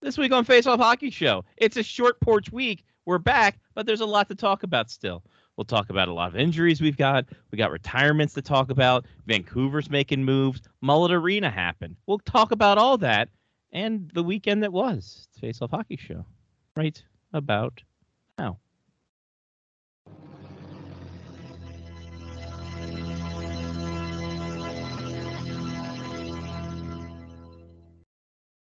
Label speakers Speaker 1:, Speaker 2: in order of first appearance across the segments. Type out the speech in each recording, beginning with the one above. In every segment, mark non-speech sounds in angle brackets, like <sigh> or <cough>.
Speaker 1: This week on Face Off Hockey Show, it's a short porch week. We're back, but there's a lot to talk about still. We'll talk about a lot of injuries we've got. We got retirements to talk about. Vancouver's making moves. Mullet Arena happened. We'll talk about all that and the weekend that was. It's Face Off Hockey Show. Right about now.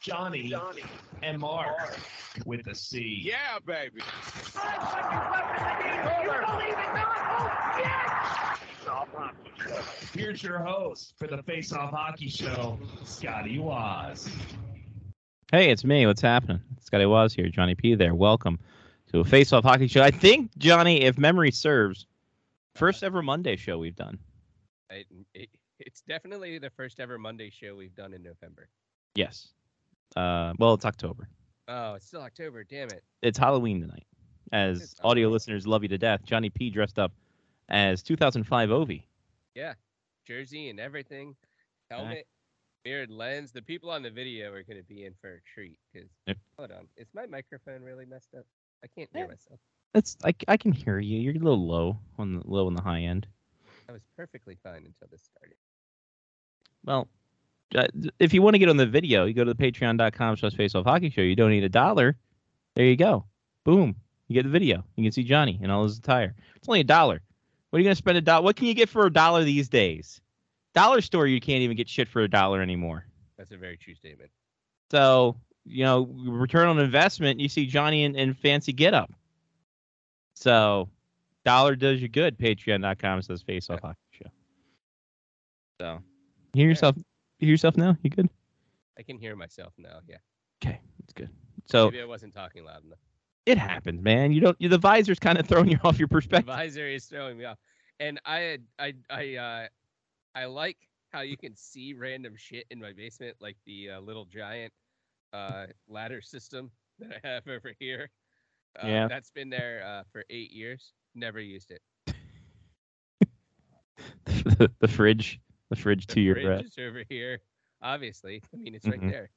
Speaker 2: Johnny, and Mark. With a C.
Speaker 3: Yeah, baby.
Speaker 2: Here's your host for the Face Off Hockey Show, Scotty Waz.
Speaker 1: Hey, it's me. What's happening? Scotty Waz here. Johnny P there. Welcome to a Face Off Hockey Show. I think, Johnny, if memory serves, first ever Monday show we've done.
Speaker 3: It, it, it's definitely the first ever Monday show we've done in November.
Speaker 1: Yes. Uh, well, it's October.
Speaker 3: Oh, it's still October. Damn it.
Speaker 1: It's Halloween tonight. As
Speaker 3: It's
Speaker 1: audio
Speaker 3: Halloween.
Speaker 1: listeners love you to death, Johnny P dressed up as 2005 Ovi.
Speaker 3: Jersey and everything, helmet, mirrored lens. The people on the video are going to be in for a treat. Cause
Speaker 1: Yep.
Speaker 3: hold on, is my microphone really messed up? I can't hear
Speaker 1: Yeah.
Speaker 3: myself.
Speaker 1: That's I, I can hear you. You're a little low on the low on the high end.
Speaker 3: I was perfectly fine until this started.
Speaker 1: Well, uh, if you want to get on the video, you go to the patreon.com slash faceoff hockey show. You donate a dollar. There you go. Boom. You get the video. You can see Johnny and all his attire. It's only a dollar. What are you going to spend a dollar? What can you get for a dollar these days? Dollar store, you can't even get shit for a dollar anymore.
Speaker 3: That's a very true statement.
Speaker 1: So, you know, return on investment, you see Johnny in, in fancy get up. So, dollar does you good. Patreon.com says face off hockey show. So, you hear yourself, you hear yourself now? You good?
Speaker 3: I can hear myself now. Yeah.
Speaker 1: It's good. So,
Speaker 3: Maybe I wasn't talking loud enough.
Speaker 1: it happens, man. You don't, the visor's kind of throwing you off your
Speaker 3: The
Speaker 1: perspective. <laughs>
Speaker 3: visor is throwing me off. And I had, I, I, uh, I like how you can see random shit in my basement, like the uh, little giant uh, ladder system that I have over here. Uh,
Speaker 1: Yeah.
Speaker 3: That's been there uh, for eight years. Never used it.
Speaker 1: the, fridge, the fridge
Speaker 3: The
Speaker 1: to your
Speaker 3: fridge
Speaker 1: right.
Speaker 3: is over here. Obviously, I mean it's right
Speaker 1: Mhm.
Speaker 3: there.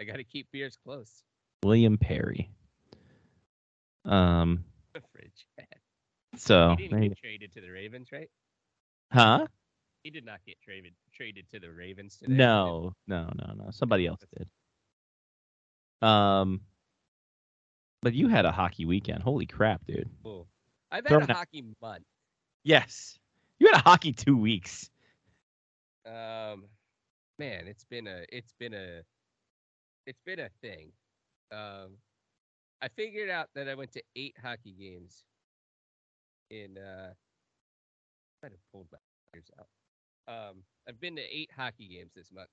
Speaker 3: I got to keep beers close.
Speaker 1: William Perry. Um,
Speaker 3: The fridge. <laughs>
Speaker 1: so,
Speaker 3: he didn't
Speaker 1: there you
Speaker 3: get
Speaker 1: go.
Speaker 3: traded to the Ravens, right?
Speaker 1: huh?
Speaker 3: He did not get traded traded to the Ravens today. did he?
Speaker 1: No, no, no, no. Somebody else did. Um, but you had a hockey weekend. Holy crap, dude!
Speaker 3: Cool. I've
Speaker 1: Throw
Speaker 3: had
Speaker 1: it
Speaker 3: a
Speaker 1: down.
Speaker 3: hockey month.
Speaker 1: Yes, you had a hockey two weeks.
Speaker 3: Um, man, it's been a, it's been a, it's been a thing. Um, I figured out that I went to eight hockey games. In uh, I might have pulled my fingers out. Um, I've been to eight hockey games this month,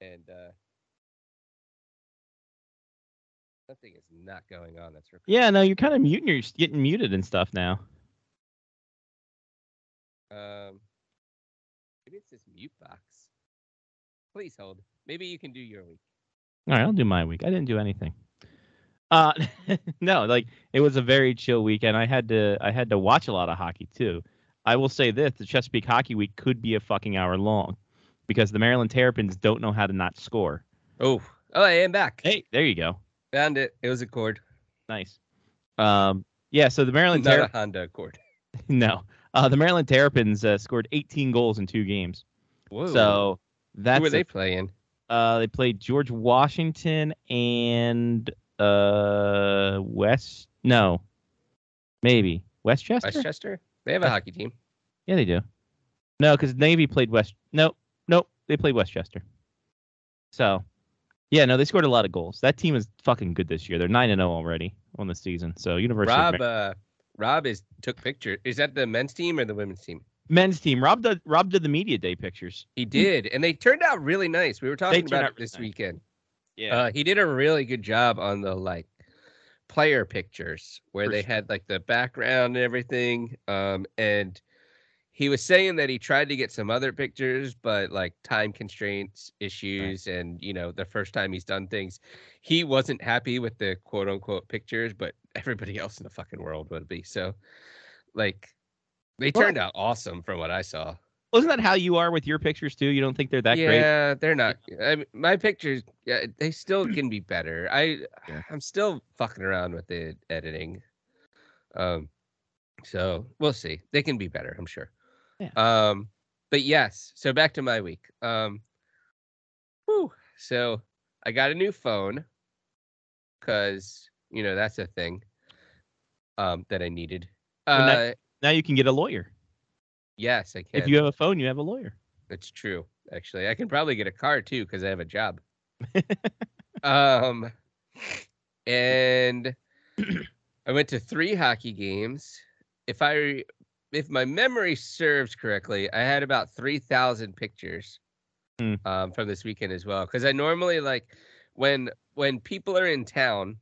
Speaker 3: and uh, something is not going on. That's recording.
Speaker 1: Yeah, no, you're kind of muting. You're getting muted and stuff now.
Speaker 3: Um, maybe it's this mute box. Please hold. Maybe you can do your week.
Speaker 1: All right, I'll do my week. I didn't do anything. Uh, <laughs> no, like it was a very chill weekend. I had to I had to watch a lot of hockey too. I will say this: the Chesapeake Hockey Week could be a fucking hour long, because the Maryland Terrapins don't know how to not score.
Speaker 3: Oh, oh, I am back.
Speaker 1: Hey, there you go.
Speaker 3: Found it. It was a cord.
Speaker 1: Nice. Um, yeah, so the Maryland
Speaker 3: Not a
Speaker 1: Terrapins,
Speaker 3: Honda cord.
Speaker 1: <laughs> no, uh, the Maryland Terrapins uh, scored 18 goals in two games.
Speaker 3: Whoa.
Speaker 1: So that's
Speaker 3: who were they
Speaker 1: it.
Speaker 3: playing?
Speaker 1: Uh, they played George Washington and uh, West. No, maybe Westchester.
Speaker 3: Westchester. They have a
Speaker 1: That's-
Speaker 3: hockey team.
Speaker 1: Yeah, they do. No, because Navy played West. No, nope, they played Westchester. So, yeah, no, they scored a lot of goals. That team is fucking good this year. They're nine and zero already on the season. So University of Maryland-
Speaker 3: Rob. Uh, Rob is took picture. Is that the men's team or the women's team?
Speaker 1: men's team. Rob did, Rob did the media day pictures.
Speaker 3: He did, and they turned out really nice. We were talking
Speaker 1: turned
Speaker 3: about
Speaker 1: out
Speaker 3: it
Speaker 1: really
Speaker 3: this
Speaker 1: nice.
Speaker 3: weekend.
Speaker 1: Yeah.
Speaker 3: Uh, he did a really good job on the like player pictures where
Speaker 1: For
Speaker 3: they
Speaker 1: sure.
Speaker 3: had like the background and everything. Um, and he was saying that he tried to get some other pictures, but like time constraints issues, and you know, the first time he's done things, he wasn't happy with the quote unquote pictures, but <laughs> everybody else in the fucking world would be. So, like, they
Speaker 1: Well-
Speaker 3: turned out awesome from what I saw.
Speaker 1: Wasn't that how you are with your pictures too? You don't think they're that great?
Speaker 3: yeah, they're not. I mean, my pictures, yeah,
Speaker 1: <clears throat>
Speaker 3: they still can be better. I,
Speaker 1: Yeah.
Speaker 3: I'm still fucking around with the editing. Um, so we'll see. They can be better, I'm sure.
Speaker 1: Yeah.
Speaker 3: Um, but yes. So back to my week. Um, whew, so I got a new phone, cause you know that's a thing. Um, that I needed.
Speaker 1: And that-
Speaker 3: Uh,
Speaker 1: Now you can get a lawyer.
Speaker 3: yes, I can.
Speaker 1: If you have a phone, you have a lawyer.
Speaker 3: That's true. Actually, I can probably get a car too because I have a job. um, and I went to three hockey games. If I, if my memory serves correctly, I had about three thousand pictures
Speaker 1: Hmm.
Speaker 3: um, from this weekend as well. Because I normally like when when people are in town.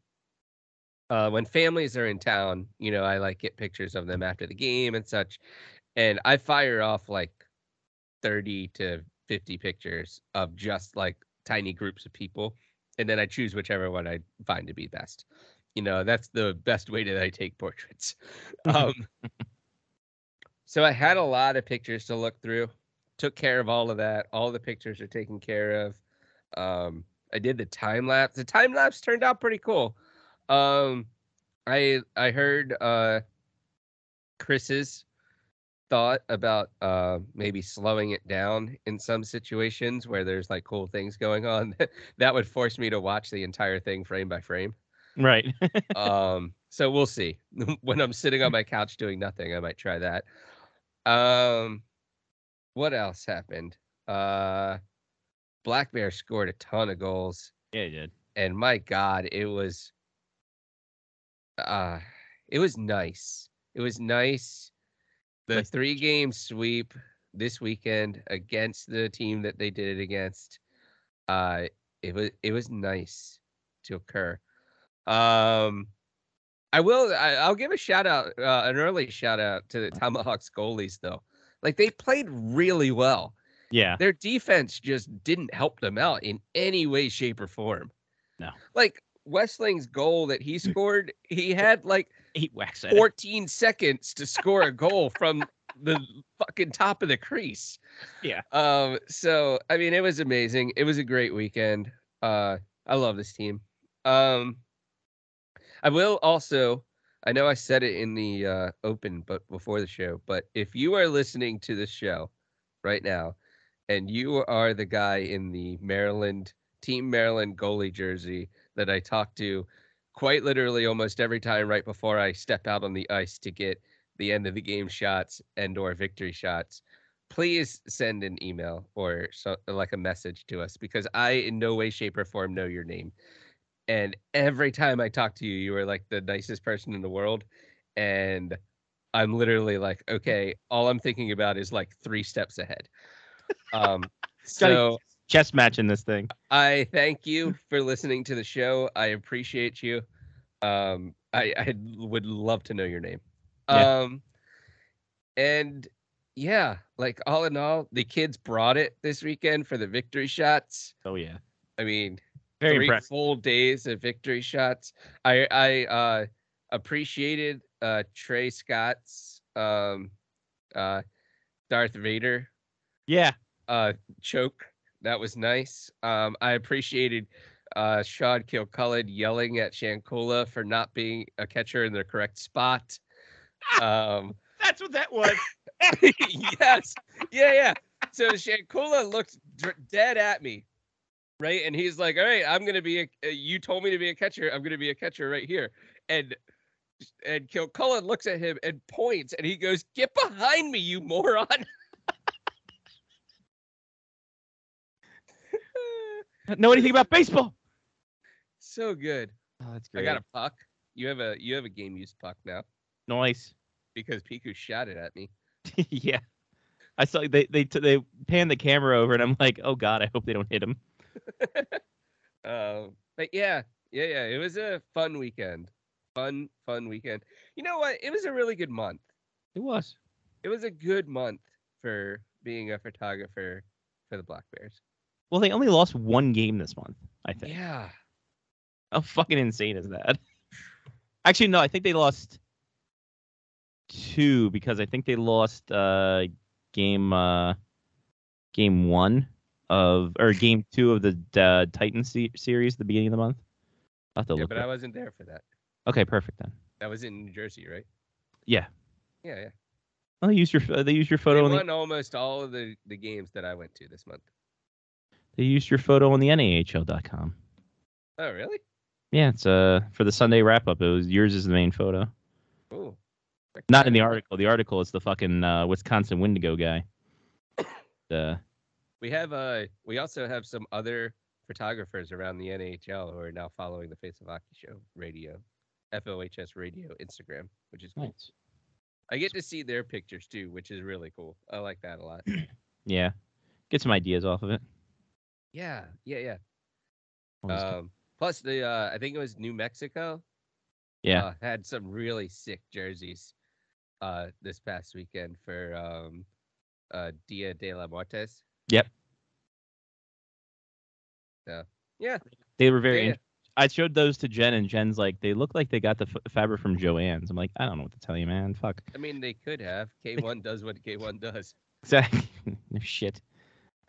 Speaker 3: Uh, when families are in town, you know, I like get pictures of them after the game and such, and I fire off like 30 to 50 pictures of just like tiny groups of people and then i choose whichever one i find to be best you know that's the best way that i take portraits <laughs> um so i had a lot of pictures to look through took care of all of that all the pictures are taken care of um i did the time lapse the time lapse turned out pretty cool um i i heard uh chris's thought about uh, maybe slowing it down in some situations where there's like cool things going on <laughs> that would force me to watch the entire thing frame by frame
Speaker 1: Right. <laughs>
Speaker 3: um so we'll see <laughs> when i'm sitting on my couch doing nothing i might try that um what else happened uh black bear scored a ton of goals
Speaker 1: yeah, you did.
Speaker 3: and my god it was uh it was nice it was nice the
Speaker 1: Like-
Speaker 3: three game sweep this weekend against the team that they did it against uh it was it was nice to occur um i will I, i'll give a shout out uh, an early shout out to the tomahawks goalies though like they played really well
Speaker 1: Yeah.
Speaker 3: their defense just didn't help them out in any way, shape, or form.
Speaker 1: No. Mm.
Speaker 3: Like Westling's goal that he scored, he had like
Speaker 1: Eight whacks at it.
Speaker 3: 14 seconds to score a goal from the fucking top of the crease.
Speaker 1: Yeah.
Speaker 3: Um, so I mean it was amazing. It was a great weekend. Uh I love this team. Um I will also I know I said it in the uh open but before the show, but if you are listening to this show right now and you are the guy in the Maryland team Maryland goalie jersey that I talked to quite literally almost every time right before I step out on the ice to get the end of the game shots and or victory shots, please send an email or so, like a message to us because I in no way, shape, or form know your name. And every time I talk to you, you are like the nicest person in the world. And I'm literally like, okay, all I'm thinking about is like three steps ahead. Um,
Speaker 1: Gotta-
Speaker 3: so
Speaker 1: Chess match in this thing.
Speaker 3: I thank you for listening to the show. I appreciate you. Um, I, I would love to know your name.
Speaker 1: Yeah.
Speaker 3: Um, and yeah, like all in all, the kids brought it this weekend for the victory shots.
Speaker 1: Oh yeah.
Speaker 3: I mean,
Speaker 1: Very
Speaker 3: three
Speaker 1: impressive.
Speaker 3: full days of victory shots. I I uh, appreciated uh, Trey Scott's um, uh, Darth Vader
Speaker 1: Yeah.
Speaker 3: uh choke. That was nice. Um I appreciated uh Shad Kilcullen yelling at Shankula for not being a catcher in the correct spot. Um
Speaker 1: That's what that was.
Speaker 3: <laughs> yes. Yeah, yeah. So Shankula looked dr- dead at me. Right? And he's like, "All right, I'm going to be a, uh, you told me to be a catcher. I'm going to be a catcher right here." And and Kilcullen looks at him and points and he goes, "Get behind me, you moron."
Speaker 1: <laughs>
Speaker 3: <laughs>
Speaker 1: know anything about baseball?
Speaker 3: so good.
Speaker 1: Oh, that's
Speaker 3: I got a puck. You have a you have a game used puck now
Speaker 1: noise.
Speaker 3: because Piku shot it at me.
Speaker 1: <laughs> yeah. I saw they they t- they panned the camera over and I'm like, oh god, I hope they don't hit him.
Speaker 3: Um, Like, yeah, yeah, yeah. It was a fun weekend. Fun, fun weekend. You know what? It was a really good month.
Speaker 1: It was.
Speaker 3: It was a good month for being a photographer for the Black Bears.
Speaker 1: Well, they only lost one game this month, I think.
Speaker 3: Yeah.
Speaker 1: How fucking insane is that? Actually, no, I think they lost two because I think they lost uh game uh game one of or game two of the uh, Titans se- series at the beginning of the month. I'll have to
Speaker 3: Yeah,
Speaker 1: look
Speaker 3: but
Speaker 1: it
Speaker 3: I
Speaker 1: up.
Speaker 3: wasn't there for that.
Speaker 1: Okay, perfect then.
Speaker 3: That was in New Jersey, right?
Speaker 1: Yeah.
Speaker 3: Yeah, yeah.
Speaker 1: Well, they used your they used your
Speaker 3: They
Speaker 1: photo on the
Speaker 3: won almost all of the, the games that I went to this month.
Speaker 1: they used your photo on the NAHL.com.
Speaker 3: Oh, really?
Speaker 1: Yeah, it's uh for the Sunday wrap up. It was yours is the main photo.
Speaker 3: Cool.
Speaker 1: Not in the article. The article is the fucking uh, Wisconsin Wendigo guy. <coughs> Uh,
Speaker 3: We have uh we also have some other photographers around the NHL who are now following the Face of Hockey Show radio, FOHS radio Instagram, which is cool.
Speaker 1: nice.
Speaker 3: I get to see their pictures too, which is really cool. I like that a
Speaker 1: <clears throat>
Speaker 3: lot.
Speaker 1: Yeah, get some ideas off of it.
Speaker 3: Yeah, yeah, yeah.
Speaker 1: Always good.
Speaker 3: Um, plus the uh, I think it was New Mexico.
Speaker 1: Yeah.
Speaker 3: uh, had some really sick jerseys uh, this past weekend for um, uh, Dia de la Muertes.
Speaker 1: Yep.
Speaker 3: So yeah,
Speaker 1: they were very.
Speaker 3: yeah, yeah.
Speaker 1: int- I showed those to Jen, and Jen's like, they look like they got the f- fabric from Joann's. I'm like, I don't know what to tell you, man. Fuck. <laughs>
Speaker 3: I mean they could have K1 does what K1 does.
Speaker 1: Exactly. no shit.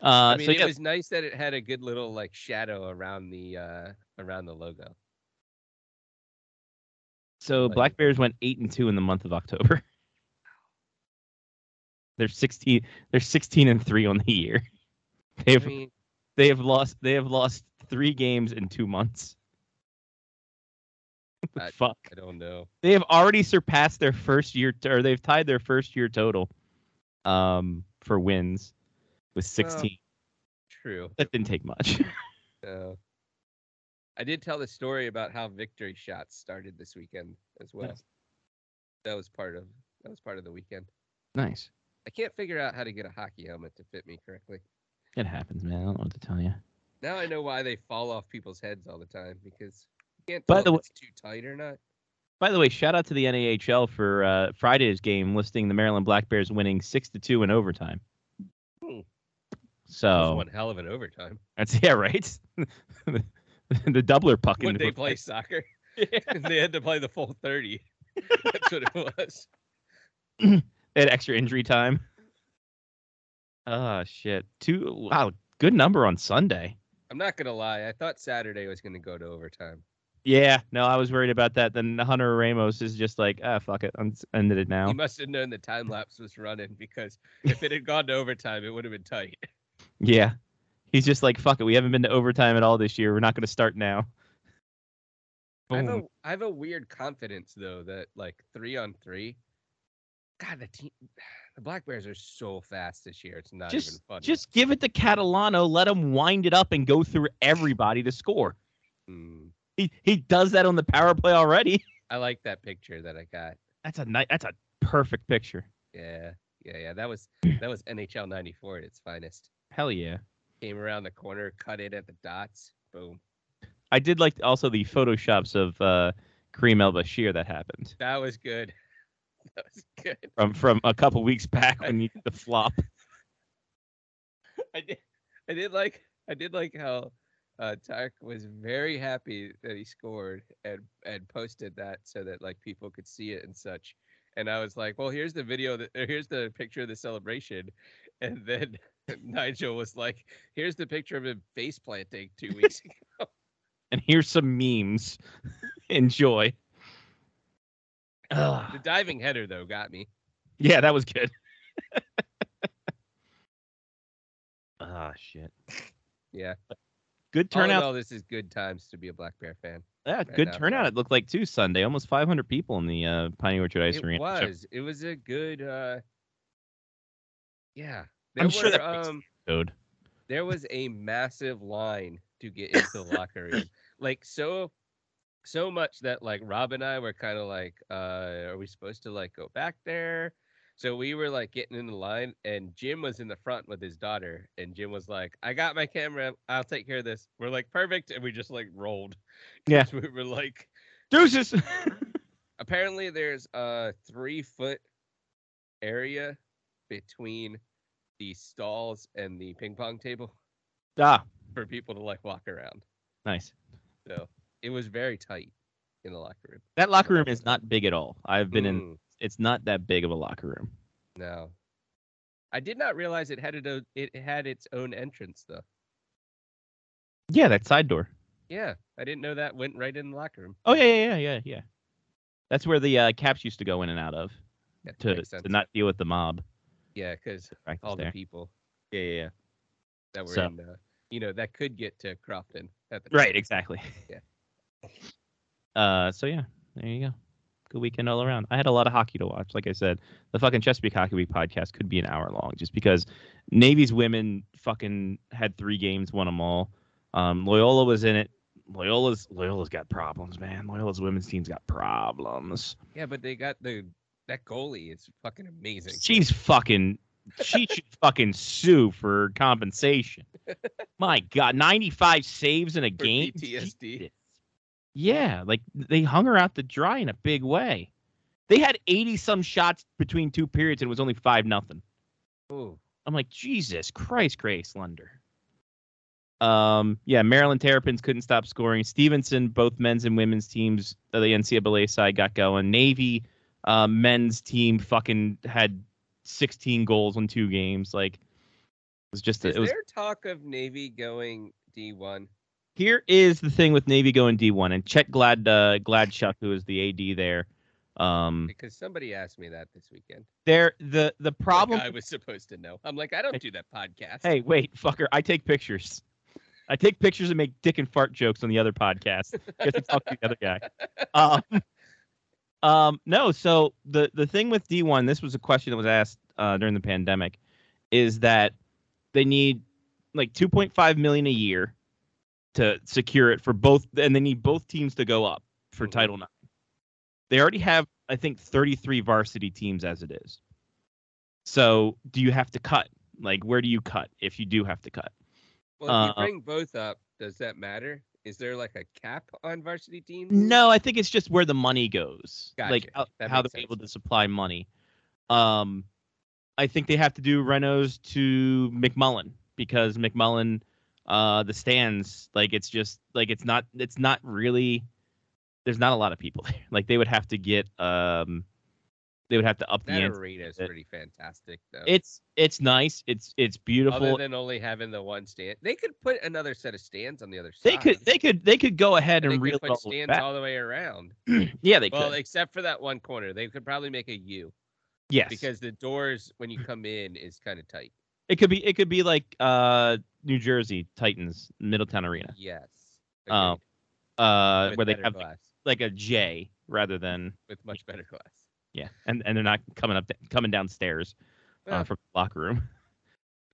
Speaker 1: Uh,
Speaker 3: I mean
Speaker 1: so
Speaker 3: it
Speaker 1: yeah,
Speaker 3: was nice that it had a good little like shadow around the uh, around the logo.
Speaker 1: so
Speaker 3: like-
Speaker 1: Black Bears went eight and two in the month of October. <laughs> they're sixteen. They're sixteen and three on the year. <laughs>
Speaker 3: I
Speaker 1: They've
Speaker 3: mean,
Speaker 1: they have lost they have lost three games in two months. <laughs> What the
Speaker 3: I-
Speaker 1: fuck.
Speaker 3: I don't know.
Speaker 1: They have already surpassed their first year t- or they've tied their first year total um for wins with sixteen.
Speaker 3: True.
Speaker 1: that didn't take much. <laughs>
Speaker 3: So I did tell the story about how victory shots started this weekend as well.
Speaker 1: Nice.
Speaker 3: That was part of that was part of the weekend.
Speaker 1: nice.
Speaker 3: I can't figure out how to get a hockey helmet to fit me correctly.
Speaker 1: It happens, man. I don't know what to tell you.
Speaker 3: Now I know why they fall off people's heads all the time because you can't
Speaker 1: By
Speaker 3: tell
Speaker 1: the
Speaker 3: if
Speaker 1: way-
Speaker 3: it's too tight or not.
Speaker 1: By the way, shout out to the NAHL for uh, Friday's game listing the Maryland Black Bears winning six to two in overtime.
Speaker 3: Hmm. That was
Speaker 1: So
Speaker 3: one hell of an overtime.
Speaker 1: that's <laughs> yeah, right. the doubler puck. in
Speaker 3: When
Speaker 1: the- <laughs>
Speaker 3: they play soccer, <laughs> they had to play the full thirty. That's what it was.
Speaker 1: They had extra injury time. Oh shit. Two wow, good number on Sunday.
Speaker 3: I'm not gonna lie. I thought Saturday was gonna go to overtime.
Speaker 1: Yeah, no, I was worried about that. Then Hunter Ramos is just like, ah, fuck it, I'm ended it now.
Speaker 3: He must have known
Speaker 1: <laughs>
Speaker 3: the time lapse was running because if it had gone to overtime, it would have been tight.
Speaker 1: <laughs> Yeah, he's just like, fuck it, we haven't been to overtime at all this year. We're not going to start now.
Speaker 3: I have, a,
Speaker 1: Boom.
Speaker 3: I have a weird confidence though that like three on three. God, the team, <sighs> the Black Bears are so fast this year. It's not even
Speaker 1: Just,
Speaker 3: funny.
Speaker 1: just give it to Catalano. Let him wind it up and go through everybody to score.
Speaker 3: Hmm.
Speaker 1: He he does that on the power play already. <laughs>
Speaker 3: I like that picture that I got.
Speaker 1: That's a nice. That's a perfect picture.
Speaker 3: Yeah, yeah, yeah.
Speaker 1: <clears throat>
Speaker 3: That was that was NHL '94 at its finest.
Speaker 1: Hell yeah.
Speaker 3: Came around the corner, cut it at the dots. Boom.
Speaker 1: I did like also the photoshops of uh, Kareem El Bashir that happened
Speaker 3: That was good. <laughs> That was good.
Speaker 1: from from a couple weeks back when you did the flop.
Speaker 3: I did. <laughs> I did like. I did like how uh, Tark was very happy that he scored and and posted that so that like people could see it and such. And I was like, well, here's the video that or here's the picture of the celebration, <laughs> and then <laughs> Nigel was like, here's the picture of him face planting
Speaker 1: <laughs>
Speaker 3: two weeks ago.
Speaker 1: And here's some memes. <laughs> Enjoy.
Speaker 3: the
Speaker 1: Ugh.
Speaker 3: diving header though got me.
Speaker 1: Yeah, that was good. <laughs> Ah shit.
Speaker 3: Yeah.
Speaker 1: Good
Speaker 3: All in
Speaker 1: turnout.
Speaker 3: all, this is good times to be a Black Bear fan.
Speaker 1: Yeah,
Speaker 3: right
Speaker 1: good
Speaker 3: now,
Speaker 1: turnout.
Speaker 3: yeah.
Speaker 1: It looked like too Sunday. Almost 500 people in the uh, Piney Orchard Ice Arena.
Speaker 3: It was. It was a good. uh Yeah. There
Speaker 1: I'm sure
Speaker 3: were,
Speaker 1: that breaks
Speaker 3: um,
Speaker 1: Episode.
Speaker 3: there was a massive line to get into the locker room. Like so so much that like Rob and I were kind of like, uh, are we supposed to like go back there? So we were like getting in the line, and Jim was in the front with his daughter, and Jim was like, "I got my camera. I'll take care of this." We're like, "Perfect," and we just like rolled. <laughs>
Speaker 1: Yeah.
Speaker 3: 'Cause we were like,
Speaker 1: Deuces. <laughs>
Speaker 3: apparently there's a three foot area between the stalls and the ping pong table
Speaker 1: ah,
Speaker 3: for people to like walk around.
Speaker 1: nice.
Speaker 3: So it was very tight in the locker room.
Speaker 1: That locker room is not big at all. I've been in.
Speaker 3: Mm,
Speaker 1: It's not that big of a locker room.
Speaker 3: no. I did not realize it had it, o- it had its own entrance though.
Speaker 1: Yeah, that side door.
Speaker 3: Yeah, I didn't know that went right in the locker room.
Speaker 1: Oh yeah, yeah, yeah, yeah, yeah. That's where the uh, caps used to go in and out of
Speaker 3: That
Speaker 1: to,
Speaker 3: makes sense.
Speaker 1: to not deal with the mob.
Speaker 3: yeah, because
Speaker 1: Practice
Speaker 3: all the
Speaker 1: there.
Speaker 3: people. Yeah, yeah, yeah. That were
Speaker 1: So-
Speaker 3: in. Uh, you know, that could get to Crofton at the
Speaker 1: Right, exactly.
Speaker 3: <laughs> Yeah.
Speaker 1: <laughs> Uh, so yeah, there you go. Good weekend all around. I had a lot of hockey to watch. Like I said, the fucking Chesapeake Hockey Week podcast could be an hour long just because Navy's women fucking had three games, won them all. Um, Loyola was in it. Loyola's Loyola's got problems, man. Loyola's women's team's got problems.
Speaker 3: Yeah, but they got the that goalie is fucking amazing.
Speaker 1: She's fucking. She should fucking sue for compensation. My God, ninety-five saves in a
Speaker 3: <laughs> for
Speaker 1: game.
Speaker 3: PTSD.
Speaker 1: Jesus. Yeah, like they hung her out to dry in a big way. They had eighty some shots between two periods, and it was only five nothing.
Speaker 3: Ooh,
Speaker 1: I'm like, Jesus Christ, Grace Lunder. Um, yeah, Maryland Terrapins couldn't stop scoring. Stevenson, both men's and women's teams, uh, the NCAA side got going. Navy, uh, men's team fucking had 16 goals in two games. Like, it was just,
Speaker 3: is
Speaker 1: it was.
Speaker 3: there talk of Navy going D one?
Speaker 1: Here is the thing with Navy going D1 and Chet Glad uh, Gladchuk, who is the AD there. Um,
Speaker 3: Because somebody asked me that this weekend.
Speaker 1: there the the problem.
Speaker 3: I was supposed to know. I'm like, I don't do that podcast.
Speaker 1: Hey, wait, fucker! I take pictures. I take pictures and make dick and fart jokes on the other podcast. Get to talk to the other guy. Um, um, no, so the the thing with D one, this was a question that was asked uh, during the pandemic, is that they need like two point five million a year to secure it for both, and they need both teams to go up for
Speaker 3: Mhm.
Speaker 1: Title IX. They already have, I think, thirty three varsity teams as it is. So, do you have to cut? Like, where do you cut if you do have to cut?
Speaker 3: well, if
Speaker 1: uh,
Speaker 3: you bring both up, does that matter? Is there like a cap on varsity teams?
Speaker 1: No, I think it's just where the money goes.
Speaker 3: Gotcha.
Speaker 1: Like how,
Speaker 3: That
Speaker 1: how they're
Speaker 3: makes
Speaker 1: able
Speaker 3: sense.
Speaker 1: to supply money. Um, I think they have to do renos to McMullen because McMullen, uh, the stands like it's just like it's not it's not really. There's not a lot of people <laughs> there. Like they would have to get um, they would have to up the
Speaker 3: That
Speaker 1: ante.
Speaker 3: arena is
Speaker 1: it-
Speaker 3: pretty fantastic, though.
Speaker 1: It's it's nice. It's it's
Speaker 3: other
Speaker 1: beautiful.
Speaker 3: than only having the one stand, they could put another set of stands on the other
Speaker 1: They
Speaker 3: side.
Speaker 1: could they could they could go ahead
Speaker 3: They
Speaker 1: and
Speaker 3: could
Speaker 1: reel it
Speaker 3: put
Speaker 1: all the way
Speaker 3: stands
Speaker 1: back.
Speaker 3: all the way around.
Speaker 1: yeah, they
Speaker 3: Well,
Speaker 1: could.
Speaker 3: except for that one corner, they could probably make a U
Speaker 1: yes,
Speaker 3: because the doors when you come in is kind of tight.
Speaker 1: It could be it could be like uh New Jersey Titans Middletown Arena.
Speaker 3: Yes.
Speaker 1: Um,
Speaker 3: agreed,
Speaker 1: Uh
Speaker 3: with
Speaker 1: where they
Speaker 3: better
Speaker 1: have like,
Speaker 3: glass,
Speaker 1: like a J rather than
Speaker 3: with much better glass.
Speaker 1: yeah. And and they're not coming up coming downstairs uh,
Speaker 3: Well.
Speaker 1: from the locker room. <laughs>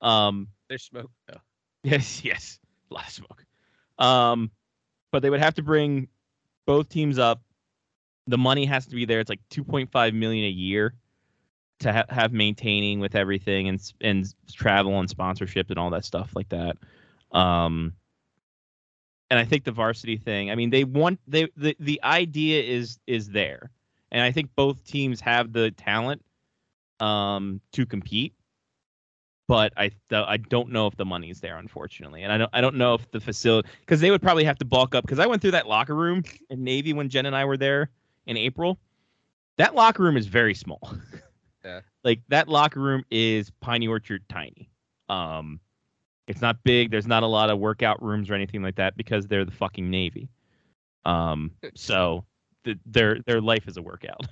Speaker 1: Um
Speaker 3: There's smoke though.
Speaker 1: <laughs> yes, yes. A lot of smoke. Um but they would have to bring both teams up. The money has to be there. It's like 2.5 million a year to ha- have maintaining with everything and s- and s- travel and sponsorship and all that stuff like that. Um, and I think the varsity thing. I mean, they want they the the idea is is there, and I think both teams have the talent um, to compete. But I th- I don't know if the money's there, unfortunately, and I don't I don't know if the facility because they would probably have to bulk up because I went through that locker room in Navy when Jen and I were there in April. That locker room is very small <laughs> like that locker room is Piney Orchard tiny. Um, it's not big. There's not a lot of workout rooms or anything like that because they're the fucking Navy. Um, so th- their their life is a workout.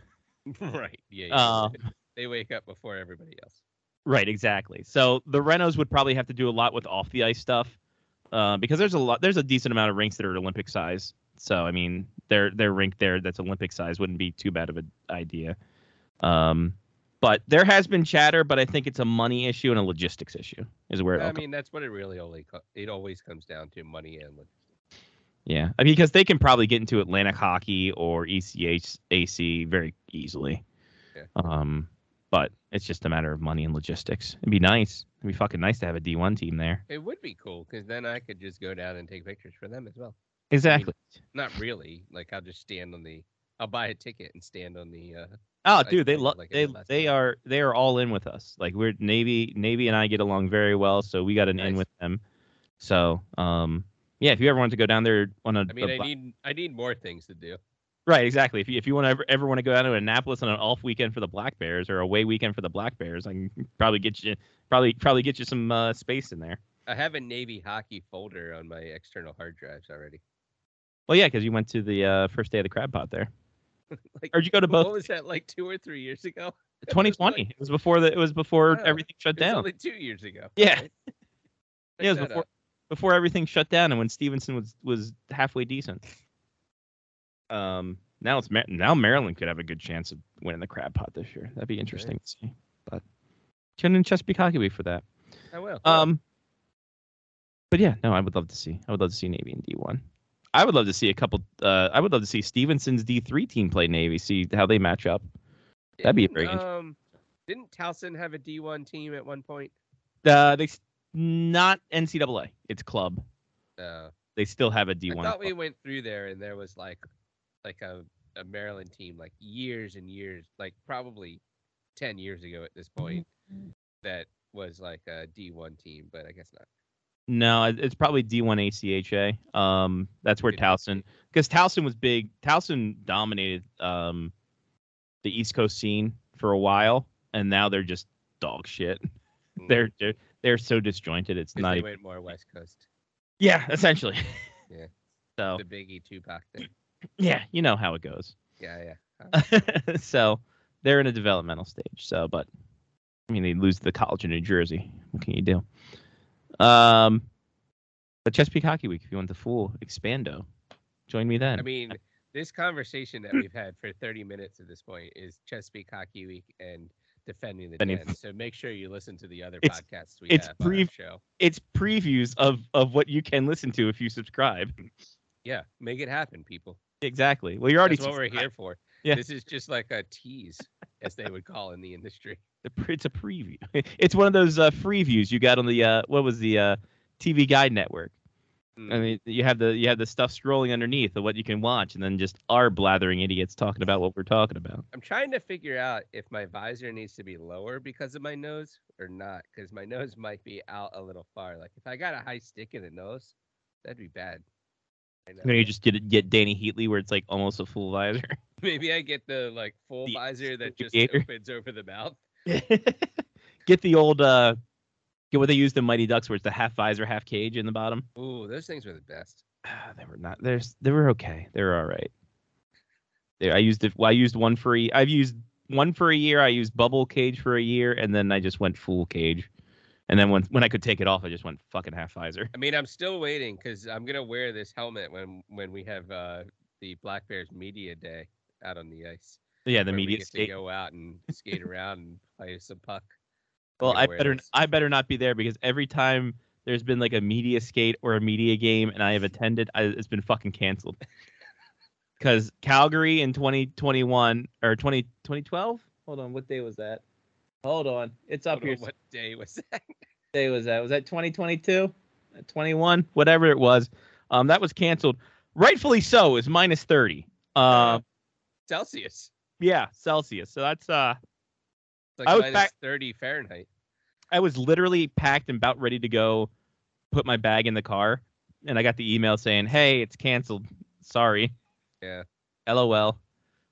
Speaker 3: right. Yeah. yeah.
Speaker 1: Uh,
Speaker 3: <laughs> they wake up before everybody else.
Speaker 1: right, exactly. So the Renos would probably have to do a lot with off the ice stuff uh, because there's a lot there's a decent amount of rinks that are Olympic size. So I mean, their their rink there that's Olympic size wouldn't be too bad of an idea. Um, but there has been chatter, but I think it's a money issue and a logistics issue is where it all
Speaker 3: I
Speaker 1: comes
Speaker 3: mean, that's what it really only co- it always comes down to money and logistics.
Speaker 1: Yeah, I mean, because they can probably get into E Atlantic Hockey or ECH AC very easily.
Speaker 3: Yeah.
Speaker 1: Um, but it's just a matter of money and logistics. It'd be nice. It'd be fucking nice to have a D1 team there.
Speaker 3: It would be cool because then I could just go down and take pictures for them as well.
Speaker 1: Exactly.
Speaker 3: Not really. Like I'll just stand on the. I'll buy a ticket and stand on the. Uh,
Speaker 1: Oh,
Speaker 3: like-
Speaker 1: dude, they
Speaker 3: like-
Speaker 1: love
Speaker 3: like I
Speaker 1: they
Speaker 3: did last
Speaker 1: they
Speaker 3: time.
Speaker 1: are they are all in with us. Like we're Navy Navy and I get along very well, so we got an in
Speaker 3: Nice.
Speaker 1: with them. So, um, yeah, if you ever want to go down there on a,
Speaker 3: I mean,
Speaker 1: a
Speaker 3: I
Speaker 1: bu-
Speaker 3: need I need more things to do.
Speaker 1: right, exactly. If you if you want to ever, ever want to go down to Annapolis on an off weekend for the Black Bears or a away weekend for the Black Bears, I can probably get you probably probably get you some uh, space in there.
Speaker 3: I have a Navy hockey folder on my external hard drives already.
Speaker 1: Well, yeah, because you went to the uh, first day of the crab pot there.
Speaker 3: <laughs> Like,
Speaker 1: Or did you go to
Speaker 3: what
Speaker 1: both?
Speaker 3: was that like two or three years ago? <laughs> was
Speaker 1: 2020.
Speaker 3: like-
Speaker 1: it was before the it was before
Speaker 3: Wow.
Speaker 1: everything shut
Speaker 3: It was
Speaker 1: down.
Speaker 3: only two years ago.
Speaker 1: <laughs> Yeah.
Speaker 3: Check
Speaker 1: Yeah, it was
Speaker 3: that
Speaker 1: before
Speaker 3: out.
Speaker 1: before everything shut down and when Stevenson was was halfway decent. Um, now it's Mar- now Maryland could have a good chance of winning the crab pot this year. That'd be interesting to see. But tune in Chesapeake Hockey Week for that.
Speaker 3: I will.
Speaker 1: Um, but yeah, no, I would love to see. I would love to see Navy in D one. I would love to see a couple. Uh, I would love to see Stevenson's D three team play Navy. See how they match up. that'd be
Speaker 3: Didn't,
Speaker 1: very interesting.
Speaker 3: Um, didn't Towson have a D1 team at one point?
Speaker 1: Uh, they s- not NCAA. It's club.
Speaker 3: Uh,
Speaker 1: They still have a
Speaker 3: I
Speaker 1: D one.
Speaker 3: thought we went through there and there was like, like a, a Maryland team like years and years, like probably ten years ago at this point, that was like a D1 team, but I guess not.
Speaker 1: No, it- it's probably D1 ACHA. Um, that's where
Speaker 3: Good.
Speaker 1: Towson, because Towson was big. Towson dominated um, the East Coast scene for a while, and now they're just dog shit. <laughs>
Speaker 3: Mm,
Speaker 1: They're they're, they're so disjointed. It's
Speaker 3: 'cause
Speaker 1: not.
Speaker 3: they
Speaker 1: even-
Speaker 3: went more West Coast,
Speaker 1: yeah, <laughs> essentially.
Speaker 3: <laughs> Yeah.
Speaker 1: So
Speaker 3: the Biggie Tupac thing.
Speaker 1: yeah, you know how it goes. <laughs>
Speaker 3: Yeah, yeah.
Speaker 1: so they're in a developmental stage. So, but I mean, they lose to the College of New Jersey. What can you do? Um, but Chesapeake Hockey Week, if you want the full expando, join me <laughs> then.
Speaker 3: I mean, this conversation that we've had for 30 minutes at this point is Chesapeake Hockey Week and defending the
Speaker 1: Defending-
Speaker 3: den. So make sure you listen to the other
Speaker 1: It's-
Speaker 3: podcasts we
Speaker 1: it's
Speaker 3: have on our
Speaker 1: brief-
Speaker 3: show.
Speaker 1: it's previews of of what you can listen to if you subscribe.
Speaker 3: Yeah, make it happen, people.
Speaker 1: Exactly. Well, you're already
Speaker 3: That's what
Speaker 1: <laughs>
Speaker 3: we're
Speaker 1: subscribed.
Speaker 3: here for.
Speaker 1: Yeah.
Speaker 3: This is just like a tease, as they would call in the industry.
Speaker 1: The pre- It's a preview. <laughs> It's one of those uh, free views you got on the uh, what was the uh, TV Guide Network. I
Speaker 3: Mm.
Speaker 1: mean, you have the you have the stuff scrolling underneath of what you can watch, and then just our blathering idiots talking about what we're talking about.
Speaker 3: I'm trying to figure out if my visor needs to be lower because of my nose or not, because my nose might be out a little far. Like if I got a high stick in the nose, that'd be bad. I know.
Speaker 1: You know, you just get get Danny Heatley where it's like almost a full visor. <laughs>
Speaker 3: <laughs> Maybe I get the like full
Speaker 1: The
Speaker 3: visor that just
Speaker 1: gator. <laughs>
Speaker 3: opens over the mouth.
Speaker 1: get the old uh, get what they used in Mighty Ducks where it's the half visor, half cage in the bottom.
Speaker 3: Ooh, those things were the best.
Speaker 1: Ah, <sighs> they were not. There's they were okay. They were all right. They, I used it. Well, I used one for. a- I've used one for a year. I used bubble cage for a year, and then I just went full cage. And then when when I could take it off, I just went fucking half visor.
Speaker 3: I mean, I'm still waiting because I'm gonna wear this helmet when when we have uh, the Black Bears media day out on the ice.
Speaker 1: <laughs> Yeah, the
Speaker 3: where we
Speaker 1: media
Speaker 3: get
Speaker 1: skate.
Speaker 3: to go out and skate around and play some puck. I'm
Speaker 1: Well,
Speaker 3: gonna
Speaker 1: I
Speaker 3: wear
Speaker 1: better
Speaker 3: those.
Speaker 1: I better not be there because every time there's been like a media skate or a media game and I have attended, I, it's been fucking canceled. <laughs> Because Calgary in 2021 or 20, 2012? Hold on, what day was that? Hold on, it's up
Speaker 3: Hold on,
Speaker 1: here.
Speaker 3: What day was that? <laughs>
Speaker 1: day was that? Was that 2022? 21? Whatever it was. Um, that was canceled. Rightfully so, is minus 30. Uh,
Speaker 3: Celsius.
Speaker 1: yeah, Celsius. So that's uh
Speaker 3: It's like
Speaker 1: I was
Speaker 3: minus
Speaker 1: back-
Speaker 3: 30 Fahrenheit.
Speaker 1: I was literally packed and about ready to go put my bag in the car and I got the email saying, "Hey, it's canceled. Sorry."
Speaker 3: Yeah.
Speaker 1: LOL.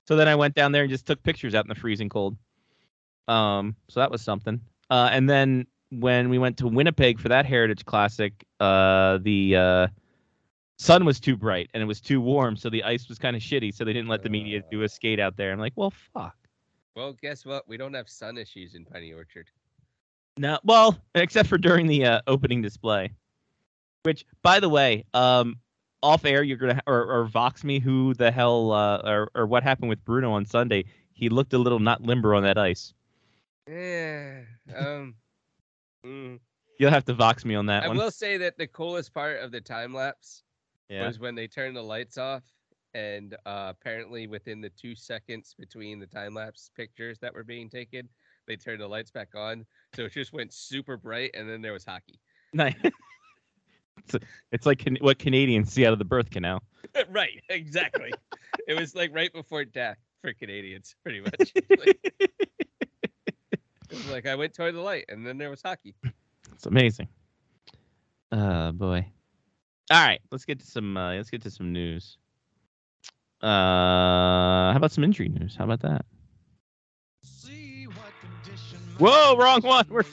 Speaker 1: So then I went down there and just took pictures out in the freezing cold. Um, so that was something. Uh, and then when we went to Winnipeg for that Heritage Classic, uh, the uh, sun was too bright and it was too warm, so the ice was kind of shitty. So they didn't let the media do a skate out there. I'm like, well, fuck.
Speaker 3: Well, guess what? We don't have sun issues in Piney Orchard.
Speaker 1: No, well, except for during the uh, opening display, which, by the way, um, off air you're gonna or, or vox me who the hell uh, or or what happened with Bruno on Sunday. He looked a little not limber on that ice.
Speaker 3: Yeah. Um. mm.
Speaker 1: You'll have to vox me on that
Speaker 3: I
Speaker 1: one.
Speaker 3: will say that the coolest part of the time lapse
Speaker 1: Yeah.
Speaker 3: was when they turned the lights off. And uh, apparently, within the two seconds between the time lapse pictures that were being taken, They turned the lights back on, so it just went super bright, and then there was hockey.
Speaker 1: Nice. <laughs> it's, it's like can, what Canadians see out of the birth canal.
Speaker 3: <laughs> <laughs> right, exactly. <laughs> it was like right before death for Canadians, <laughs> pretty much. Like, it was like I went toward the light, and then there was hockey.
Speaker 1: It's amazing. Oh boy. All right, let's get to some uh, let's get to some news. Uh, how about some injury news? How about that? Whoa, wrong one. We're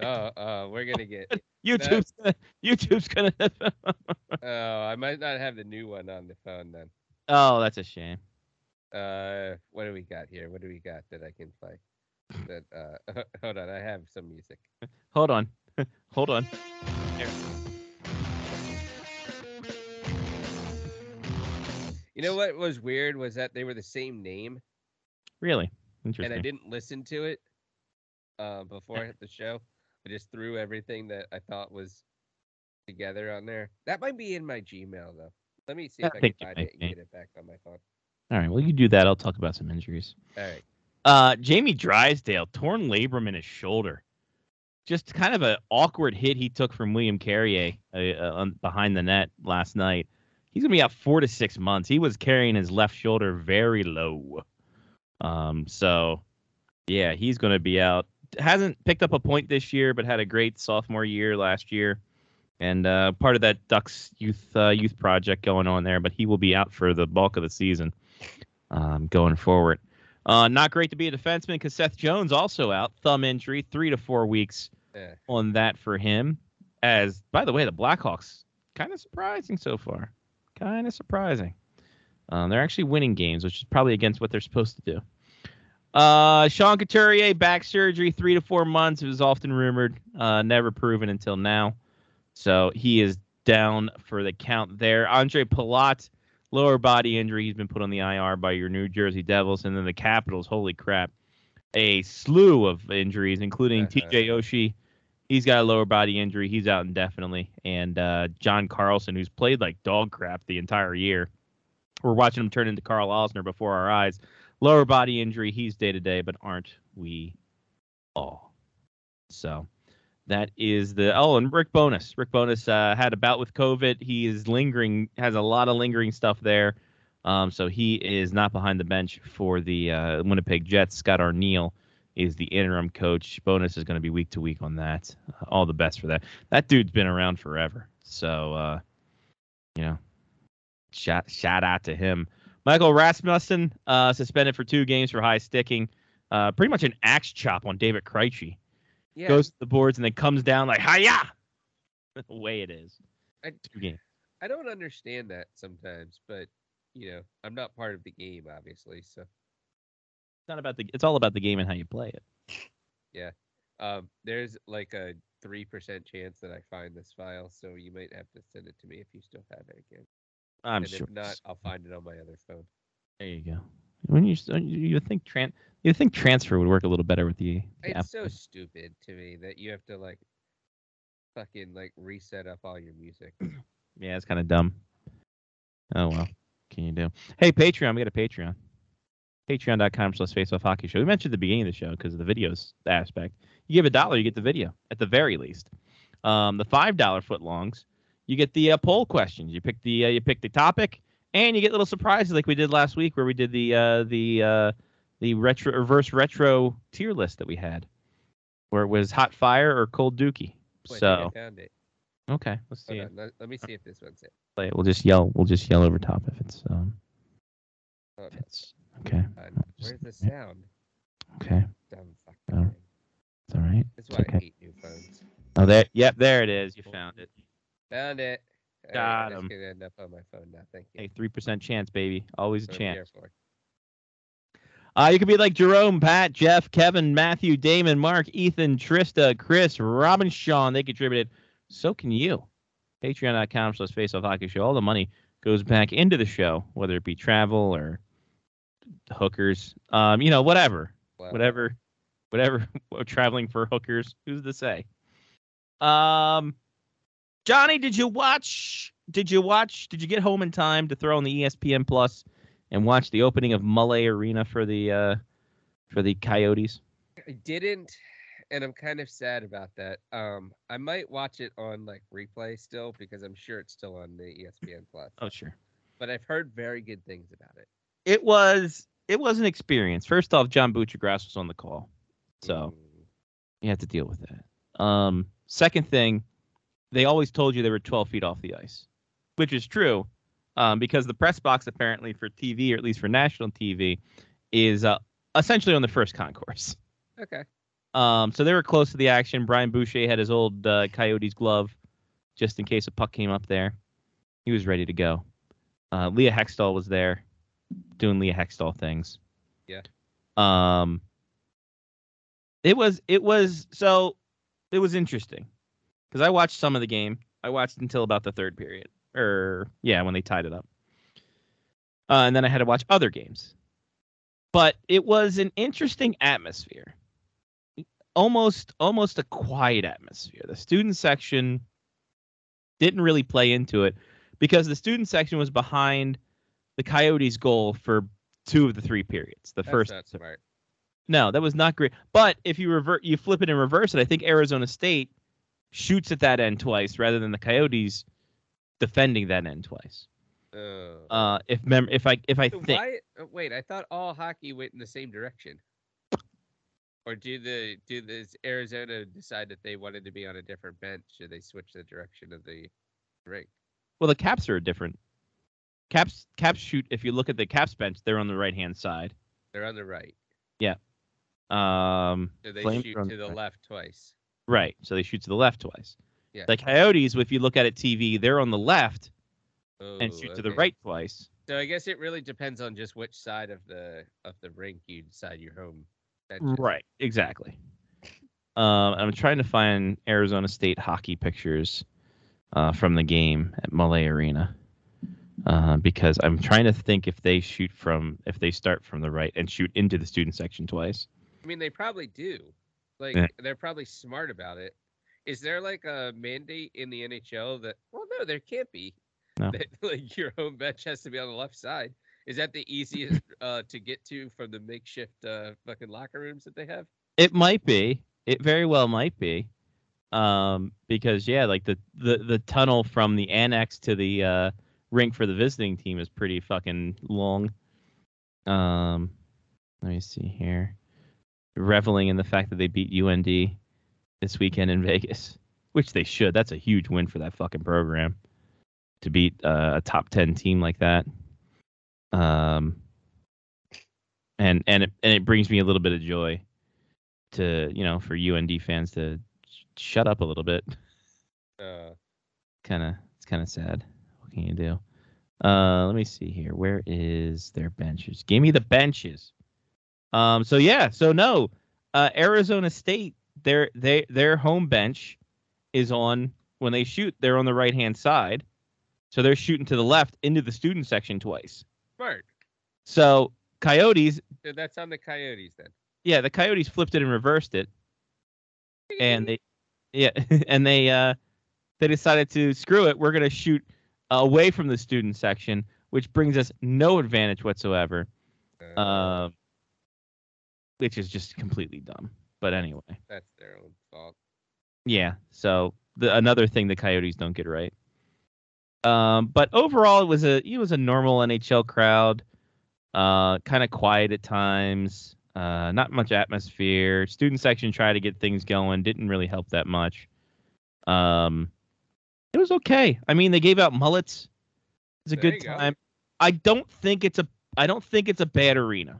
Speaker 3: Oh, uh, we're gonna get. <laughs>
Speaker 1: YouTube's gonna, YouTube's gonna. <laughs>
Speaker 3: Oh, I might not have the new one on the phone then.
Speaker 1: oh, that's a shame.
Speaker 3: Uh, what do we got here? What do we got that I can play? That uh, <laughs> hold on, I have some music.
Speaker 1: Hold on, <laughs> hold on.
Speaker 3: You know what was weird was that they were the same name,
Speaker 1: Really
Speaker 3: and
Speaker 1: interesting.
Speaker 3: I didn't listen to it uh, before the show. I just threw everything that I thought was together on there. That might be in my Gmail though. Let me see
Speaker 1: I
Speaker 3: if I, can
Speaker 1: think it
Speaker 3: find
Speaker 1: might
Speaker 3: it and
Speaker 1: be.
Speaker 3: get it back on my phone.
Speaker 1: All right, well you do that. I'll talk about some injuries.
Speaker 3: All right.
Speaker 1: Uh, Jamie Drysdale torn labrum in his shoulder. Just kind of an awkward hit he took from William Carrier uh, uh, on- behind the net last night. He's gonna be out four to six months. He was carrying his left shoulder very low. Um, so yeah, he's gonna be out. Hasn't picked up a point this year, but had a great sophomore year last year, and uh, part of that Ducks youth uh, youth project going on there. But he will be out for the bulk of the season um, going forward. Uh, not great to be a defenseman because Seth Jones also out thumb injury, three to four weeks
Speaker 3: Yeah.
Speaker 1: on that for him. As by the way, the Blackhawks kind of surprising so far, kind of surprising. Um, they're actually winning games, which is probably against what they're supposed to do. Uh, Sean Couturier back surgery, three to four months. It was often rumored, uh, never proven until now. So he is down for the count there. Andre Palat lower body injury. He's been put on the IR by your New Jersey Devils, and then the Capitals. Holy crap! A slew of injuries, including T.J. Oshie. He's got a lower body injury. He's out indefinitely. And uh, John Carlson, who's played like dog crap the entire year, we're watching him turn into Carl Osner before our eyes. Lower body injury. He's day to day, but aren't we all? So. That is the oh, and Rick Bonus. Rick Bonus uh, had a bout with COVID. He is lingering, has a lot of lingering stuff there. Um, so he is not behind the bench for the uh, Winnipeg Jets. Scott Arneal is the interim coach. Bonus is going to be week to week on that. Uh, all the best for that. That dude's been around forever. So uh, you know, shout shout out to him. Michael Rasmussen uh, suspended for two games for high sticking. Uh, pretty much an axe chop on David Krejci
Speaker 3: Yeah.
Speaker 1: goes to the boards and then comes down like hiya. <laughs> the way it is.
Speaker 3: I-
Speaker 1: Two games.
Speaker 3: I don't understand that sometimes, but you know, I'm not part of the game, obviously. So,
Speaker 1: It's not about the. It's all about the game and how you play it.
Speaker 3: um, there's like a three percent chance that I find this file, so you might have to send it to me if you still have it again.
Speaker 1: I'm
Speaker 3: and
Speaker 1: sure.
Speaker 3: if not, I'll find it on my other phone.
Speaker 1: There you go. When you you think tran you think transfer would work a little better with the. the app.
Speaker 3: It's so stupid to me that you have to like fucking like reset up all your music.
Speaker 1: Mm, Yeah, it's kind of dumb. Oh well, can you do? Hey, Patreon, we got a Patreon. Patreon.com slash Faceoff Hockey Show. We mentioned at the beginning of the show because of the videos aspect. You give a dollar, you get the video at the very least. Um, the five dollar footlongs, you get the uh, poll questions. You pick the uh, you pick the topic, and you get little surprises like we did last week where we did the uh, the uh, the retro reverse retro tier list that we had, where it was hot fire or cold dookie.
Speaker 3: Wait, I think
Speaker 1: So
Speaker 3: I found it.
Speaker 1: okay, let's see. it
Speaker 3: Hold on, let, let me see if this one's it.
Speaker 1: play it. We'll just yell. We'll just yell over top if it's um.
Speaker 3: Hold
Speaker 1: <laughs> If it's okay.
Speaker 3: on.
Speaker 1: just-
Speaker 3: Where's the sound?
Speaker 1: Okay.
Speaker 3: Dumb fucking
Speaker 1: Oh.
Speaker 3: thing.
Speaker 1: It's all right.
Speaker 3: That's why
Speaker 1: okay.
Speaker 3: I hate new phones.
Speaker 1: Oh, there. Yep, there it is. You found it.
Speaker 3: Found it. All
Speaker 1: Got
Speaker 3: that's
Speaker 1: 'em.
Speaker 3: gonna end up on my phone now. Thank you.
Speaker 1: Hey, three percent chance, baby. Always a
Speaker 3: That's what I'm here
Speaker 1: chance.
Speaker 3: for.
Speaker 1: Uh, you could be like Jerome, Pat, Jeff, Kevin, Matthew, Damon, Mark, Ethan, Trista, Chris, Robin, Sean. They contributed. So can you. Patreon.com slash faceoff hockey show. All the money goes back into the show, whether it be travel or hookers, um, you know, whatever.
Speaker 3: Wow.
Speaker 1: whatever, whatever. <laughs> we're traveling for hookers. Who's to say? Um, Johnny, did you watch? Did you watch? Did you get home in time to throw on the E ESPN Plus and watch the opening of Mullet Arena for the uh, for the Coyotes?
Speaker 3: I didn't, and I'm kind of sad about that. Um, I might watch it on like replay still because I'm sure it's still on the E ESPN Plus.
Speaker 1: Oh, sure.
Speaker 3: But I've heard very good things about it.
Speaker 1: It was it was an experience. First off, John Buchagrass was on the call, so
Speaker 3: Mm,
Speaker 1: you have to deal with that. Um, second thing, they always told you they were 12 feet off the ice, which is true, um, because the press box apparently for TV or at least for national TV is uh, essentially on the first concourse.
Speaker 3: okay.
Speaker 1: Um, so they were close to the action. Brian Boucher had his old uh, Coyotes glove just in case a puck came up there. He was ready to go. Uh, Leah Hextall was there doing Leah Hextall things.
Speaker 3: Yeah.
Speaker 1: Um, it was it was so it was interesting because I watched some of the game. I watched until about the third period, or yeah, when they tied it up. Uh, and then I had to watch other games. But it was an interesting atmosphere almost almost a quiet atmosphere. The student section didn't really play into it because the student section was behind the Coyotes' goal for two of the three periods. The
Speaker 3: That's
Speaker 1: first
Speaker 3: not smart.
Speaker 1: no, that was not great. But if you revert, you flip it and reverse it. I think Arizona State shoots at that end twice rather than the Coyotes defending that end twice.
Speaker 3: Oh.
Speaker 1: Uh, if mem- if I if I
Speaker 3: So
Speaker 1: think
Speaker 3: why? uh, Wait, I thought all hockey went in the same direction. Or do the do this Arizona decide that they wanted to be on a different bench? Should they switch the direction of the rink?
Speaker 1: Well, the caps are different. Caps caps shoot. If you look at the caps bench, they're on the right hand side.
Speaker 3: They're on the right,
Speaker 1: Um,
Speaker 3: so they
Speaker 1: Flames are
Speaker 3: shoot
Speaker 1: on
Speaker 3: to the
Speaker 1: right.
Speaker 3: left twice.
Speaker 1: Right. So they shoot to the left twice.
Speaker 3: Yeah.
Speaker 1: The Coyotes, if you look at it TV, they're on the left and
Speaker 3: Oh,
Speaker 1: shoot to the
Speaker 3: okay.
Speaker 1: right twice.
Speaker 3: So I guess it really depends on just which side of the of the rink you decide your home. bench is.
Speaker 1: Right. Exactly. Um, I'm trying to find Arizona State hockey pictures uh, from the game at Malay Arena uh, because I'm trying to think if they shoot from if they start from the right and shoot into the student section twice.
Speaker 3: I mean, they probably do. Like
Speaker 1: Yeah.
Speaker 3: they're probably smart about it. Is there like a mandate in the NHL that? Well, no, there can't be.
Speaker 1: No.
Speaker 3: <laughs> That like your home bench has to be on the left side. Is that the
Speaker 1: <laughs>
Speaker 3: easiest uh, to get to from the makeshift uh, fucking locker rooms that they have?
Speaker 1: It might be. It very well might be. Um, because yeah, like the, the the tunnel from the annex to the uh rink for the visiting team is pretty fucking long. Um let me see here. Reveling in the fact that they beat UND this weekend in <laughs> Vegas, which they should. That's a huge win for that fucking program to beat uh, a top 10 team like that. Um and and it, and it brings me a little bit of joy to you know for UND fans to sh- shut up a little bit.
Speaker 3: Uh,
Speaker 1: Kind of it's kind of sad. What can you do? Uh, let me see here. Where is their benches? Give me the benches. Um, so yeah, so no, uh, Arizona State their their their home bench is on when they shoot. They're on the right hand side, so they're shooting to the left into the student section twice.
Speaker 3: smart.
Speaker 1: So Coyotes,
Speaker 3: So that's on the Coyotes then.
Speaker 1: yeah, the Coyotes flipped it and reversed it.
Speaker 3: <laughs>
Speaker 1: and they yeah <laughs> and they uh they decided to screw it we're going to shoot away from the student section which brings us no advantage whatsoever
Speaker 3: Uh,
Speaker 1: uh, which is just completely dumb but anyway
Speaker 3: that's their own fault.
Speaker 1: yeah so the, another thing the coyotes don't get right um but overall it was a it was a normal nhl crowd uh kind of quiet at times uh not much atmosphere student section tried to get things going didn't really help that much um it was okay i mean they gave out mullets it's a
Speaker 3: There
Speaker 1: good
Speaker 3: you go.
Speaker 1: time i don't think it's a i don't think it's a bad arena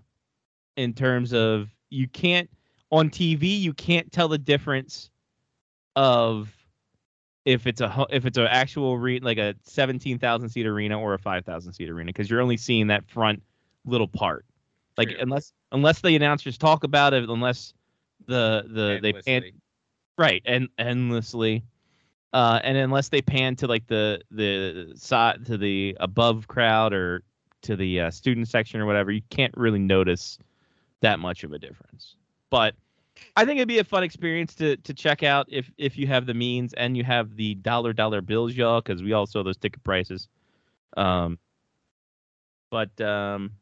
Speaker 1: in terms of you can't on tv you can't tell the difference of if it's a ho- if it's an actual re- like a 17,000 seat arena or a 5,000 seat arena because you're only seeing that front little part. Like
Speaker 3: True.
Speaker 1: unless unless the announcers talk about it, unless the the uh, they pan
Speaker 3: Endlessly.
Speaker 1: right and endlessly, uh, and unless they pan to like the the side to the above crowd or to the uh, student section or whatever, you can't really notice that much of a difference. But I think it'd be a fun experience to to check out if if you have the means and you have the dollar dollar bills, y'all, because we all saw those ticket prices. Um, but um,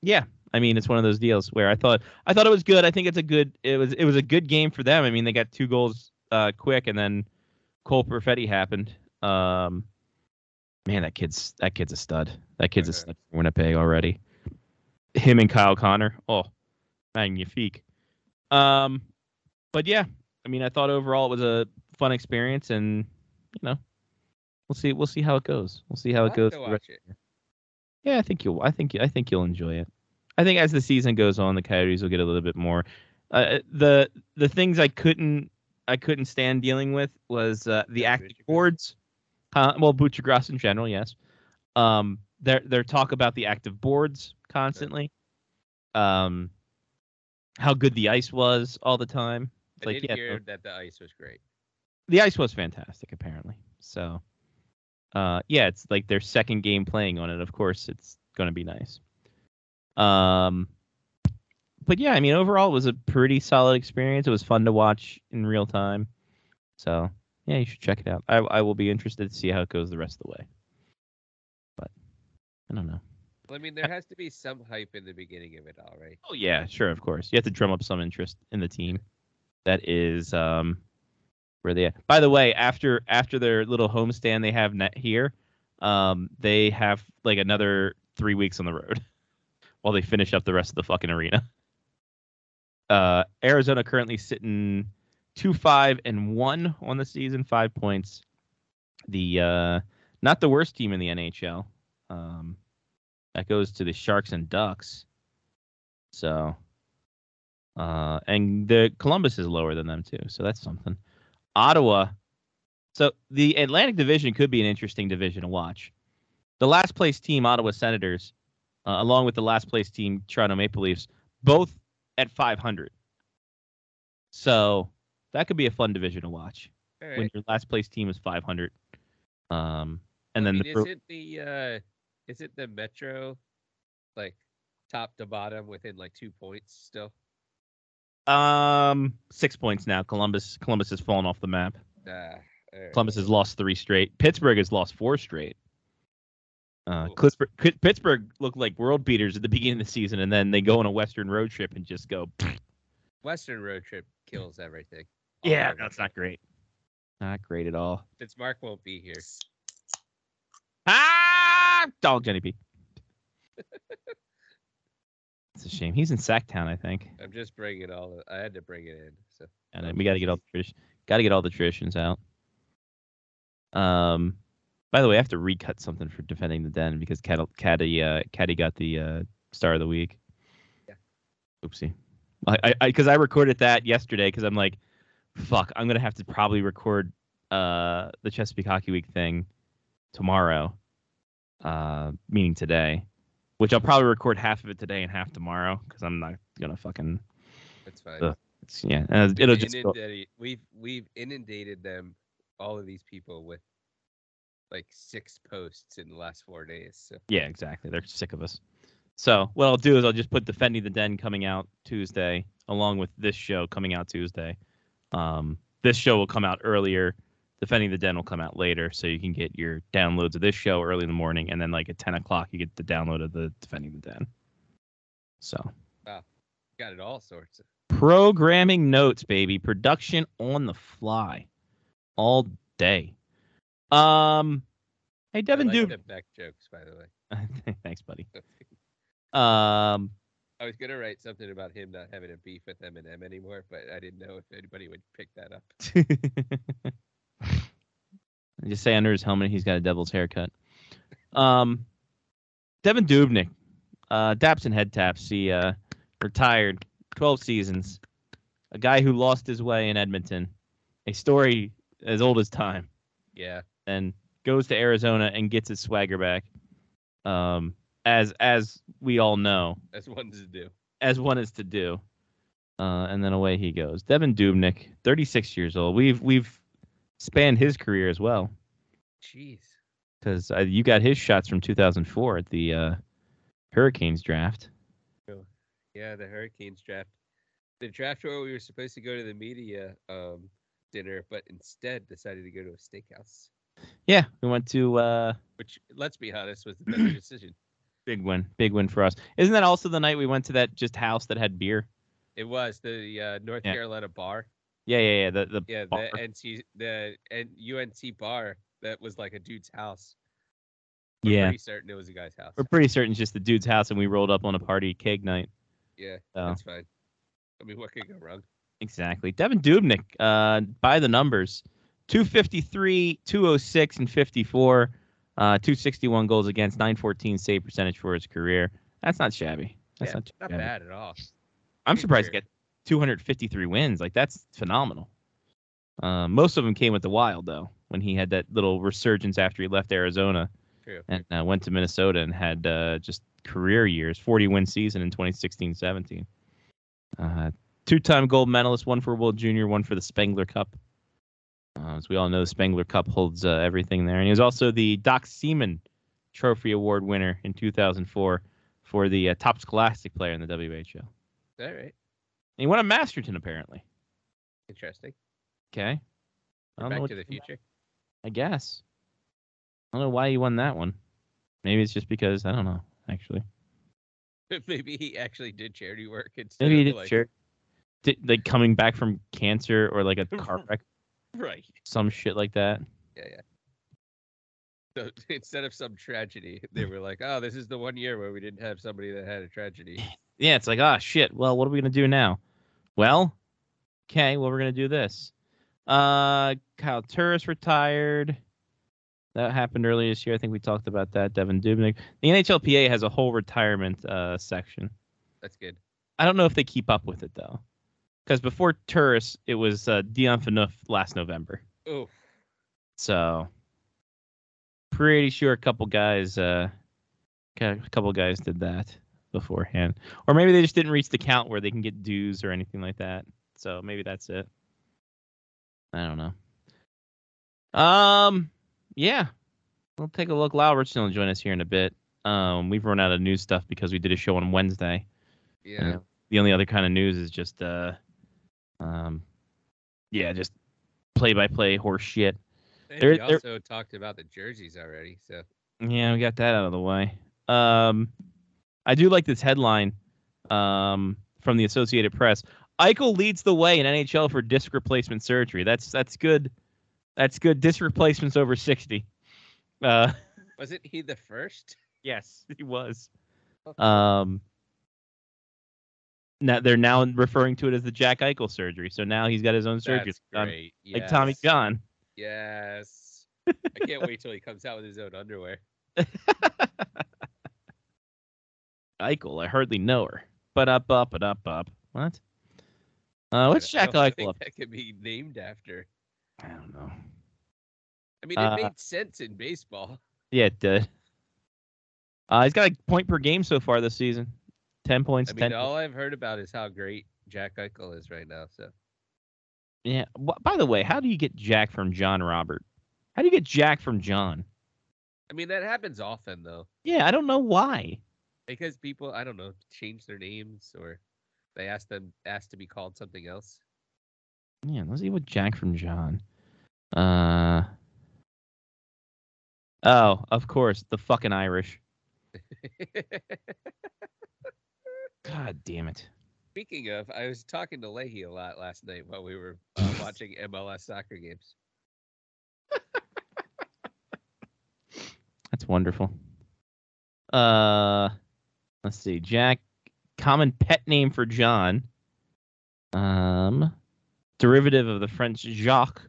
Speaker 1: Yeah, I mean it's one of those deals where I thought I thought it was good. I think it's a good it was it was a good game for them. I mean they got two goals uh, quick, and then Cole Perfetti happened. Um, man, that kid's that kid's a stud. That kid's a
Speaker 3: Okay.
Speaker 1: stud for Winnipeg already. Him and Kyle Connor, oh, magnifique. Um, but yeah, I mean I thought overall it was a fun experience, and you know we'll see we'll see how it goes. We'll see how
Speaker 3: I'll
Speaker 1: it
Speaker 3: have
Speaker 1: goes.
Speaker 3: to
Speaker 1: the rest-
Speaker 3: watch it.
Speaker 1: yeah, I think you'll. I think I think you'll enjoy it. I think as the season goes on, the Coyotes will get a little bit more. Uh, the the things I couldn't I couldn't stand dealing with was uh, the
Speaker 3: Yeah,
Speaker 1: active
Speaker 3: Butcher Gross.
Speaker 1: boards. Uh, well, Butcher Gross in general, yes. Um, their their talk about the active boards constantly. Um, how good the ice was all the time. It's
Speaker 3: I
Speaker 1: like
Speaker 3: did
Speaker 1: yeah,
Speaker 3: hear that the ice was great.
Speaker 1: the ice was fantastic apparently. So, uh, yeah, it's like their second game playing on it. Of course, it's going to be nice. Um, but yeah, I mean, overall, it was a pretty solid experience. It was fun to watch in real time. So yeah, you should check it out. I I will be interested to see how it goes the rest of the way. But I don't know.
Speaker 3: Well, I mean, there has to be some hype in the beginning of it all, right?
Speaker 1: Oh yeah, sure, of course. You have to drum up some interest in the team. That is um where they at. By the way, after after their little homestand they have net here, um, they have like another three weeks on the road <laughs> while they finish up the rest of the fucking arena. <laughs> Uh Arizona currently sitting two five and one on the season, five points. The uh not the worst team in the NHL. Um that goes to the Sharks and Ducks. So, uh, and the Columbus is lower than them too, so that's something. Ottawa. So the Atlantic Division could be an interesting division to watch. The last place team, Ottawa Senators, uh, along with the last place team, Toronto Maple Leafs, both at 500. So that could be a fun division to watch
Speaker 3: All
Speaker 1: when
Speaker 3: right.
Speaker 1: your last place team is 500. Um, and
Speaker 3: I
Speaker 1: then
Speaker 3: mean,
Speaker 1: the Bru-
Speaker 3: is it the uh, is it the Metro, like top to bottom within like two points still?
Speaker 1: um six points now. Columbus Columbus has fallen off the map.
Speaker 3: Nah. er, all right.
Speaker 1: Columbus has lost three straight. Pittsburgh has lost four straight. Uh,
Speaker 3: Cool.
Speaker 1: Clipper, Cl- Pittsburgh looked like world beaters at the beginning of the season, and then they go on a Western road trip and just go,
Speaker 3: Western road trip kills everything. All
Speaker 1: yeah,
Speaker 3: over.
Speaker 1: that's not great. Not great at all.
Speaker 3: Since Mark won't be here,
Speaker 1: Ah, dog Jenny B. <laughs> it's a shame. He's in Sacktown, I think.
Speaker 3: I'm just bringing it all. I had to bring it in. So
Speaker 1: And then we got to get all the tradition. Got to get all the traditions out. Um, by the way, I have to recut something for defending the den because Caddy Caddy uh, Caddy got the uh, star of the week.
Speaker 3: Yeah.
Speaker 1: Oopsie. I I because I, recorded that yesterday because I'm like, fuck, I'm gonna have to probably record uh the Chesapeake Hockey Week thing tomorrow, uh meaning today, which I'll probably record half of it today and half tomorrow because I'm not gonna fucking
Speaker 3: that's fine.
Speaker 1: Ugh, it's- yeah. and It'll just go-
Speaker 3: Inundate- we've we've inundated them, all of these people with like six posts in the last four days. So
Speaker 1: Yeah, exactly. They're sick of us. So what I'll do is I'll just put Defending the Den coming out Tuesday, along with this show coming out Tuesday. Um, this show will come out earlier. Defending the Den will come out later, so you can get your downloads of this show early in the morning, and then like at ten o'clock you get the download of the Defending the Den. So
Speaker 3: got it all sorts of.
Speaker 1: programming notes, baby. Production on the fly, all day. Um, hey
Speaker 3: I
Speaker 1: Devin,
Speaker 3: like
Speaker 1: dude.
Speaker 3: the Beck jokes, by the way.
Speaker 1: <laughs> Thanks,
Speaker 3: <laughs>
Speaker 1: buddy. Um,
Speaker 3: I was gonna write something about him not having a beef with Eminem anymore, but I didn't know if anybody would pick that up.
Speaker 1: <laughs> just say under his helmet he's got a devil's haircut. Um, Devin Dubnik, uh, daps and head taps. He uh, retired, twelve seasons. A guy who lost his way in Edmonton. A story as old as time
Speaker 3: Yeah,
Speaker 1: and goes to Arizona and gets his swagger back. Um, as as we all know,
Speaker 3: that's one to do.
Speaker 1: as one is to do. Uh, and then away he goes. Devin Dubnik, 36 years old. We've we've spanned his career as well
Speaker 3: Jeez.
Speaker 1: because uh, you got his shots from 2004 at the uh, Hurricanes draft.
Speaker 3: Yeah, the Hurricanes draft. The draft where we were supposed to go to the media um, dinner, but instead decided to go to a steakhouse,
Speaker 1: Yeah, we went to uh,
Speaker 3: <clears throat> which, let's be honest, was the better decision.
Speaker 1: Big win. Big win for us. Isn't that also the night we went to that just house that had beer?
Speaker 3: It was the uh, North
Speaker 1: Yeah.
Speaker 3: Carolina bar.
Speaker 1: Yeah, yeah, yeah. The the
Speaker 3: Yeah,
Speaker 1: bar.
Speaker 3: the NC the and UNC bar that was like a dude's house. We're
Speaker 1: yeah.
Speaker 3: pretty certain it was a guy's house.
Speaker 1: We're pretty certain it's just the dude's house, and we rolled up on a party keg night. Um,
Speaker 3: Yeah,
Speaker 1: So.
Speaker 3: that's fine. I mean, what could go wrong?
Speaker 1: Exactly. Devin Dubnik, uh, by the numbers, 253, 206, and 54, uh, 261 goals against, 914 save percentage for his career. That's not shabby. That's
Speaker 3: Yeah,
Speaker 1: not, too
Speaker 3: Not
Speaker 1: shabby.
Speaker 3: bad at all.
Speaker 1: I'm
Speaker 3: Good
Speaker 1: surprised he
Speaker 3: career.
Speaker 1: got 253 wins. Like, that's phenomenal. Uh, most of them came with the Wild, though, when he had that little resurgence after he left Arizona
Speaker 3: True.
Speaker 1: and uh, went to Minnesota and had uh, just career years, 40 win season in 2016 17. Uh, Two time gold medalist, one for World Junior, one for the Spengler Cup. Uh, as we all know, the Spengler Cup holds uh, everything there. And he was also the Doc Seaman Trophy Award winner in 2004 for the uh, top scholastic player in the WHL. And
Speaker 3: All right.
Speaker 1: he won a Masterton, apparently.
Speaker 3: Interesting.
Speaker 1: Okay. I
Speaker 3: We're
Speaker 1: don't know
Speaker 3: Back
Speaker 1: what
Speaker 3: to the
Speaker 1: to-
Speaker 3: future.
Speaker 1: I guess. I don't know why he won that one. Maybe it's just because, I don't know, actually.
Speaker 3: <laughs> Maybe he actually did charity work <laughs> instead
Speaker 1: Maybe he
Speaker 3: of
Speaker 1: did
Speaker 3: like
Speaker 1: sure. Did, like coming back from cancer or <laughs> like a car wreck,
Speaker 3: right.
Speaker 1: some shit like that.
Speaker 3: Yeah, yeah. So <laughs> instead of some tragedy, they were like, "Oh, this is the one year where we didn't have somebody that had
Speaker 1: <laughs>
Speaker 3: a tragedy."
Speaker 1: Yeah, it's like, ah, shit. Well, what are we gonna do now? Well, okay. Well, we're gonna do this. Uh, Kyle Turris retired. That happened earlier this year. I think we talked about that. Devin Dubnik. The NHLPA has a whole retirement uh, section.
Speaker 3: That's good.
Speaker 1: I don't know if they keep up with it though, because before Turris, it was uh, Dion Phaneuf last November.
Speaker 3: Oh,
Speaker 1: So pretty sure a couple guys uh ca- a couple guys did that beforehand. Or maybe they just didn't reach the count where they can get dues or anything like that. So maybe that's it. I don't know. Um yeah. We'll take a look. Lyle Richardson will join us here in a bit. Um we've run out of news stuff because we did a show on Wednesday
Speaker 3: yeah.
Speaker 1: Yeah. the only other kind of news is just uh um yeah just play by play horse shit
Speaker 3: And
Speaker 1: There-
Speaker 3: we
Speaker 1: there-
Speaker 3: also talked about the jerseys already, so
Speaker 1: yeah we got that out of the way um i do like this headline um from the associated press eichel leads the way in nhl for disc replacement surgery that's that's good that's good disc replacements over 60 uh <laughs>
Speaker 3: wasn't he the first?
Speaker 1: yes he was
Speaker 3: Okay.
Speaker 1: um now they're now referring to it as the jack eichel surgery so now he's got his own surgery
Speaker 3: That's
Speaker 1: done.
Speaker 3: great.
Speaker 1: like Tommy
Speaker 3: yes.
Speaker 1: John. <laughs>
Speaker 3: Yes. I can't wait till he comes out with his own underwear.
Speaker 1: Eichel, I hardly know her. But up, up, but up, up. What? Uh, what's
Speaker 3: <laughs> I
Speaker 1: Jack
Speaker 3: don't think
Speaker 1: Eichel up?
Speaker 3: That could be named after.
Speaker 1: I don't know.
Speaker 3: I mean, it
Speaker 1: Uh,
Speaker 3: made sense in baseball.
Speaker 1: Yeah, it did. Uh, he's got a point per game so far this season. Ten points.
Speaker 3: I mean,
Speaker 1: ten.
Speaker 3: all I've heard about is how great Jack Eichel is right now. So
Speaker 1: Yeah. Wh- By the way, how do you get Jack from John Robert? How do you get Jack from John?
Speaker 3: I mean, that happens often though,
Speaker 1: Yeah, I don't know why.
Speaker 3: because people I don't know change their names or they ask them ask to be called something else. <laughs>
Speaker 1: Yeah, let's see what Jack from John. Uh. Oh, of course, the fucking Irish. God damn it.
Speaker 3: Speaking of, I was talking to Leahy a lot last night while we were uh,
Speaker 1: <laughs>
Speaker 3: watching MLS soccer games. <laughs>
Speaker 1: That's wonderful. Uh, let's see. Jack, common pet name for John. Um, derivative of the French Jacques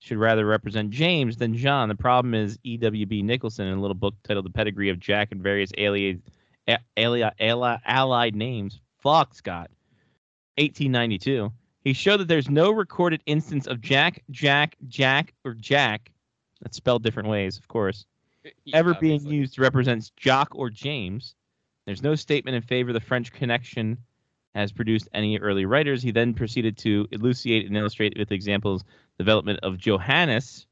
Speaker 1: should rather represent James than John. The problem is E.W.B. Nicholson in a little book titled "The Pedigree of Jack and Various Allied Allied, Allied Names." Fuck Scott, 1892. He showed that there's no recorded instance of Jack, Jack, Jack, or Jack. That's spelled different ways, of course ever being
Speaker 3: Obviously.
Speaker 1: used represents Jock or James. There's no statement in favor of the French connection has produced any early writers. He then proceeded to elucidate and illustrate with examples development of Johannes,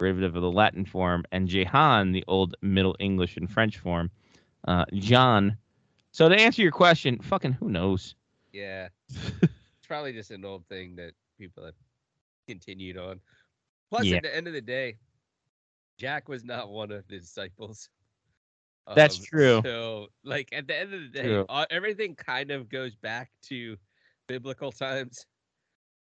Speaker 1: derivative of the Latin form, and Jehan, the old Middle English and French form, uh, John. So to answer your question, fucking who knows? <laughs>
Speaker 3: Yeah. it's probably just an old thing that people have continued on. Plus,
Speaker 1: Yeah.
Speaker 3: at the end of the day, Jack was not one of the disciples. Um,
Speaker 1: That's true.
Speaker 3: So, like at the end of the day,
Speaker 1: True.
Speaker 3: uh, everything kind of goes back to biblical times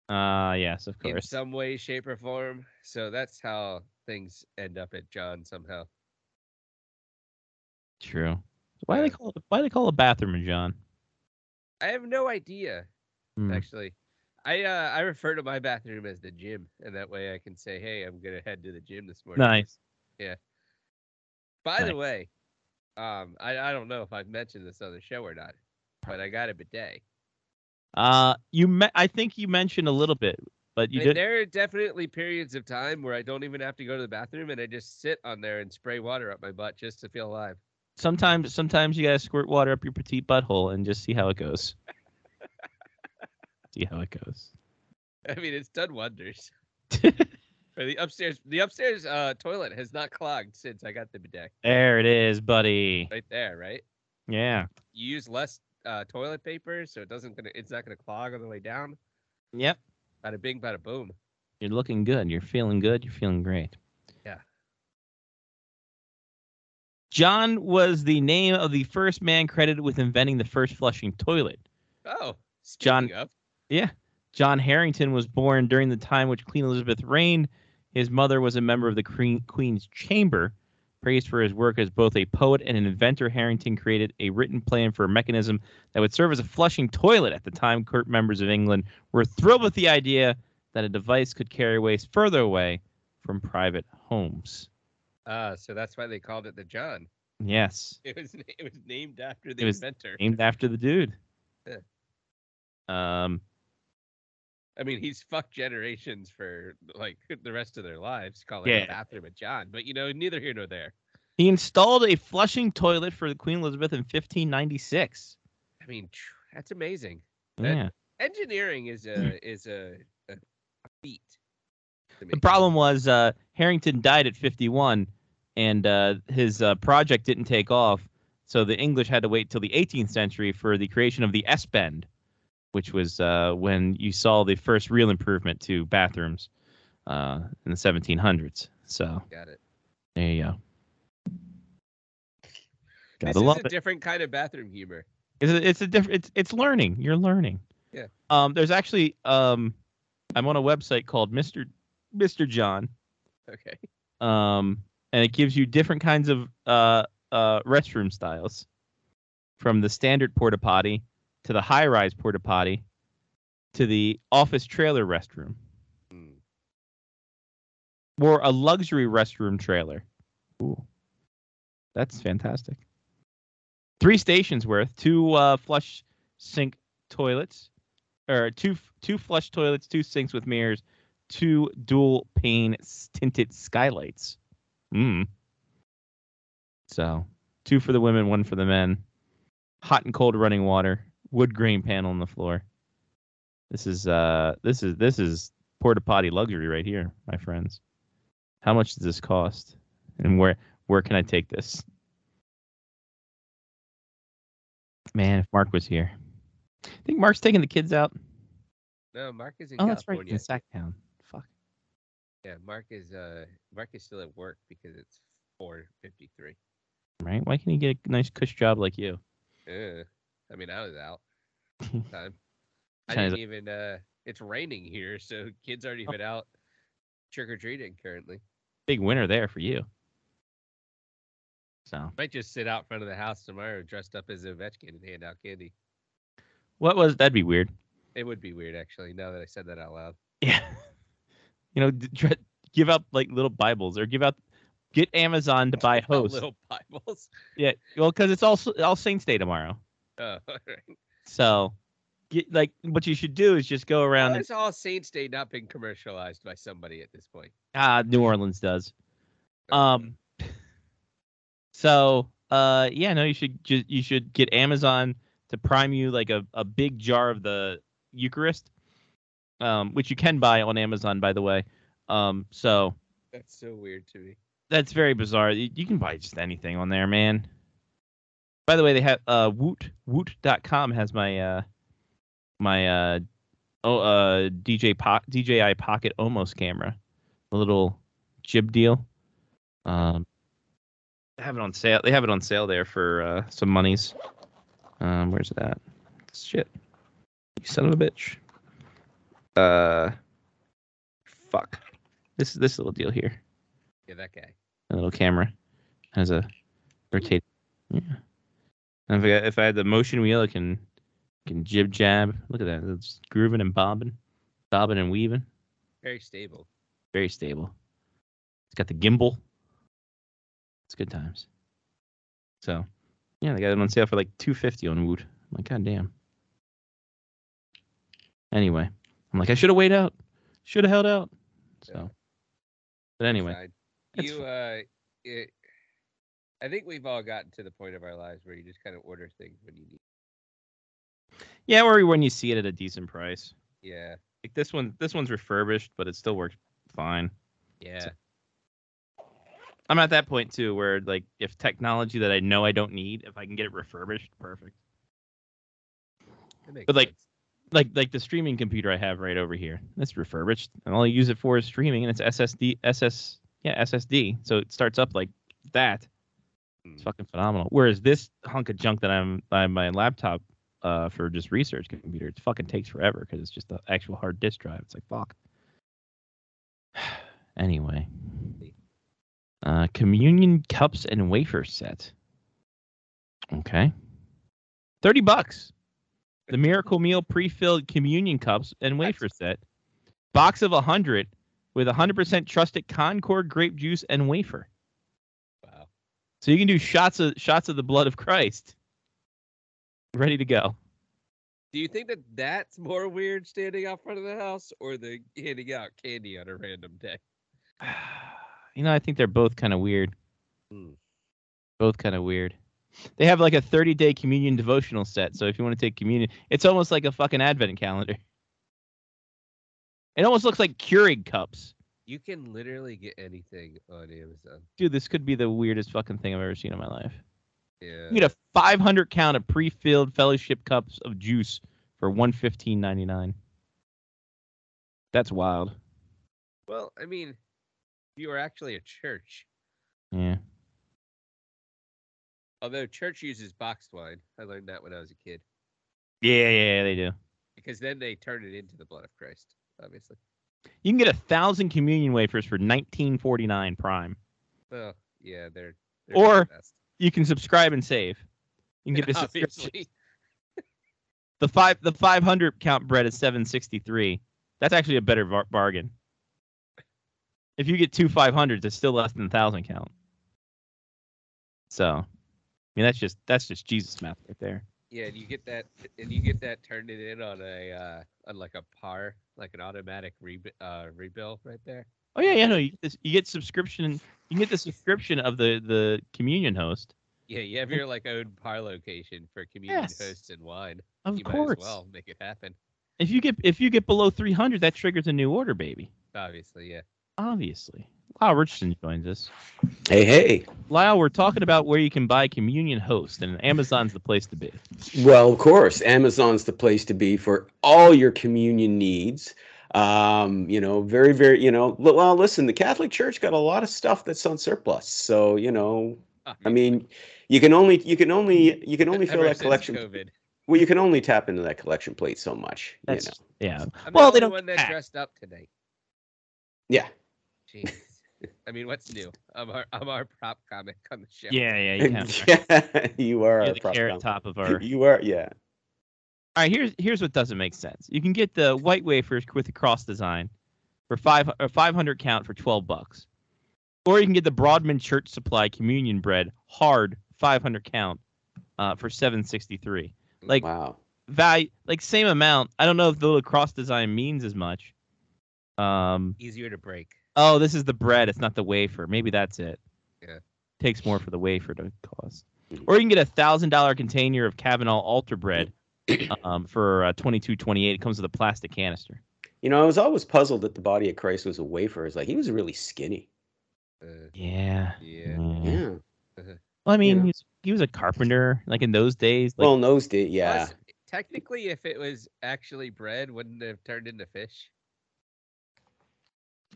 Speaker 1: Ah, yes, of
Speaker 3: in
Speaker 1: course.
Speaker 3: some way, shape, or form. So that's how things end up at John somehow.
Speaker 1: True. Why they call it, why they call a bathroom a John?
Speaker 3: I have no idea
Speaker 1: Hmm.
Speaker 3: actually. I uh, I refer to my bathroom as the gym, and that way I can say, "Hey, I'm gonna head to the gym this morning."
Speaker 1: Nice.
Speaker 3: By
Speaker 1: Nice.
Speaker 3: the way, um, I, I don't know if I've mentioned this on the show or not, but I got a bidet.
Speaker 1: Uh, you me- I think you mentioned a little bit, but you
Speaker 3: I-
Speaker 1: did.
Speaker 3: there are definitely periods of time where I don't even have to go to the bathroom, and I just sit on there and spray water up my butt just to feel alive. <laughs>
Speaker 1: Sometimes, sometimes you gotta squirt water up your petite butthole and just see how it goes. see how it goes.
Speaker 3: I mean, it's
Speaker 1: <laughs>
Speaker 3: done wonders. Or the upstairs, the upstairs uh, toilet has not clogged since I got the bidet.
Speaker 1: There it is, buddy.
Speaker 3: Right there, right?
Speaker 1: Yeah.
Speaker 3: You use less uh, toilet paper, so it doesn't gonna, it's not gonna clog on the way down.
Speaker 1: Yep.
Speaker 3: Bada bing, bada boom.
Speaker 1: You're looking good. You're feeling good. You're feeling great.
Speaker 3: Yeah.
Speaker 1: John was the name of the first man credited with inventing the first flushing toilet.
Speaker 3: Oh,
Speaker 1: John-
Speaker 3: speaking of,
Speaker 1: John Harrington was born during the time which Queen Elizabeth reigned. His mother was a member of the Queen- Queen's Chamber. Praised for his work as both a poet and an inventor, Harrington created a written plan for a mechanism that would serve as a flushing toilet. At the time, court members of England were thrilled with the idea that a device could carry waste further away from private homes.
Speaker 3: uh, so that's why they called it the John. <laughs>
Speaker 1: Yes,
Speaker 3: It was it was named after the
Speaker 1: It was
Speaker 3: inventor.
Speaker 1: named after the dude. Um,
Speaker 3: I mean, he's fucked generations for like <laughs> the rest of their lives calling
Speaker 1: Yeah.
Speaker 3: a bathroom a John. But you know, neither here nor there.
Speaker 1: he installed a flushing toilet for the Queen Elizabeth in 1596.
Speaker 3: I mean, tch, that's amazing. That-
Speaker 1: Yeah.
Speaker 3: Engineering is a is a, a, a feat. to
Speaker 1: Hmm. The
Speaker 3: me.
Speaker 1: problem was uh, Harrington died at 51, and uh, his uh, project didn't take off. So the English had to wait till the 18th century for the creation of the S bend, which was uh, when you saw the first real improvement to bathrooms uh, in the 1700s. So
Speaker 3: Got it.
Speaker 1: there you go. Gotta
Speaker 3: this
Speaker 1: love
Speaker 3: is a
Speaker 1: it.
Speaker 3: different kind of bathroom humor. <laughs>
Speaker 1: It's a, it's a different. It's it's learning. You're learning.
Speaker 3: Yeah.
Speaker 1: Um. There's actually um, I'm on a website called Mister Mister John.
Speaker 3: Okay.
Speaker 1: um, and it gives you different kinds of uh, uh, restroom styles, from the standard porta potty to the high-rise porta potty to the office trailer restroom
Speaker 3: Hmm.
Speaker 1: or a luxury restroom trailer. Ooh, that's fantastic. Three stations worth, two uh, flush sink toilets, or two two flush toilets, two sinks with mirrors, two dual pane s- tinted skylights. Mm. So, two for the women, one for the men. Hot and cold running water, wood grain panel on the floor. This is uh this is this is porta potty luxury right here, my friends. How much does this cost? And where where can I take this? Man, if Mark was here. I think Mark's taking the kids out.
Speaker 3: No, Mark is in
Speaker 1: Oh, that's right.
Speaker 3: California.
Speaker 1: In Sacktown. Fuck.
Speaker 3: yeah, Mark is uh Mark is still at work because it's four fifty three.
Speaker 1: Right? Why can't he get a nice cush job like you?
Speaker 3: Uh, I mean, I
Speaker 1: <laughs>
Speaker 3: was out. time. I
Speaker 1: Sounds
Speaker 3: didn't even. Uh, it's raining here, so kids
Speaker 1: Oh.
Speaker 3: aren't even out trick or treating currently.
Speaker 1: Big winner there for you. So,
Speaker 3: Might just sit out front of the house tomorrow, dressed up as Ovechkin, and hand out candy.
Speaker 1: what was that'd be weird. <laughs>
Speaker 3: It would be weird, actually. Now that I said that out loud, <laughs>
Speaker 1: Yeah. you know, d- try, give out like little Bibles or give out get Amazon to buy
Speaker 3: Oh,
Speaker 1: host.
Speaker 3: little Bibles. <laughs>
Speaker 1: Yeah, well, because it's all All Saints Day tomorrow.
Speaker 3: Oh, all right.
Speaker 1: So, get, like, what you should do is just go around
Speaker 3: Why
Speaker 1: and
Speaker 3: has All Saints Day not been commercialized by somebody at this point? Oh,
Speaker 1: ah, New Orleans does. Um, so, uh, yeah, no, you should just you should get Amazon to prime you like a a big jar of the Eucharist, um, which you can buy on Amazon, by the way. Um, so
Speaker 3: that's so weird to me.
Speaker 1: that's very bizarre. You, you can buy just anything on there, man. By the way, they have uh Woot Woot.com has my uh my uh oh uh DJ po- DJI Pocket Almost camera, a little jib deal. Um, They have it on sale. They have it on sale there for uh, some monies. Um, where's that? Shit. You son of a bitch. Uh, fuck. This is this little deal here.
Speaker 3: Yeah, that guy.
Speaker 1: A little camera has a rotating. Yeah. And if I, if I had the motion wheel, it can can jib jab. Look at that. It's grooving and bobbing, bobbing and weaving.
Speaker 3: Very stable.
Speaker 1: Very stable. It's got the gimbal. It's good times. So, yeah, they got it on sale for like two fifty on Woot. I'm like, god damn. Anyway, I'm like, I should have waited out. Should have held out. So, but anyway,
Speaker 3: Side.
Speaker 1: it's
Speaker 3: you uh, it, I think we've all gotten to the point of our lives where you just kind of order things when you need.
Speaker 1: yeah, or when you see it at a decent price.
Speaker 3: Yeah,
Speaker 1: Like this one, this one's refurbished, but it still works fine.
Speaker 3: yeah,
Speaker 1: I'm at that point too, where like if technology that I know I don't need, if I can get it refurbished, perfect.
Speaker 3: that makes
Speaker 1: but, like,
Speaker 3: sense.
Speaker 1: like like the streaming computer I have right over here. That's refurbished, and all I use it for is streaming, and it's SSD SS yeah SSD. So it starts up like that. It's
Speaker 3: Mm.
Speaker 1: fucking phenomenal. Whereas this hunk of junk that I'm on my laptop uh, for just research computer, it fucking takes forever because it's just the actual hard disk drive. It's like fuck. <sighs> anyway, uh, communion cups and wafer set. Okay, thirty bucks. The Miracle Meal pre-filled communion cups and wafer set, box of hundred with hundred percent trusted Concord grape juice and wafer.
Speaker 3: wow,
Speaker 1: So you can do shots of shots of the blood of Christ. Ready to go. <sighs>
Speaker 3: do you think that that's more weird standing out front of the house or the handing out candy on a random day?
Speaker 1: You know, I think they're both kind of weird.
Speaker 3: Hmm.
Speaker 1: Both kind of weird. They have like a 30-day communion devotional set. So if you want to take communion, it's almost like a fucking advent calendar. It almost looks like Keurig cups.
Speaker 3: You can literally get anything on Amazon.
Speaker 1: Dude, this could be the weirdest fucking thing I've ever seen in my life.
Speaker 3: Yeah,
Speaker 1: You get a 500 count of pre-filled fellowship cups of juice for 115.99. That's wild.
Speaker 3: well, I mean, if you are actually a church,
Speaker 1: Yeah.
Speaker 3: although church uses boxed wine. I learned that when I was a kid
Speaker 1: Yeah, yeah, yeah, they do.
Speaker 3: because then they turn it into the blood of Christ, obviously.
Speaker 1: You can get a thousand communion wafers for nineteen forty nine prime.
Speaker 3: Well, yeah, they're, they're not
Speaker 1: Or-
Speaker 3: the best.
Speaker 1: You can subscribe and save. You can get a subscription.
Speaker 3: <laughs> obviously.
Speaker 1: The five the five hundred count bread is seven sixty three. That's actually a better var- bargain. If you get two five hundreds, it's still less than a thousand count. So, I mean that's just that's just Jesus math right there.
Speaker 3: Yeah, and you get that, and you get that turned it in on a uh, on like a par, like an automatic re- uh, rebill right there.
Speaker 1: Oh yeah, yeah, no, you get, this, you get subscription. You can get the subscription of the the communion host.
Speaker 3: Yeah, you have your like own par location for communion
Speaker 1: Yes.
Speaker 3: hosts and wine.
Speaker 1: Of
Speaker 3: you
Speaker 1: course.
Speaker 3: might as well make it happen.
Speaker 1: If you get if you get below three hundred, that triggers a new order, baby.
Speaker 3: Obviously, yeah.
Speaker 1: Obviously. Lyle Richardson joins us.
Speaker 4: Hey, hey.
Speaker 1: Lyle, we're talking about where you can buy communion host, and Amazon's the place to be.
Speaker 4: Well, of course, Amazon's the place to be for all your communion needs. Um, you know, very, very, you know, l- well, listen, the Catholic Church got a lot of stuff that's on surplus. So, you know, I mean, you can only, you can
Speaker 1: Mm-hmm.
Speaker 4: only, you can only
Speaker 3: Ah,
Speaker 4: fill
Speaker 3: Ever
Speaker 4: that
Speaker 3: since
Speaker 4: collection.
Speaker 3: COVID.
Speaker 4: Well, you can only tap into that collection plate so much.
Speaker 1: That's
Speaker 4: you know.
Speaker 1: yeah. <laughs>
Speaker 3: I'm
Speaker 1: Well,
Speaker 3: well,
Speaker 1: they
Speaker 3: the
Speaker 1: don't
Speaker 3: only one that
Speaker 1: act.
Speaker 3: dressed up today.
Speaker 4: Yeah.
Speaker 3: Jeez. I mean, what's new? I'm our I'm our prop comic on the show.
Speaker 1: Yeah, yeah, you have right.
Speaker 4: <laughs> Yeah, you
Speaker 1: You're
Speaker 4: are our
Speaker 1: the
Speaker 4: prop
Speaker 1: carrot
Speaker 4: com-
Speaker 1: top of our.
Speaker 4: <laughs> You are, yeah.
Speaker 1: All right, here's here's what doesn't make sense. You can get the white wafers with the cross design for five or five hundred count for twelve bucks, or you can get the Broadman Church Supply communion bread hard five hundred count uh, for seven sixty three. Like
Speaker 4: Wow.
Speaker 1: value, like same amount. I don't know if the little cross design means as much. Um,
Speaker 3: Easier to break.
Speaker 1: Oh, this is the bread. It's not the wafer. Maybe that's it.
Speaker 3: Yeah.
Speaker 1: Takes more for the wafer to cost.
Speaker 4: Mhm.
Speaker 1: Or you can get a thousand dollar container of Kavanaugh altar
Speaker 4: <clears throat>
Speaker 1: bread, um, for uh, twenty two twenty eight. It comes with a plastic canister.
Speaker 4: You know, I was always puzzled that the body of Christ was a wafer. It's like he was really skinny.
Speaker 3: Uh,
Speaker 1: Yeah.
Speaker 3: yeah.
Speaker 4: Yeah.
Speaker 1: Well, I mean,
Speaker 4: Yeah.
Speaker 1: he, was, he was a carpenter. Like in those days, like
Speaker 4: well, in those days, yeah.
Speaker 3: Plus, technically, if it was actually bread, wouldn't it have turned into fish?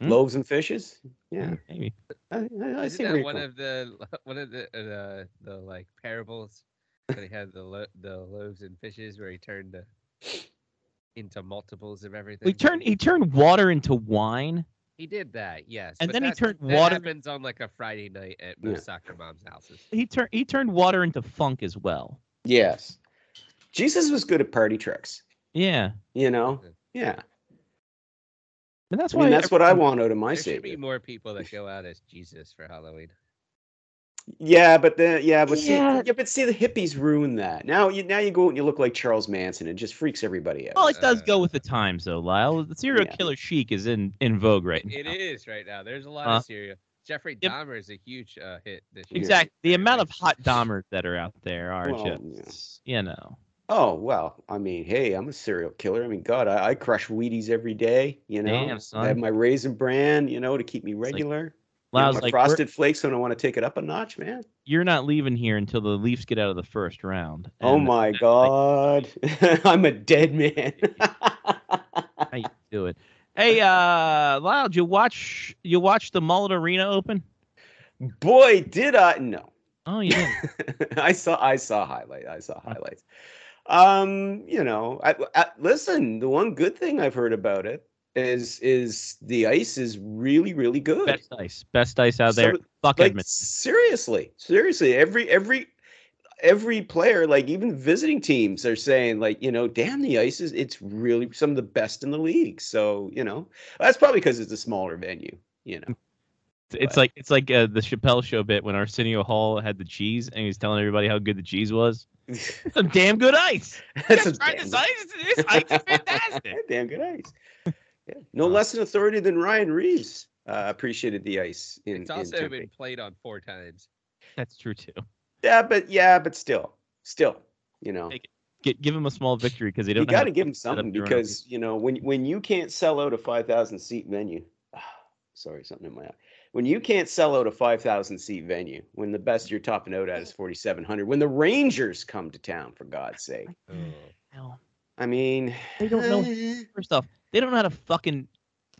Speaker 1: Hmm?
Speaker 4: Loaves and fishes. Yeah,
Speaker 1: Maybe.
Speaker 4: I, I, I
Speaker 3: Isn't
Speaker 4: see where
Speaker 3: that
Speaker 4: you're
Speaker 3: one
Speaker 4: going.
Speaker 3: of the <laughs> one of the uh, the like parables that he had the lo- the loaves and fishes where he turned the, into multiples of everything?
Speaker 1: We turned he turned water into wine.
Speaker 3: He did that, yes.
Speaker 1: And
Speaker 3: but
Speaker 1: then he
Speaker 3: that's-
Speaker 1: turned
Speaker 3: that
Speaker 1: water-
Speaker 3: Happens on like a Friday night at most
Speaker 4: Yeah.
Speaker 3: soccer moms' houses.
Speaker 1: He turned he turned water into funk as well.
Speaker 4: Yes, Jesus was good at party tricks.
Speaker 1: Yeah,
Speaker 4: You
Speaker 1: Oh,
Speaker 4: know.
Speaker 3: Yeah.
Speaker 4: Yeah,
Speaker 1: and that's
Speaker 4: I
Speaker 1: why
Speaker 4: mean that's what I
Speaker 1: everyone-
Speaker 4: want out of my
Speaker 3: there should be
Speaker 4: savior.
Speaker 3: more people that go out as Jesus for Halloween.
Speaker 4: Yeah, but then yeah, but see,
Speaker 1: Yeah.
Speaker 4: yeah, but see, the hippies ruin that. Now you now you go out and you look like Charles Manson. It just freaks everybody out.
Speaker 1: Well, it does go with the times, though, Lyle. The serial
Speaker 4: Yeah.
Speaker 1: killer chic is in in vogue right now.
Speaker 3: It is right now. There's a lot
Speaker 1: Uh,
Speaker 3: of cereal. Jeffrey
Speaker 1: yep.
Speaker 3: Dahmer is a huge uh, hit this year.
Speaker 1: Exactly. The
Speaker 3: Very
Speaker 1: amount of
Speaker 3: nice.
Speaker 4: <laughs>
Speaker 1: hot Dahmers that are out there are
Speaker 4: Well,
Speaker 1: just, you know.
Speaker 4: Oh well, I mean, hey, I'm a serial killer. I mean, God, I, I crush Wheaties every day. You know,
Speaker 1: Damn,
Speaker 4: I have
Speaker 1: son.
Speaker 4: my raisin bran, you know, to keep me
Speaker 1: like-
Speaker 4: regular. You know,
Speaker 1: Lyle's
Speaker 4: my
Speaker 1: like, "We're-
Speaker 4: frosted flakes when I want to take it up a notch, man.
Speaker 1: you're not leaving here until the Leafs get out of the first round.
Speaker 4: oh
Speaker 1: And
Speaker 3: <laughs>
Speaker 4: my
Speaker 1: that's
Speaker 4: God, <laughs> I'm a dead man. <laughs>
Speaker 1: How you do it? Hey, uh, Lyle, did you watch you watch the Mullet Arena Open?
Speaker 4: Boy, did I no.
Speaker 1: Oh, you did.
Speaker 4: <laughs> I saw I saw highlight. I saw highlights. Um, you know, I, I, listen. The one good thing I've heard about it is is the ice is really really good.
Speaker 1: best ice, best ice out there.
Speaker 4: Some-
Speaker 1: Fuck
Speaker 4: like
Speaker 1: Edmonton.
Speaker 4: seriously seriously every every every player like even visiting teams are saying like you know damn the ice is it's really some of the best in the league so you know that's probably because it's a smaller venue you know <laughs>
Speaker 1: It's like it's like uh, the Chappelle Show bit when Arsenio Hall had the cheese and he was telling everybody how good the cheese
Speaker 4: <laughs>
Speaker 1: was. Some damn good ice.
Speaker 4: that's
Speaker 1: You guys tried this ice. This
Speaker 3: <laughs>
Speaker 1: ice is
Speaker 4: <laughs>
Speaker 1: fantastic.
Speaker 4: damn good ice yeah. no
Speaker 1: Uh,
Speaker 4: less an authority than ryan reeves uh, appreciated the ice in,
Speaker 3: It's
Speaker 4: in
Speaker 3: also
Speaker 4: Tempe.
Speaker 3: been played on four times. <laughs>
Speaker 1: That's true too.
Speaker 4: yeah but yeah but still still you know
Speaker 1: Like, Get, give him a small victory because they don't.
Speaker 4: you
Speaker 1: know how
Speaker 4: got to
Speaker 1: to
Speaker 4: give them
Speaker 1: up
Speaker 4: something
Speaker 1: their own
Speaker 4: because you know when when you can't sell out a five thousand seat venue. ah, Sorry, something in my eye. When you can't sell out a five thousand seat venue, when the best you're topping out at is forty seven hundred, when the Rangers come to town, for God's sake,
Speaker 3: Oh.
Speaker 1: Hell,
Speaker 4: I mean,
Speaker 1: They don't know.
Speaker 4: eh,
Speaker 1: First off, they don't know how to fucking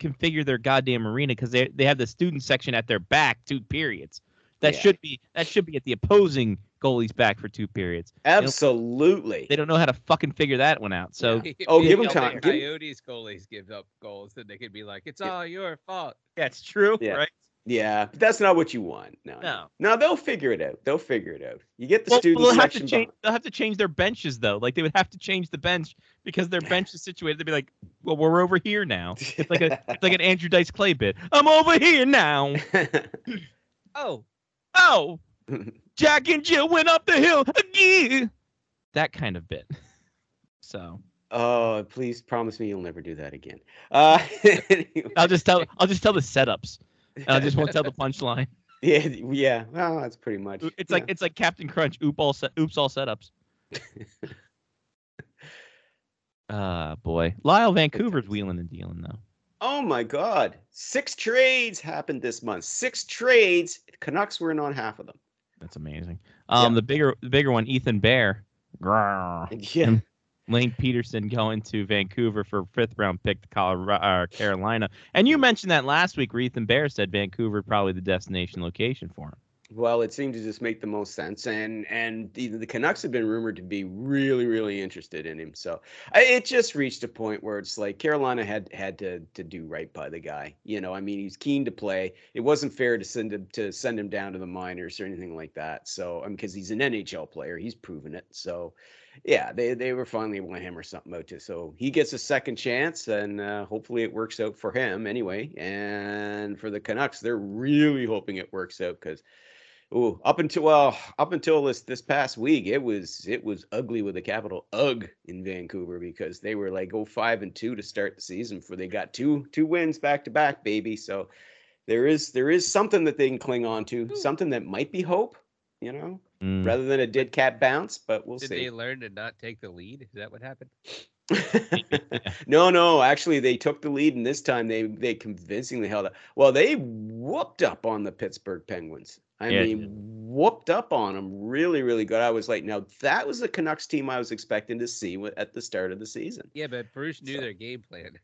Speaker 1: configure their goddamn arena because they they have the student section at their back two periods. That
Speaker 4: Yeah.
Speaker 1: should be that should be at the opposing goalie's back for two periods.
Speaker 4: absolutely.
Speaker 1: They don't know how to fucking figure that one out. So
Speaker 3: If
Speaker 4: Oh,
Speaker 3: the
Speaker 4: give 'em
Speaker 3: Atlanta
Speaker 4: time, give 'em-
Speaker 3: Coyotes goalies give up goals, then they could be like, "It's
Speaker 4: Yeah.
Speaker 3: all your fault."
Speaker 1: that's true,
Speaker 4: Yeah.
Speaker 1: right?
Speaker 4: yeah, but that's not what you want. No,
Speaker 1: No.
Speaker 4: no, they'll figure it out. They'll figure it out. You get the
Speaker 1: Well,
Speaker 4: student
Speaker 1: they'll have to
Speaker 4: section.
Speaker 1: change. They'll have to change their benches though. Like they would have to change the bench because their bench is situated. They'd be like, "Well, we're over here now." It's like a it's like an Andrew Dice Clay bit. I'm over here now.
Speaker 4: behind.
Speaker 3: Oh,
Speaker 1: Oh, Jack and Jill went up the hill again. That kind of bit. So
Speaker 4: <laughs> oh, please promise me you'll never do that again. Uh, <laughs> anyway.
Speaker 1: I'll just tell I'll just tell the setups. And I just won't tell the punchline.
Speaker 4: Yeah, yeah. Well, that's pretty much.
Speaker 1: It's like it's like Captain Crunch. Oop all set, oops all setups. Ah boy, Lyle Vancouver's wheeling and dealing though.
Speaker 4: oh my god, six trades happened this month. Six trades. Canucks were in on half of them. <laughs>
Speaker 1: That's amazing. Um,
Speaker 4: Yeah.
Speaker 1: the bigger the bigger one, Ethan Bear. Grrr.
Speaker 4: Yeah,
Speaker 1: Lane Peterson going to Vancouver for fifth round pick to Colorado, uh, Carolina. And you mentioned that last week where Ethan Bear said Vancouver probably the destination location for him.
Speaker 4: well, it seemed to just make the most sense, and and the, the Canucks have been rumored to be really, really interested in him. So I, it just reached a point where it's like Carolina had had to to do right by the guy. You know, I mean, he's keen to play. It wasn't fair to send him to send him down to the minors or anything like that. So I mean, because he's an NHL player, he's proven it. So yeah, they they were finally able to hammer something out to. So he gets a second chance, and uh, hopefully it works out for him anyway. And for the Canucks, they're really hoping it works out because. Ooh, up until well, up until this this past week, it was it was ugly with a capital ug in Vancouver because they were like go five and two to start the season for they got two two wins back to back, baby. So there is there is something that they can cling on to,
Speaker 3: Hmm.
Speaker 4: something that might be hope, you know,
Speaker 1: Mm.
Speaker 4: rather than a dead cat bounce. But we'll
Speaker 3: did
Speaker 4: see.
Speaker 3: they learn to not take the lead? Is that what happened?
Speaker 4: no, no. Actually, they took the lead, and this time they they convincingly held up. Well, they whooped up on the Pittsburgh Penguins. I
Speaker 1: Yeah, they
Speaker 4: mean, whooped up on them. Really, really good. I was like, now that was the Canucks team I
Speaker 1: <laughs>
Speaker 4: was expecting to see wi- at the start of the season.
Speaker 3: <laughs> Yeah, but Bruce knew
Speaker 4: So-
Speaker 3: their game plan.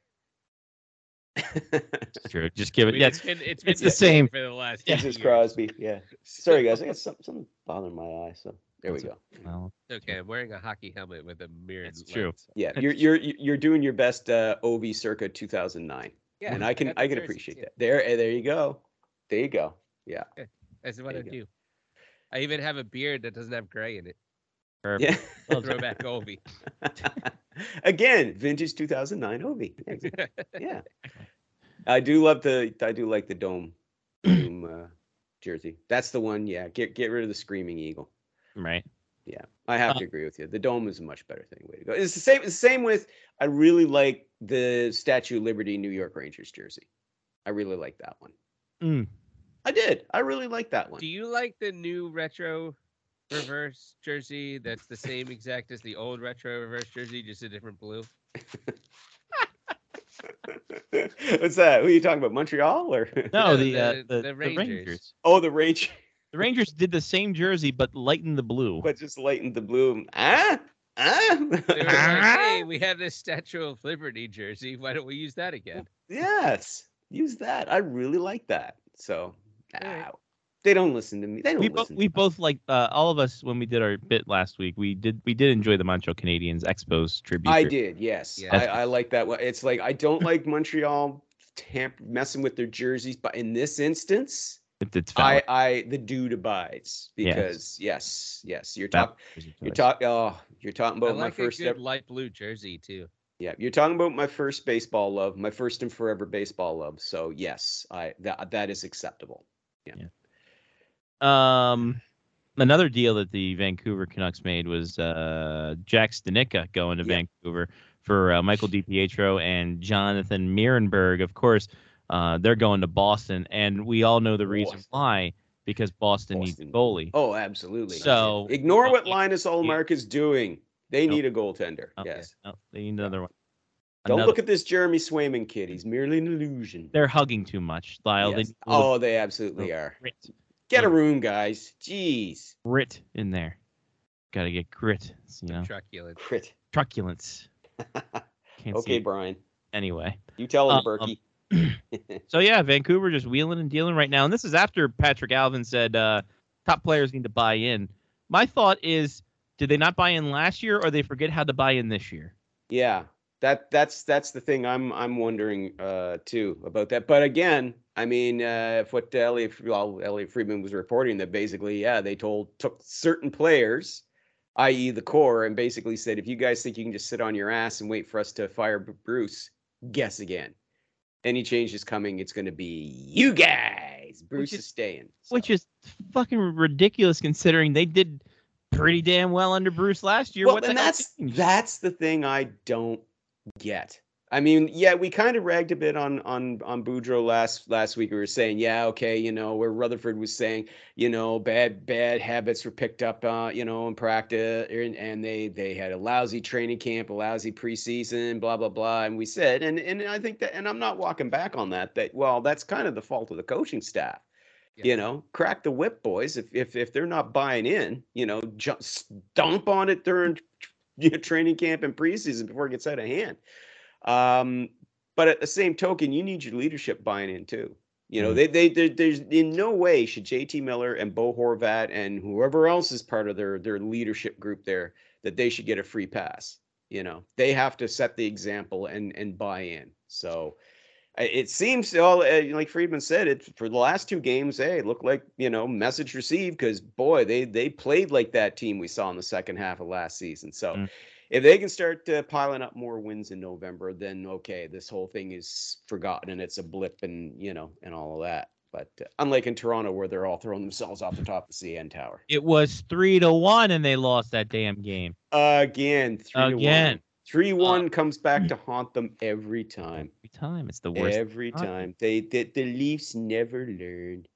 Speaker 1: It's true. Just give it.
Speaker 3: We-
Speaker 1: Yeah,
Speaker 3: it's
Speaker 1: it's-
Speaker 3: been, it's been
Speaker 1: the same.
Speaker 3: for the last. eight
Speaker 4: Jesus
Speaker 3: years.
Speaker 4: Crosby. Yeah. Sorry, guys. I got some, something bothering my eye. So there we
Speaker 1: That's
Speaker 4: go.
Speaker 1: well,
Speaker 3: It's okay. I'm wearing a hockey helmet with a mirror.
Speaker 1: That's true.
Speaker 3: lens.
Speaker 4: Yeah, you're you're you're doing your best uh, OV circa 2009,
Speaker 1: <laughs>
Speaker 3: Yeah,
Speaker 4: and I can
Speaker 3: got the
Speaker 4: I can
Speaker 3: jerseys,
Speaker 4: appreciate
Speaker 3: yeah.
Speaker 4: that. There, eh, there you go, there you go.
Speaker 3: That's what
Speaker 4: There
Speaker 3: I
Speaker 4: you
Speaker 3: do. I even have a beard that doesn't have gray in it.
Speaker 1: perfect.
Speaker 4: Yeah.
Speaker 1: Well,
Speaker 3: Throwback Ovi.
Speaker 4: Again, vintage 2009 OV. Yeah, Yeah, I do love the I do like the dome, dome uh, jersey. That's the one. Yeah, get get rid of the screaming eagle.
Speaker 1: <laughs> Right. <laughs>
Speaker 4: I have to agree with you. The dome is a much better thing. Way to go. It's the same. It's the same with. I really like the Statue of Liberty New York Rangers jersey. I really like that one.
Speaker 1: Mm.
Speaker 4: I did. I really like that one.
Speaker 3: Do you like the new retro reverse jersey that's the same exact as the old retro reverse jersey, just a different
Speaker 4: <laughs>
Speaker 3: blue?
Speaker 4: <laughs> What's that? Who are you talking about? Montreal or? <laughs>
Speaker 1: No,
Speaker 3: No,
Speaker 1: the, uh,
Speaker 3: the-
Speaker 1: the,
Speaker 3: the
Speaker 1: the
Speaker 3: Rangers.
Speaker 1: Rangers.
Speaker 4: Oh, the Rage,
Speaker 1: The Rangers did the same jersey but lightened the blue.
Speaker 4: <laughs> but just lightened the blue. Ah,
Speaker 3: They were
Speaker 4: ah.
Speaker 3: like,
Speaker 4: <laughs>
Speaker 3: hey, we have this Statue of Liberty jersey. Why don't we use that again?
Speaker 4: yes, use that. I really like that. So,
Speaker 3: Alright.
Speaker 4: ah, they don't listen to me. They don't
Speaker 1: We both
Speaker 4: listen.
Speaker 1: we
Speaker 4: to us.
Speaker 1: both like uh, all of us when we did our bit last week. We did we did enjoy the Montreal Canadiens Expos tribute.
Speaker 4: I
Speaker 1: group.
Speaker 4: did. Yes,
Speaker 3: Yeah.
Speaker 4: I, I like that one. It's like I don't like Montreal tamp messing with their jerseys, but in this instance,
Speaker 1: It- It's
Speaker 4: I
Speaker 1: valid.
Speaker 4: I the dude abides
Speaker 1: Yes.
Speaker 4: because yes, yes, you're
Speaker 1: Valid
Speaker 4: talking. You're talking. Oh, you're talking about
Speaker 3: I
Speaker 4: my
Speaker 3: like
Speaker 4: first
Speaker 3: a good
Speaker 4: ever.
Speaker 3: light blue jersey too.
Speaker 4: Yeah, you're talking about my first baseball love, my first and forever baseball love. So yes, I that that is acceptable.
Speaker 1: Um, another deal that the Vancouver Canucks made was uh, Jack Stanica going to
Speaker 4: Yeah.
Speaker 1: Vancouver for uh, Michael DiPietro and Jonathan Mirenberg. Of course, uh, they're going to Boston, and we all know the reason
Speaker 4: Boston.
Speaker 1: why because Boston,
Speaker 4: Boston.
Speaker 1: needs a goalie.
Speaker 4: Oh, absolutely.
Speaker 1: So-
Speaker 4: ignore what Linus Allmark is doing. They
Speaker 1: Nope.
Speaker 4: need a goaltender.
Speaker 1: Oh,
Speaker 4: Yes.
Speaker 1: no, they need another one.
Speaker 4: Don't
Speaker 1: Another-
Speaker 4: look at this Jeremy Swayman kid. He's merely an illusion.
Speaker 1: They're hugging too much, Lyle. They
Speaker 4: Yes.
Speaker 1: need a little
Speaker 4: Oh, they absolutely are.
Speaker 1: grit,
Speaker 4: Get a room, guys. Jeez.
Speaker 1: grit in there. Got to get grit, you know,
Speaker 3: Truculent.
Speaker 4: Crit. <laughs>
Speaker 1: truculence. Can't see
Speaker 4: Okay,
Speaker 1: it
Speaker 4: Brian.
Speaker 1: anyway.
Speaker 4: You tell him,
Speaker 1: Um,
Speaker 4: Berkey.
Speaker 1: So yeah, Vancouver just wheeling and dealing right now, and this is after Patrick Alvin said uh, top players need to buy in. My thought is, did they not buy in last year, or they forget how to buy in this year?
Speaker 4: Yeah, that that's that's the thing I'm I'm wondering uh too about that. But again, I mean, uh, if what Elliot well Elliot Friedman was reporting that basically, yeah, they told took certain players, i.e. the core, and basically said, if you guys think you can just sit on your ass and wait for us to fire Br- Bruce, guess again. Any change is coming. It's going to be you guys. Bruce
Speaker 1: is-
Speaker 4: is, staying.
Speaker 1: Which is fucking ridiculous considering they did pretty damn well under Bruce last year.
Speaker 4: well,
Speaker 1: what the
Speaker 4: and
Speaker 1: hell
Speaker 4: that's
Speaker 1: changed?
Speaker 4: that's the thing I don't get. I mean, yeah, we kind of ragged a bit on on on Boudreaux last last week. We were saying, yeah, okay, you know, where Rutherford was saying, you know, bad bad habits were picked up, uh, you know, in practice, er, and, and they they had a lousy training camp, a lousy preseason, blah blah blah. And we said, and and I think that, and I'm not walking back on that. That well, that's kind of the fault of the coaching staff.
Speaker 3: Yeah.
Speaker 4: You know, crack the whip, boys. If if if they're not buying in, you know, jump, stomp on it during you know, training camp and preseason before it gets out of hand. Um, but at the same token, you need your leadership buying in too. You know,
Speaker 1: Mhm.
Speaker 4: they they there- there's in no way should JT Miller and Bo Horvat and whoever else is part of their their leadership group there that they should get a free pass. You know, they have to set the example and and buy in. So I- it seems all uh, like Friedman said it for the last two games. Hey, it looked like you know message received because boy, they they played like that team we saw in the second half of last season. So
Speaker 1: Mm.
Speaker 4: if they can start uh, piling up more wins in November, then okay, this whole thing is forgotten and it's a blip and you know and all of that. But uh, unlike in Toronto where they're all throwing themselves off the top of the CN Tower
Speaker 1: It was three to one, and they lost that damn game.
Speaker 4: again, three to
Speaker 1: Again. Uh,
Speaker 4: one. Three one comes back to haunt them every time.
Speaker 1: Every time, it's the worst.
Speaker 4: Every
Speaker 1: hockey.
Speaker 4: time they, they the Leafs never learn.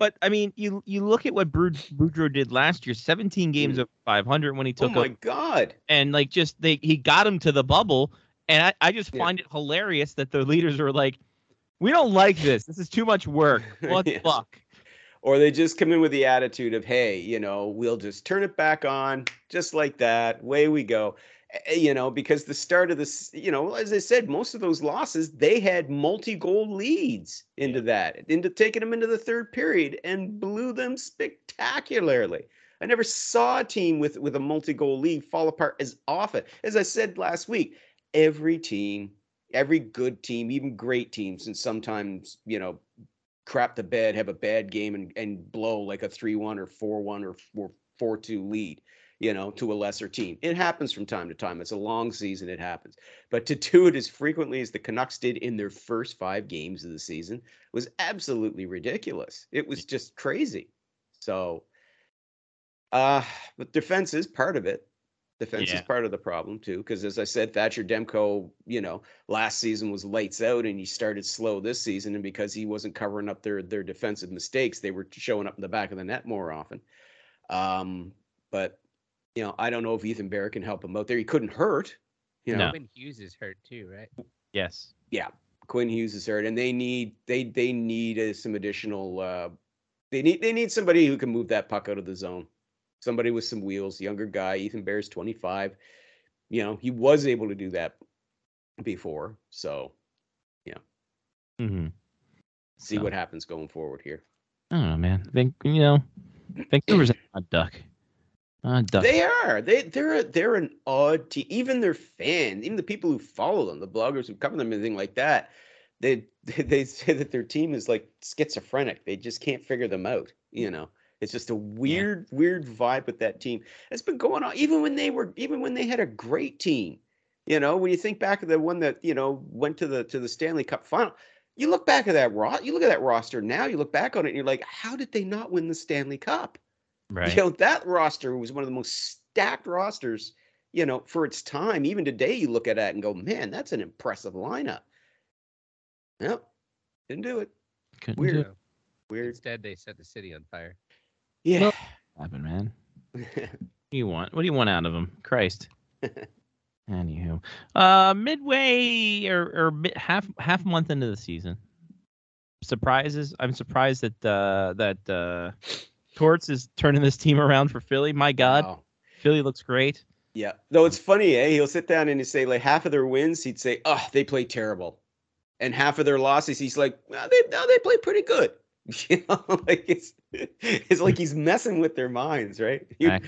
Speaker 1: But I mean, you you look at what Brud- Boudreaux did last year, 17 games over 500 when he
Speaker 4: Oh
Speaker 1: took
Speaker 4: my
Speaker 1: over,
Speaker 4: god!
Speaker 1: and like just they he got him to the bubble, and I, I just
Speaker 4: Yeah.
Speaker 1: find it
Speaker 4: <laughs>
Speaker 1: hilarious that the leaders were like, we don't like this. This is too much work. What the
Speaker 4: Yeah.
Speaker 1: fuck?
Speaker 4: or they just come in with the attitude of, hey, you know, we'll just turn it back on just like that. Way we go. Eh, You know, because the start of this, you know, as I said, most of those losses, they had multi goal leads into that, into taking them into the third period and blew them spectacularly. I never saw a team with, with a multi goal lead fall apart as often. As I said last week, every team, every good team, even great teams, and sometimes, you know, crap the bed, have a bad game, and and blow like a three one or four one or four two lead, you know, to a lesser team. It happens from time to time. It's a long season. It happens, but to do it as frequently as the Canucks did in their first five games of the season was absolutely ridiculous. It was just crazy. So, uh, but defense is part of it. Defense
Speaker 1: Yeah.
Speaker 4: is part of the problem too, because as I said, Thatcher Demko, you know, last season was lights out and he started slow this season and because he wasn't covering up their their defensive mistakes they were showing up in the back of the net more often um but you know i don't know if ethan bear can help him out there he couldn't hurt you know
Speaker 1: No.
Speaker 3: Quinn Hughes is hurt too, right?
Speaker 1: Yes.
Speaker 4: quinn hughes is hurt and they need they they need uh, some additional uh they need they need somebody who can move that puck out of the zone somebody with some wheels younger guy ethan bear's 25 you know he was able to do that before so
Speaker 1: Mm-hmm.
Speaker 4: see
Speaker 1: So.
Speaker 4: what happens going forward here
Speaker 1: I don't know, man. Van- you know,
Speaker 4: <clears throat>
Speaker 1: Vancouver's an odd duck. Odd duck.
Speaker 4: They are. They they're a- they're an odd team. Even their fans, even the people who follow them, the bloggers who cover them, and everything like that, they <laughs> they- they say that their team is like schizophrenic. They just can't figure them out. You know, it's just a weird weird vibe with that team. It's been going on even when they were even when they had a great team. You know, when you think back to the one that you know went to the to the Stanley Cup final. You look back at that ro- you look at that roster now, you look back on it and you're like, how did they not win the Stanley Cup?
Speaker 1: right.
Speaker 4: You know, that roster was one of the most stacked rosters, you know, for its time. Even today, you look at that and go, man, that's an impressive lineup. Yep. Didn't do it.
Speaker 1: Couldn't do
Speaker 4: Weird.
Speaker 1: it.
Speaker 4: Weird.
Speaker 3: Instead, they set the city on fire.
Speaker 4: Yeah.
Speaker 1: Happen, man.
Speaker 4: <laughs>
Speaker 1: What do you want? What do you want out of him? Christ. Anywho, uh, midway or or mid, half half month into the season, surprises. I'm surprised that uh, that uh, Torts is turning this team around for Philly. My God,
Speaker 4: Wow.
Speaker 1: Philly looks great.
Speaker 4: Yeah. Though it's funny, eh? He'll sit down and he'll say, like, half of their wins, he'd say, oh, they play terrible. And half of their losses, he's like, well, they, no, they play pretty good. <laughs> You know, like it's it's like he's messing with their minds, right? You-
Speaker 1: Right.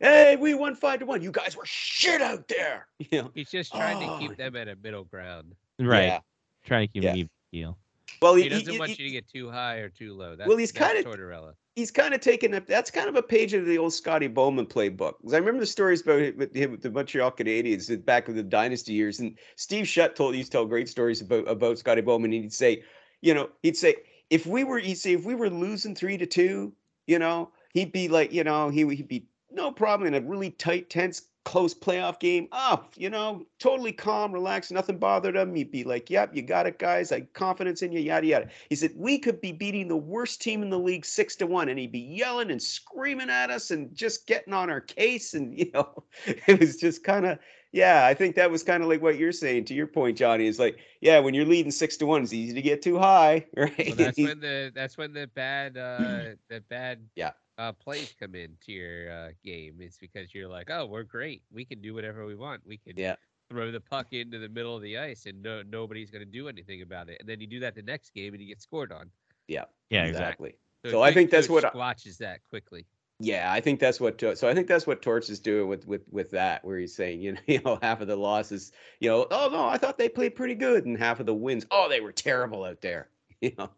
Speaker 4: hey, we won five to one. You guys were shit out there. You know,
Speaker 3: He's just trying
Speaker 4: Oh.
Speaker 3: to keep them at a middle ground.
Speaker 1: Right,
Speaker 4: Yeah.
Speaker 1: trying to keep
Speaker 4: Yeah.
Speaker 1: him even keel.
Speaker 4: Well,
Speaker 3: He
Speaker 4: he-
Speaker 3: doesn't
Speaker 4: he-
Speaker 3: want
Speaker 4: he-
Speaker 3: you to get too high or too low. That's,
Speaker 4: Well, he's
Speaker 3: that's
Speaker 4: kinda-
Speaker 3: Tortorella.
Speaker 4: he's kind of taken up. That's kind of a page of the old Scotty Bowman playbook. 'Cause I remember the stories about him with, him with the Montreal Canadiens in- back in the dynasty years. And Steve Shutt told used to tell great stories about about Scotty Bowman. And he'd say, you know, he'd say if we were, he'd say if we were losing three to two, you know, he'd be like, you know, he would- he'd be no problem in a really tight, tense, close playoff game. Oh, you know, totally calm, relaxed, nothing bothered him. He'd be like, "Yep, you got it, guys. I confidence in you." Yada yada. He said we could be beating the worst team in the league six to one, and he'd be yelling and screaming at us and just getting on our case. And you know, <laughs> it was just kind of. Yeah, I think that was kind of like what you're saying to your point, Johnny. Is like, yeah, when you're leading six to one, it's easy to get too high, <laughs> right?
Speaker 3: Well,
Speaker 4: And
Speaker 3: that's
Speaker 4: he-
Speaker 3: when the that's when the
Speaker 4: <clears throat>
Speaker 3: bad uh the bad
Speaker 4: Yeah.
Speaker 3: uh plays come into your uh game. It's because you're like, oh, we're great. We can do whatever we want. We can
Speaker 4: Yeah.
Speaker 3: throw the puck into the middle of the ice and no nobody's gonna do anything about it. And then you do that the next game and you get scored on.
Speaker 1: Yeah, exactly.
Speaker 4: exactly.
Speaker 3: a
Speaker 4: So I
Speaker 3: good
Speaker 4: think that's
Speaker 3: coach
Speaker 4: what I-
Speaker 3: squashes that quickly.
Speaker 4: Yeah, I think that's what. So I think that's what Torch is doing with with with that, where he's saying, you <laughs> know, you know, half of the losses, you know, oh no, I thought they played pretty good, and half of the wins, oh, they were terrible out there. <laughs> You know,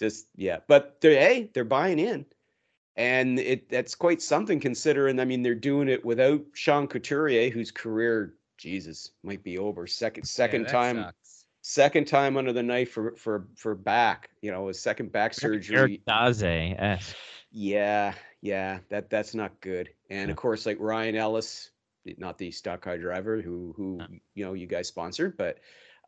Speaker 4: just yeah. But they're hey, they're buying in, and it that's quite something considering. I mean, they're doing it without Sean Couturier, whose career, Jesus, might be over second
Speaker 3: Yeah,
Speaker 4: second
Speaker 3: that
Speaker 4: time
Speaker 3: sucks.
Speaker 4: second time under the knife for for for back. You know, his second back surgery.
Speaker 1: Eric Daze esque.
Speaker 4: Yeah, yeah, that that's not good. And of course, like Ryan Ellis, not the stock car driver who who
Speaker 1: No.
Speaker 4: you know you guys sponsored, but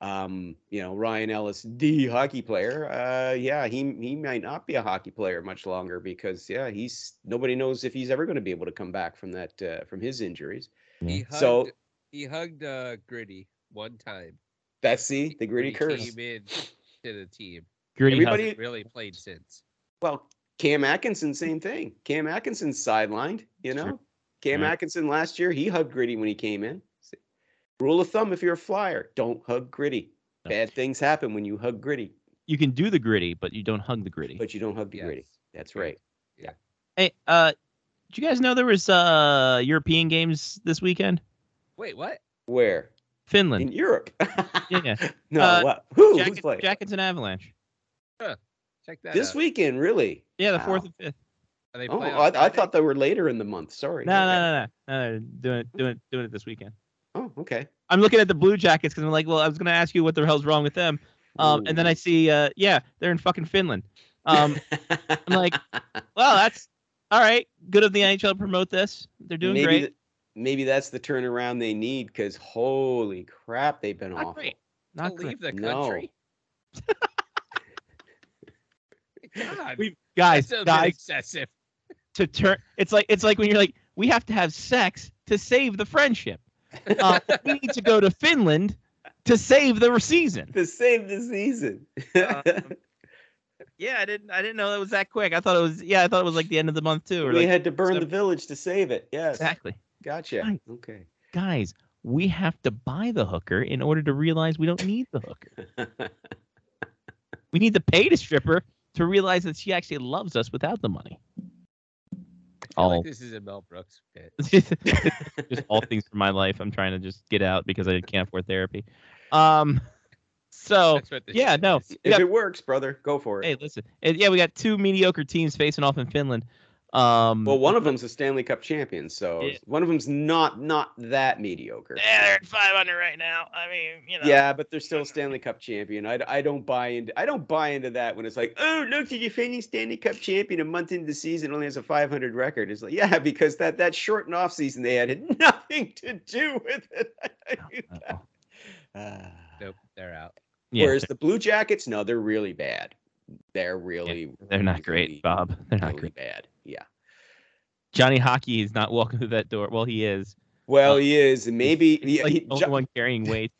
Speaker 4: um, you know Ryan Ellis, the hockey player. Uh, yeah, he he might not be a hockey player much longer because yeah, he's nobody knows if he's ever going to be able to come back from that uh, from his injuries.
Speaker 3: He hugged
Speaker 4: So-
Speaker 3: he hugged uh gritty one time.
Speaker 4: That's the the gritty curse.
Speaker 3: came in to the team.
Speaker 1: Gritty
Speaker 4: Everybody-
Speaker 1: hug.
Speaker 3: Really played since.
Speaker 4: Well, Cam Atkinson, same thing. Cam Atkinson sidelined, you
Speaker 1: Sure.
Speaker 4: know. Cam
Speaker 1: Right.
Speaker 4: Atkinson last year, he hugged Gritty when he came in. S- Rule of thumb if you're a flyer, don't hug Gritty.
Speaker 1: No.
Speaker 4: Bad things happen when you hug Gritty,
Speaker 1: You can do the gritty, but you don't hug the gritty.
Speaker 4: but you don't hug the
Speaker 3: Yes.
Speaker 4: Gritty. That's right.
Speaker 1: Hey, uh, did you guys know there was uh European games this weekend?
Speaker 3: Wait, what?
Speaker 4: Where? In
Speaker 1: Finland,
Speaker 4: Europe. <laughs>
Speaker 1: yeah.
Speaker 4: no,
Speaker 1: Uh,
Speaker 4: what? Who? who's
Speaker 1: Jack- uh,
Speaker 4: playing?
Speaker 1: Jackets and Avalanche.
Speaker 3: Check that
Speaker 4: this
Speaker 3: out.
Speaker 4: weekend, really?
Speaker 1: Yeah, the
Speaker 4: Wow.
Speaker 1: fourth and fifth.
Speaker 3: Are they
Speaker 4: Oh,
Speaker 3: playing on
Speaker 4: I, I
Speaker 3: Friday?
Speaker 4: thought they were later in the month. Sorry.
Speaker 1: No, no, no, no, no. They're doing it, doing it, doing it this weekend.
Speaker 4: no. Oh, okay.
Speaker 1: I'm looking at the Blue Jackets because I'm like, well, I was gonna ask you what the hell's wrong with them. Um, and then I
Speaker 4: Ooh.
Speaker 1: see, uh, yeah, they're in fucking Finland. Um, I'm
Speaker 4: <laughs>
Speaker 1: like, well, that's all right. Good of the NHL to promote this. They're doing
Speaker 4: maybe
Speaker 1: great.
Speaker 4: th- maybe that's the turnaround they need because holy crap, they've been
Speaker 1: Not
Speaker 4: awful.
Speaker 1: great.
Speaker 3: To
Speaker 1: Not great.
Speaker 3: leave the
Speaker 4: No.
Speaker 3: country. <laughs> God,
Speaker 1: We-
Speaker 3: that's
Speaker 1: Guys,
Speaker 3: a bit
Speaker 1: guys,
Speaker 3: excessive.
Speaker 1: to turn it's like it's like when you're like we have to have sex to save the friendship uh, we need to go to finland to save the season
Speaker 4: To save <laughs> the season.
Speaker 1: Um, yeah i didn't i didn't know that was that quick i thought it was yeah i thought it was like the end of the month too or
Speaker 4: we
Speaker 1: like,
Speaker 4: had to burn
Speaker 1: some-
Speaker 4: the village to save it. Yes.
Speaker 1: exactly
Speaker 4: Gotcha.
Speaker 1: Right.
Speaker 4: Okay.
Speaker 1: guys we have to buy the hooker in order to realize we don't need the hooker
Speaker 3: <laughs>
Speaker 1: we need to pay the stripper to realize that she actually loves us without the money
Speaker 3: I feel
Speaker 1: all
Speaker 3: like this is a Mel Brooks bit.
Speaker 1: <laughs> just all things from my life i'm trying to just get out because i can't afford therapy um so
Speaker 3: That's what this
Speaker 1: Oh, yeah,
Speaker 3: show
Speaker 1: no.
Speaker 3: is.
Speaker 4: if
Speaker 1: Yeah.
Speaker 4: it works, brother, go for it.
Speaker 1: Hey, listen. And yeah, we got two mediocre teams facing off in Finland. Um,
Speaker 4: well,
Speaker 1: <laughs>
Speaker 4: one of them's a Stanley Cup champion, so
Speaker 1: Yeah.
Speaker 4: one of them's not not that mediocre.
Speaker 5: Yeah, they're at 500 right now. I mean, you know.
Speaker 4: Yeah, but they're still a Stanley Cup champion. I, I don't buy into I don't buy into that when it's like, oh, look, the defending Stanley Cup champion a month into the season only has a 500 record. It's like, yeah, because that that short and off season they had had <laughs> nothing to do with it. <laughs>
Speaker 1: uh-oh.
Speaker 4: Ah.
Speaker 3: Nope, they're out.
Speaker 1: yeah,
Speaker 4: Whereas the Blue Jackets, no, they're really bad. They're really
Speaker 1: they're not great,
Speaker 4: really,
Speaker 1: Bob. They're not
Speaker 4: really
Speaker 1: great.
Speaker 4: bad. Yeah.
Speaker 1: Johnny Hockey is not walking through that door. Well, he is.
Speaker 4: Well,
Speaker 1: Uh,
Speaker 4: he is. and Maybe
Speaker 1: He's
Speaker 4: he-
Speaker 1: like
Speaker 4: he-
Speaker 1: the only
Speaker 4: Jo-
Speaker 1: one carrying weight.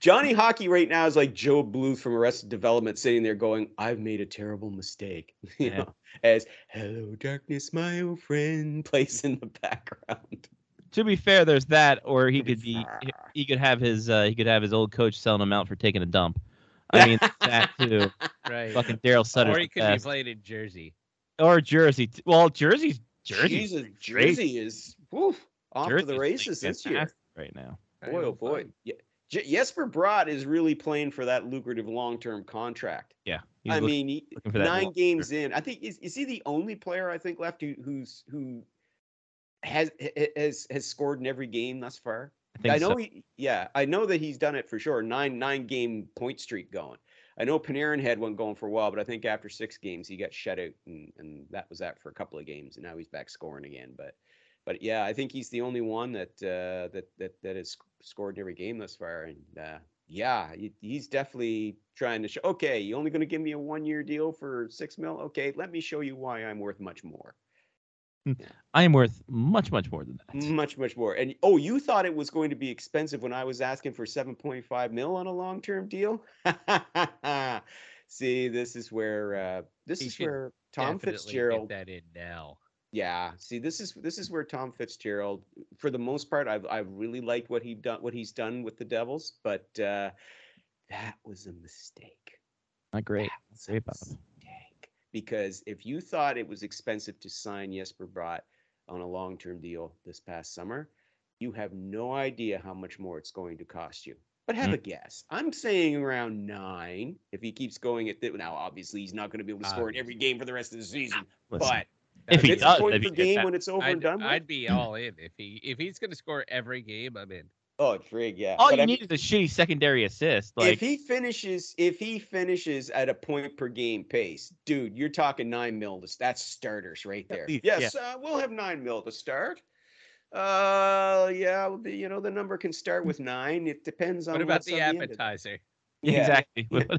Speaker 4: Johnny Hockey right now is like Joe Bluth from Arrested Development sitting there going, I've made a terrible mistake. <laughs> you
Speaker 1: Yeah.
Speaker 4: know, as Hello Darkness, my old friend <laughs> plays in the background.
Speaker 1: To be fair, there's that, or he could be. he- He could have his. Uh, he could have his old coach selling him out for taking a dump. I
Speaker 4: <laughs>
Speaker 1: mean that too.
Speaker 3: Right.
Speaker 1: Fucking Daryl Sutter.
Speaker 3: or he could be playing in Jersey.
Speaker 1: or Jersey. t- Well, Jersey's Jersey.
Speaker 4: Jesus, Jersey is woof, off to
Speaker 1: Jersey's,
Speaker 4: the
Speaker 1: like,
Speaker 4: races this year.
Speaker 1: fantastic right now.
Speaker 4: Boy, oh boy. Yeah. Je- Jesper Brod is really playing for that lucrative long term contract.
Speaker 1: Yeah. He's
Speaker 4: I
Speaker 1: looking-
Speaker 4: mean, he-
Speaker 1: looking for that
Speaker 4: nine
Speaker 1: long-
Speaker 4: games in, I think is, is he the only player I think left who who's who has ha- has has scored in every game thus far.
Speaker 1: I
Speaker 4: I,
Speaker 1: think
Speaker 4: know
Speaker 1: so.
Speaker 4: he, yeah, I know that he's done it for sure. Nine nine game point streak going. I know Panarin had one going for a while, but I think after six games he got shut out, and and that was that for a couple of games, and now he's back scoring again. But but yeah, I think he's the only one that uh, that that that has sc- scored in every game thus far, and uh, yeah, he- he's definitely trying to show. Okay, you only going to give me a one year deal for six mil? Okay, let me show you why I'm worth much more,
Speaker 1: I am worth much, much more than that.
Speaker 4: much much more. And oh, you thought it was going to be expensive when I was asking for seven point five mil on a long term deal? <laughs> See, this is where uh, this
Speaker 3: He
Speaker 4: is
Speaker 3: should
Speaker 4: where Tom
Speaker 3: Definitely get
Speaker 4: Fitzgerald
Speaker 3: that in now.
Speaker 4: Yeah. See, this is this is where Tom Fitzgerald, for the most part, I've I've really liked what he done what he's done with the Devils, but uh, that was a mistake.
Speaker 1: Not great.
Speaker 4: That was a
Speaker 1: Great, Bob.
Speaker 4: mistake. Because if you thought it was expensive to sign Jesper Bratt on a long-term deal this past summer, you have no idea how much more it's going to cost you. But have
Speaker 1: Mm.
Speaker 4: a guess. I'm saying around nine. If he keeps going at that, now obviously he's not going to be able to score in every game for the rest of the season.
Speaker 1: Ah. Listen.
Speaker 4: But
Speaker 1: If he
Speaker 4: it's
Speaker 1: does,
Speaker 4: a point
Speaker 1: if he
Speaker 4: per
Speaker 1: gets
Speaker 4: game
Speaker 1: that-
Speaker 4: when it's over and
Speaker 3: I'd,
Speaker 4: done with.
Speaker 3: I'd be all in if he if he's gonna score every game. I'm in.
Speaker 4: oh, frig, yeah.
Speaker 1: all
Speaker 4: But
Speaker 1: you
Speaker 4: I
Speaker 1: need
Speaker 4: mean,
Speaker 1: is a shitty secondary assist.
Speaker 4: if
Speaker 1: Like
Speaker 4: he finishes, if he finishes at a point per game pace, dude, you're talking nine mil. To, that's starters right there.
Speaker 1: least,
Speaker 4: yes, Uh, we'll have nine mil to start. Uh, yeah, well, the- you know the number can start with nine. It depends on
Speaker 3: What about
Speaker 4: what's
Speaker 3: the
Speaker 4: on end of- <laughs>
Speaker 3: appetizer?
Speaker 1: Yeah, <laughs>
Speaker 4: yeah. <laughs>
Speaker 1: exactly. What,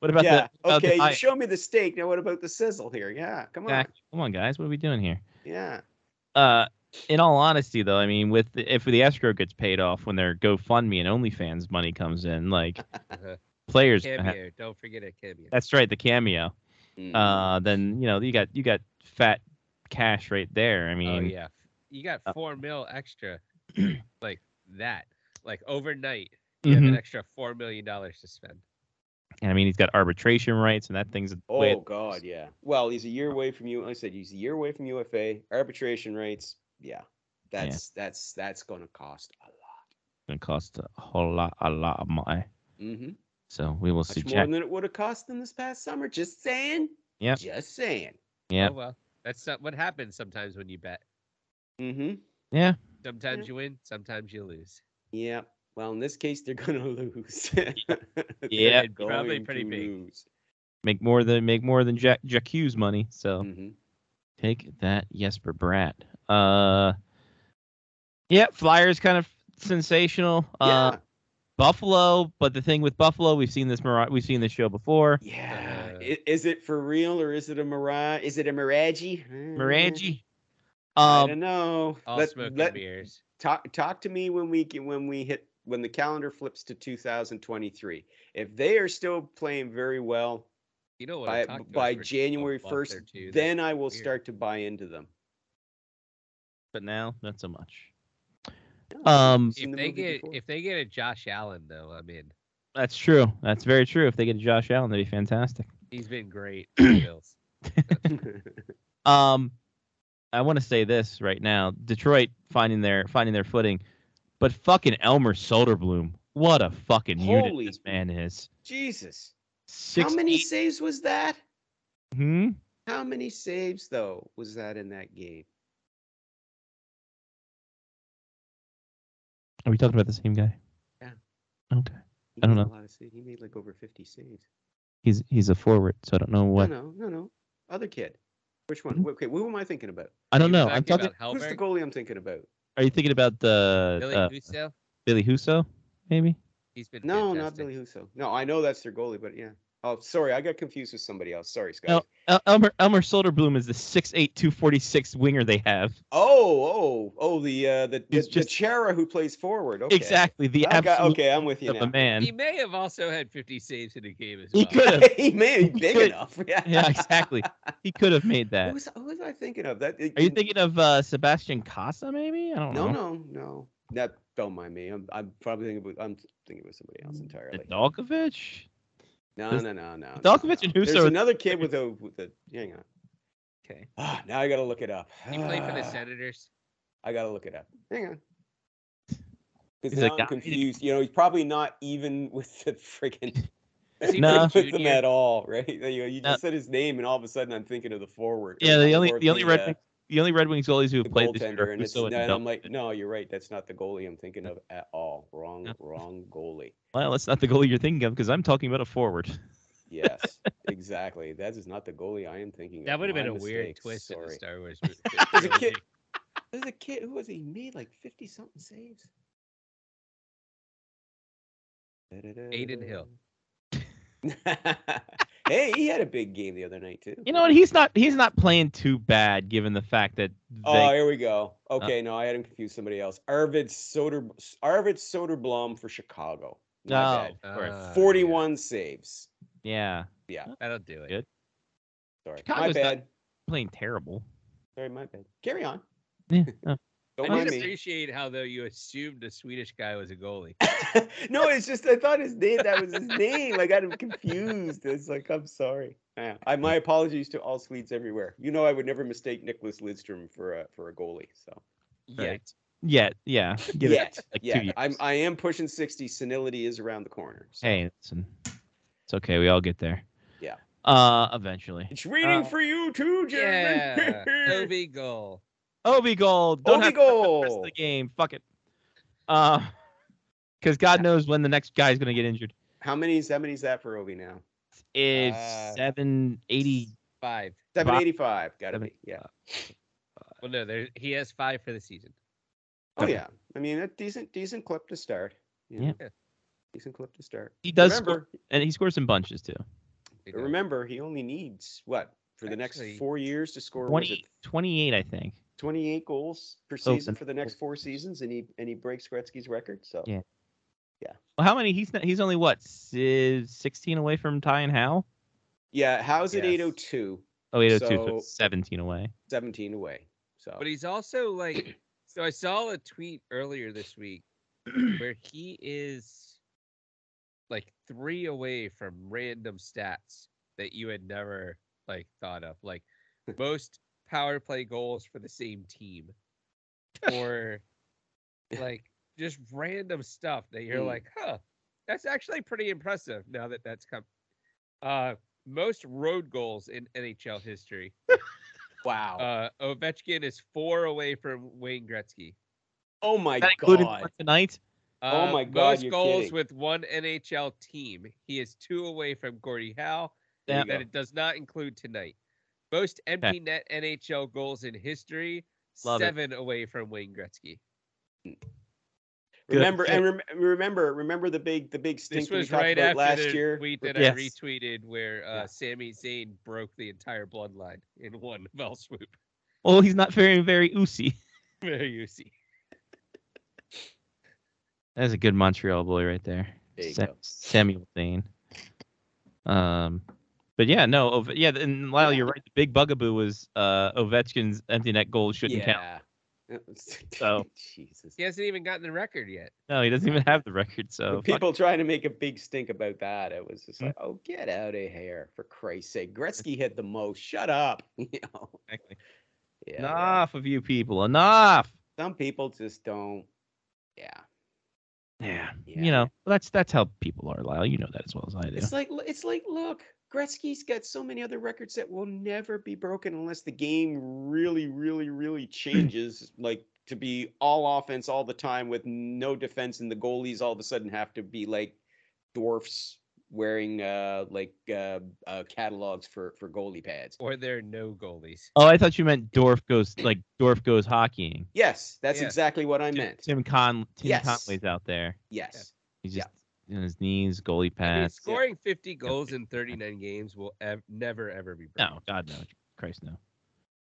Speaker 1: what about
Speaker 4: yeah.
Speaker 1: the about the
Speaker 4: okay, you
Speaker 1: diet?
Speaker 4: show me the steak. Now, what about the sizzle here? Yeah, come on.
Speaker 1: Exactly. Come on, guys, what are we doing here?
Speaker 4: Yeah.
Speaker 1: Uh, in all honesty, though, I mean, with the, if the escrow gets paid off when their GoFundMe and OnlyFans money comes in,
Speaker 4: <laughs>
Speaker 1: like
Speaker 3: Uh-huh.
Speaker 1: players,
Speaker 3: Cameo. Don't forget a cameo.
Speaker 1: that's right, the cameo.
Speaker 4: Mm.
Speaker 1: Uh, then you know you got you got fat cash right there. I mean,
Speaker 3: oh yeah, you got
Speaker 1: uh,
Speaker 3: four mil
Speaker 1: <clears throat>
Speaker 3: extra, like that, like overnight. You have
Speaker 1: mhm.
Speaker 3: an extra four million dollars to spend.
Speaker 1: and I mean he's got arbitration rights, and that thing's
Speaker 4: Oh
Speaker 1: way-
Speaker 4: God, yeah. Well, he's a year away from you. Like I said he's a year away from UFA arbitration rights. Yeah, that's that's that's gonna cost a lot.
Speaker 1: gonna cost a whole lot, a lot of money.
Speaker 4: Mm-hmm.
Speaker 1: So we will
Speaker 4: Much
Speaker 1: see.
Speaker 4: more
Speaker 1: Jack-
Speaker 4: than it would have cost them this past summer. Just saying.
Speaker 1: Yep.
Speaker 4: Just saying.
Speaker 1: Yeah.
Speaker 3: Oh well, that's not what happens sometimes when you bet.
Speaker 4: Mm-hmm.
Speaker 1: yeah,
Speaker 3: Sometimes
Speaker 4: Yeah.
Speaker 3: you win, sometimes you lose.
Speaker 4: Yeah. Well, in this case, they're <laughs> gonna lose.
Speaker 1: Yeah,
Speaker 4: They're
Speaker 3: probably
Speaker 4: going
Speaker 3: pretty
Speaker 4: to
Speaker 3: big.
Speaker 4: lose.
Speaker 1: make more than make more than Jack Jack Hughes money. So
Speaker 4: Mhm.
Speaker 1: take that, Jesper Brat. Uh, yeah, Flyers kind of sensational. Uh,
Speaker 4: Yeah.
Speaker 1: Buffalo, but the thing with Buffalo, we've seen this mira- we've seen this show before.
Speaker 4: Yeah.
Speaker 3: Uh,
Speaker 4: I- is it for real or is it a mirage? Is it a mirage? Eh,
Speaker 1: Miragi.
Speaker 4: Mm-hmm. I don't
Speaker 1: Um,
Speaker 4: know.
Speaker 3: All
Speaker 4: Let-
Speaker 3: smoking
Speaker 4: let-
Speaker 3: beers.
Speaker 4: talk talk to me when we get- when we hit when the calendar flips to 2023. If they are still playing very well
Speaker 3: You know what?
Speaker 4: by
Speaker 3: I'll talk to us
Speaker 4: by
Speaker 3: for a
Speaker 4: January
Speaker 3: month or
Speaker 4: 1st,
Speaker 3: two, that's
Speaker 4: then I will
Speaker 3: weird.
Speaker 4: start to buy into them.
Speaker 1: but now not so much.
Speaker 4: No, I've
Speaker 1: Um,
Speaker 3: If
Speaker 4: seen the
Speaker 3: they
Speaker 4: movie
Speaker 3: get
Speaker 4: before.
Speaker 3: if they get a Josh Allen though, I'm in.
Speaker 1: That's true. That's very true. If they get Josh Allen, that'd be fantastic.
Speaker 3: He's been
Speaker 1: <clears throat>
Speaker 3: great. for the Bills.
Speaker 1: Um, I want to say this right now: Detroit finding their finding their footing, but fucking Elmer Soderblom, what a fucking
Speaker 4: Holy-
Speaker 1: unit this man is.
Speaker 4: Jesus.
Speaker 1: Six,
Speaker 4: How many
Speaker 1: eight-
Speaker 4: saves was that?
Speaker 1: Hmm?
Speaker 4: How many saves though was that in that game?
Speaker 1: Are we talking about the same guy?
Speaker 4: Yeah.
Speaker 1: Okay.
Speaker 4: He
Speaker 1: I don't
Speaker 4: made a
Speaker 1: know.
Speaker 4: lot of sa- He made like over 50 saves.
Speaker 1: He's he's a forward, so I don't know what.
Speaker 4: No, no, no, no. Other kid. Which one?
Speaker 1: Mhm.
Speaker 4: Wh- Okay, who am I thinking about?
Speaker 1: I don't
Speaker 3: You were
Speaker 1: know. I'm talking.
Speaker 3: about
Speaker 4: Who's the
Speaker 3: Hellberg,
Speaker 4: goalie I'm thinking about?
Speaker 1: Are you thinking about the
Speaker 3: Billy
Speaker 1: uh,
Speaker 3: Huso.
Speaker 1: Billy Huso? Maybe.
Speaker 3: He's been
Speaker 4: No,
Speaker 3: fantastic.
Speaker 4: not Billy Huso. No, I know that's their goalie, but yeah. Oh, sorry, I got confused with somebody else. Sorry, Scott.
Speaker 1: No. El- Elmer Elmer Soderblom is the six eight two forty six winger they have.
Speaker 4: Oh, oh, oh, the uh, the the,
Speaker 1: He's
Speaker 4: the
Speaker 1: just-
Speaker 4: Chera who plays forward. Okay.
Speaker 1: Exactly. The
Speaker 4: Okay,
Speaker 1: absolute
Speaker 4: okay, I'm with you
Speaker 1: of a
Speaker 4: now.
Speaker 1: man.
Speaker 3: He may have also had 50 saves in a game as well.
Speaker 1: <laughs> He could have.
Speaker 4: <laughs> he may be
Speaker 1: He
Speaker 4: big
Speaker 1: could-
Speaker 4: enough. <laughs> Yeah.
Speaker 1: <laughs> yeah, exactly. He could have made that.
Speaker 4: Who was, who was I thinking of? That
Speaker 1: Are you thinking of uh, Sebastian Casa? Maybe I don't
Speaker 4: No,
Speaker 1: know.
Speaker 4: no, no. That don't mind me. I'm, I'm probably thinking about. I'm thinking about somebody else entirely.
Speaker 1: Dalkovich.
Speaker 4: No,
Speaker 1: There's-
Speaker 4: no, no, no. no,
Speaker 1: Dalkovich and
Speaker 4: no. There's
Speaker 1: Huso are-
Speaker 4: another kid with a with a. Hang on.
Speaker 1: Okay.
Speaker 4: Ah, now I gotta look it up.
Speaker 3: He played
Speaker 4: <sighs>
Speaker 3: for the
Speaker 4: Ah,
Speaker 3: Senators.
Speaker 4: I gotta look it up. Hang on. Because
Speaker 1: He's a
Speaker 4: now I'm
Speaker 1: guy.
Speaker 4: confused. You know, he's probably not even <laughs> with the friggin'
Speaker 3: Is
Speaker 1: <laughs>
Speaker 3: he
Speaker 1: No.
Speaker 3: no.
Speaker 4: with them at all, right? You, know, you
Speaker 1: No.
Speaker 4: just said his name, and all of a sudden I'm thinking of the forward. or
Speaker 1: Yeah, the
Speaker 4: not
Speaker 1: only
Speaker 4: forward,
Speaker 1: the only Red
Speaker 4: uh,
Speaker 1: Wings, the only Red Wings goalies who
Speaker 4: the
Speaker 1: have played this year
Speaker 4: goaltender,
Speaker 1: are
Speaker 4: and, it's,
Speaker 1: Huso and,
Speaker 4: and I'm
Speaker 1: Dalkovich.
Speaker 4: like, no, you're right. That's not the goalie I'm thinking of at all. Wrong,
Speaker 1: No.
Speaker 4: wrong goalie.
Speaker 1: Well, that's not the goalie you're thinking of because I'm talking about a forward.
Speaker 4: Yes, exactly. That is not the goalie I am thinking of.
Speaker 3: That would have
Speaker 4: My
Speaker 3: been a weird
Speaker 4: mistake,
Speaker 3: twist in the
Speaker 4: Sorry.
Speaker 3: Star
Speaker 4: <laughs>
Speaker 3: Wars
Speaker 4: There's a
Speaker 3: movie.
Speaker 4: kid. There's a kid. Who was he? He made like fifty something saves.
Speaker 3: Aiden Hill.
Speaker 4: <laughs> hey, he had a big game the other night too.
Speaker 1: You know what? He's not he's not playing too bad given the fact that
Speaker 4: Oh,
Speaker 1: they,
Speaker 4: here we go. Okay, no, I had him confused somebody else. Arvid Soder Arvid Soderblom for Chicago. My
Speaker 1: Oh, of course.
Speaker 3: Uh,
Speaker 4: bad. Forty-one saves.
Speaker 1: yeah,
Speaker 4: Yeah,
Speaker 3: That'll do it.
Speaker 1: Good.
Speaker 4: sorry. my
Speaker 1: Chicago's not-
Speaker 4: bad.
Speaker 1: playing terrible.
Speaker 4: Sorry, my bad. Carry on.
Speaker 1: Yeah. no.
Speaker 4: Don't
Speaker 3: I
Speaker 4: mind
Speaker 3: just
Speaker 4: me.
Speaker 3: appreciate how though you assumed the Swedish guy was a
Speaker 4: <laughs>
Speaker 3: goalie.
Speaker 4: no, it's just I thought his name that was his name. I got him confused. It's like I'm sorry. Yeah, I, my apologies to all Swedes everywhere. You know I would never mistake Nicholas Lidstrom for a for a goalie. So
Speaker 1: Right. Yet,
Speaker 4: <laughs>
Speaker 1: yeah. Give it
Speaker 4: yet,
Speaker 1: like two
Speaker 4: yeah,
Speaker 1: years.
Speaker 4: I'm I am pushing sixty. Senility is around the corner. So.
Speaker 1: Hey, listen, it's okay. We all get there.
Speaker 4: Yeah.
Speaker 1: Uh, eventually.
Speaker 4: it's waiting
Speaker 1: uh,
Speaker 4: for you too,
Speaker 3: Yeah.
Speaker 4: <laughs> Jeremy.
Speaker 3: Ovi goal.
Speaker 1: Obi Gold. Don't
Speaker 4: Obi
Speaker 1: have to look at the rest of the
Speaker 4: Gold.
Speaker 1: game. Fuck it. Uh, because
Speaker 4: <laughs>
Speaker 1: God knows when the next guy's gonna get injured.
Speaker 4: How many is how many is that for Obi now?
Speaker 1: Is
Speaker 3: Uh,
Speaker 1: seven eighty?
Speaker 3: Five.
Speaker 4: Seven eighty five. Gotta
Speaker 1: Seven-
Speaker 4: be. Yeah.
Speaker 3: Well, no, there he has five for the season.
Speaker 4: Oh yeah. I mean a decent decent clip to start. you know.
Speaker 3: Yeah.
Speaker 4: Decent clip to start.
Speaker 1: He does score-
Speaker 4: remember
Speaker 1: and he scores in bunches too.
Speaker 3: You know.
Speaker 4: Remember, he only needs what for the
Speaker 3: Actually,
Speaker 4: next four years to score was it
Speaker 1: 20, 28, I think.
Speaker 4: 28 goals per
Speaker 1: Oh,
Speaker 4: season
Speaker 1: and-
Speaker 4: for the next four seasons, and he and he breaks Gretzky's record. So
Speaker 1: Yeah. Well, how many? He's not, he's only what si- sixteen away from tying Oh, Howe.
Speaker 4: yeah, how's it
Speaker 3: Yes.
Speaker 4: 802?
Speaker 1: 0802 so
Speaker 4: So-
Speaker 1: 17 away.
Speaker 4: 17 away. So
Speaker 3: But he's also like, so I saw a tweet earlier this week where he is like three away from random stats that you had never like thought of, like most power play goals for the same team, or like just random stuff that you're
Speaker 4: Hmm.
Speaker 3: like, huh, that's actually pretty impressive. Now that that's come, uh, most road goals in NHL history.
Speaker 4: wow.
Speaker 3: Uh, Ovechkin is four away from Wayne Gretzky.
Speaker 4: oh my
Speaker 1: That included
Speaker 4: god.
Speaker 1: one tonight.
Speaker 4: Oh
Speaker 3: Uh,
Speaker 4: my God,
Speaker 3: Most
Speaker 4: you're
Speaker 3: goals
Speaker 4: kidding.
Speaker 3: with one NHL team. He is two away from Gordie Howe.
Speaker 1: There you
Speaker 3: That
Speaker 1: go.
Speaker 3: it does not include tonight. Most empty net NHL goals in history.
Speaker 1: Love it.
Speaker 3: seven away from Wayne Gretzky.
Speaker 1: Good.
Speaker 4: Remember and rem- remember remember the big the big stink
Speaker 3: This
Speaker 4: that we
Speaker 3: was
Speaker 4: talked
Speaker 3: right
Speaker 4: about
Speaker 3: after
Speaker 4: last
Speaker 3: the
Speaker 4: year.
Speaker 3: tweet that
Speaker 1: Yes.
Speaker 3: I retweeted where uh,
Speaker 4: Yeah.
Speaker 3: Sami Zayn broke the entire bloodline in one <laughs> fell swoop.
Speaker 1: Well, he's not very, very oozy. <laughs>
Speaker 3: There you see.
Speaker 1: That's a good Montreal boy right there.
Speaker 4: There you
Speaker 1: Sa-
Speaker 4: go.
Speaker 1: Samuel Dean. Um, but yeah, no, Ov- yeah, and Lyle, you're right. The big bugaboo was uh, Ovechkin's empty net goal shouldn't count.
Speaker 4: Yeah. <laughs>
Speaker 1: So-
Speaker 4: Jesus.
Speaker 3: He hasn't even gotten the record yet.
Speaker 1: No, he doesn't even have the record. So
Speaker 4: But
Speaker 1: fuck. Hmm?
Speaker 4: people trying to make a big stink about that. It was just like, oh, get out of here for Christ's sake. Gretzky hit the most. Shut up. you know.
Speaker 1: Exactly.
Speaker 4: Yeah. yeah.
Speaker 1: enough of you people. Enough.
Speaker 4: Some people just don't. Yeah.
Speaker 1: Yeah.
Speaker 4: Yeah.
Speaker 1: You know, well, that's that's how people are, Lyle. You know that as well as I do.
Speaker 4: It's like it's like look, Gretzky's got so many other records that will never be broken unless the game really, really,
Speaker 1: Mm.
Speaker 4: really changes, like to be all offense all the time with no defense, and the goalies all of a sudden have to be like dwarfs wearing uh like uh, uh catalogs for for goalie pads.
Speaker 3: Or there are no goalies.
Speaker 1: Oh, I thought you meant Dorf goes like Dorf goes hockeying.
Speaker 4: Yes, that's
Speaker 3: Yeah.
Speaker 4: exactly what I meant.
Speaker 1: Tim Con Tim
Speaker 4: Yes.
Speaker 1: Conway's out there.
Speaker 4: Yes.
Speaker 1: He's just on his knees, goalie
Speaker 4: Uh,
Speaker 3: I mean,
Speaker 1: pass.
Speaker 3: scoring 50 goals in 39 games will ev- never ever be broken.
Speaker 1: No, God no, Christ no.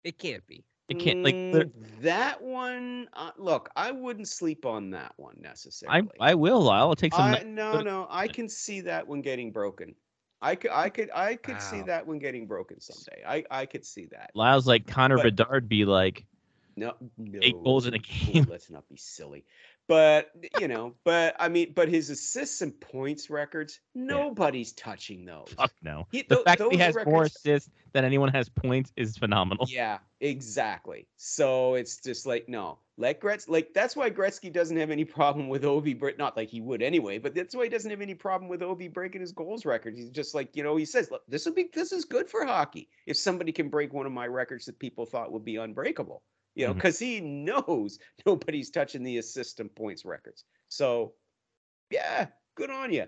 Speaker 3: it can't
Speaker 4: <laughs>
Speaker 3: be.
Speaker 1: It can't like
Speaker 4: Mm,
Speaker 1: there-
Speaker 4: that one. Uh, look, I wouldn't sleep on that one
Speaker 1: I
Speaker 4: necessarily.
Speaker 1: I will, Lyle. I'll take some.
Speaker 4: I, no,
Speaker 1: put it-
Speaker 4: no, I can see that one getting broken. I could, I could, I could see
Speaker 3: Wow.
Speaker 4: that one getting broken someday. I, I could see that.
Speaker 1: Lyle's like Connor
Speaker 4: But-
Speaker 1: Bedard be like
Speaker 4: No, no
Speaker 1: eight goals in a
Speaker 4: oh,
Speaker 1: game.
Speaker 4: let's not be silly. But you know, but I mean, but his assists and points records, nobody's touching those.
Speaker 1: Fuck no.
Speaker 4: He-
Speaker 1: The
Speaker 4: tho-
Speaker 1: fact that he
Speaker 4: those
Speaker 1: has more
Speaker 4: records-
Speaker 1: assists than anyone has points is phenomenal. <laughs>
Speaker 4: Yeah, exactly. So it's just like no, let Gretz like that's why Gretzky doesn't have any <laughs> problem with Ovi, but not like he would anyway. But that's why he doesn't have any problem with Ovi breaking his goals record. He's just like you know he says "Look, this would be this is good for hockey if somebody can break one of my records that people thought would be unbreakable. You know,
Speaker 1: Mhm.
Speaker 4: because he knows <laughs> nobody's touching the assist and points records. So yeah, good on you.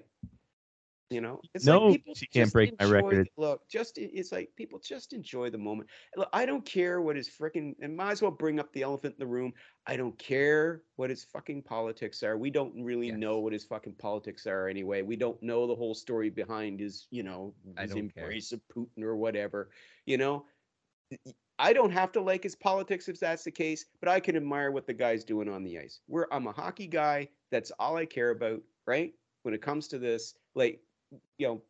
Speaker 4: You know, it's
Speaker 1: No,
Speaker 4: like people
Speaker 1: she can't
Speaker 4: just
Speaker 1: break my
Speaker 4: enjoy
Speaker 1: record.
Speaker 4: the- Look, just it- it's like people just enjoy the moment. Look, I don't care what is freaking, and might as well bring up the elephant in the room. I don't care what his fucking politics are. We don't really
Speaker 3: Yes.
Speaker 4: know what his fucking politics are anyway. We don't know the whole story behind his, you know,
Speaker 3: I
Speaker 4: his
Speaker 3: don't care.
Speaker 4: embrace of Putin or whatever. You know, I don't have to like his politics if that's the case, but I can admire what the guy's doing on the ice. Where I'm a hockey guy, that's all I care about, right? When it comes to this, like, you know,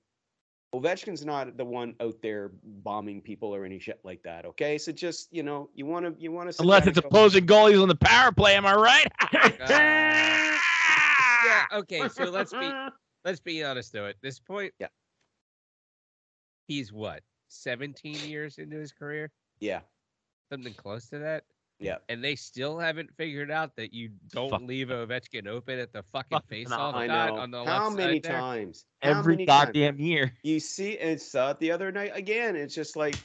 Speaker 4: Ovechkin's not the one out there bombing people or any shit like that. Okay, so just you know, you want to you want to
Speaker 1: Unless it's opposing goalies on the power play, am I right?
Speaker 3: Uh, yeah. Okay. So let's
Speaker 4: <laughs>
Speaker 3: be let's be honest though. At this point,
Speaker 4: Yeah.
Speaker 3: he's what 17 years into his career,
Speaker 4: yeah,
Speaker 3: something close to that.
Speaker 4: Yeah.
Speaker 3: And they still haven't figured out that you don't
Speaker 1: Fuck.
Speaker 3: leave Ovechkin open at the fucking
Speaker 1: Fucking
Speaker 3: faceoff
Speaker 4: I
Speaker 3: dot
Speaker 4: know.
Speaker 3: on the
Speaker 4: How
Speaker 3: left
Speaker 4: many
Speaker 3: side there.
Speaker 4: times? How
Speaker 1: Every
Speaker 4: many times?
Speaker 1: goddamn year.
Speaker 4: You see, and saw it the other night again. It's just like,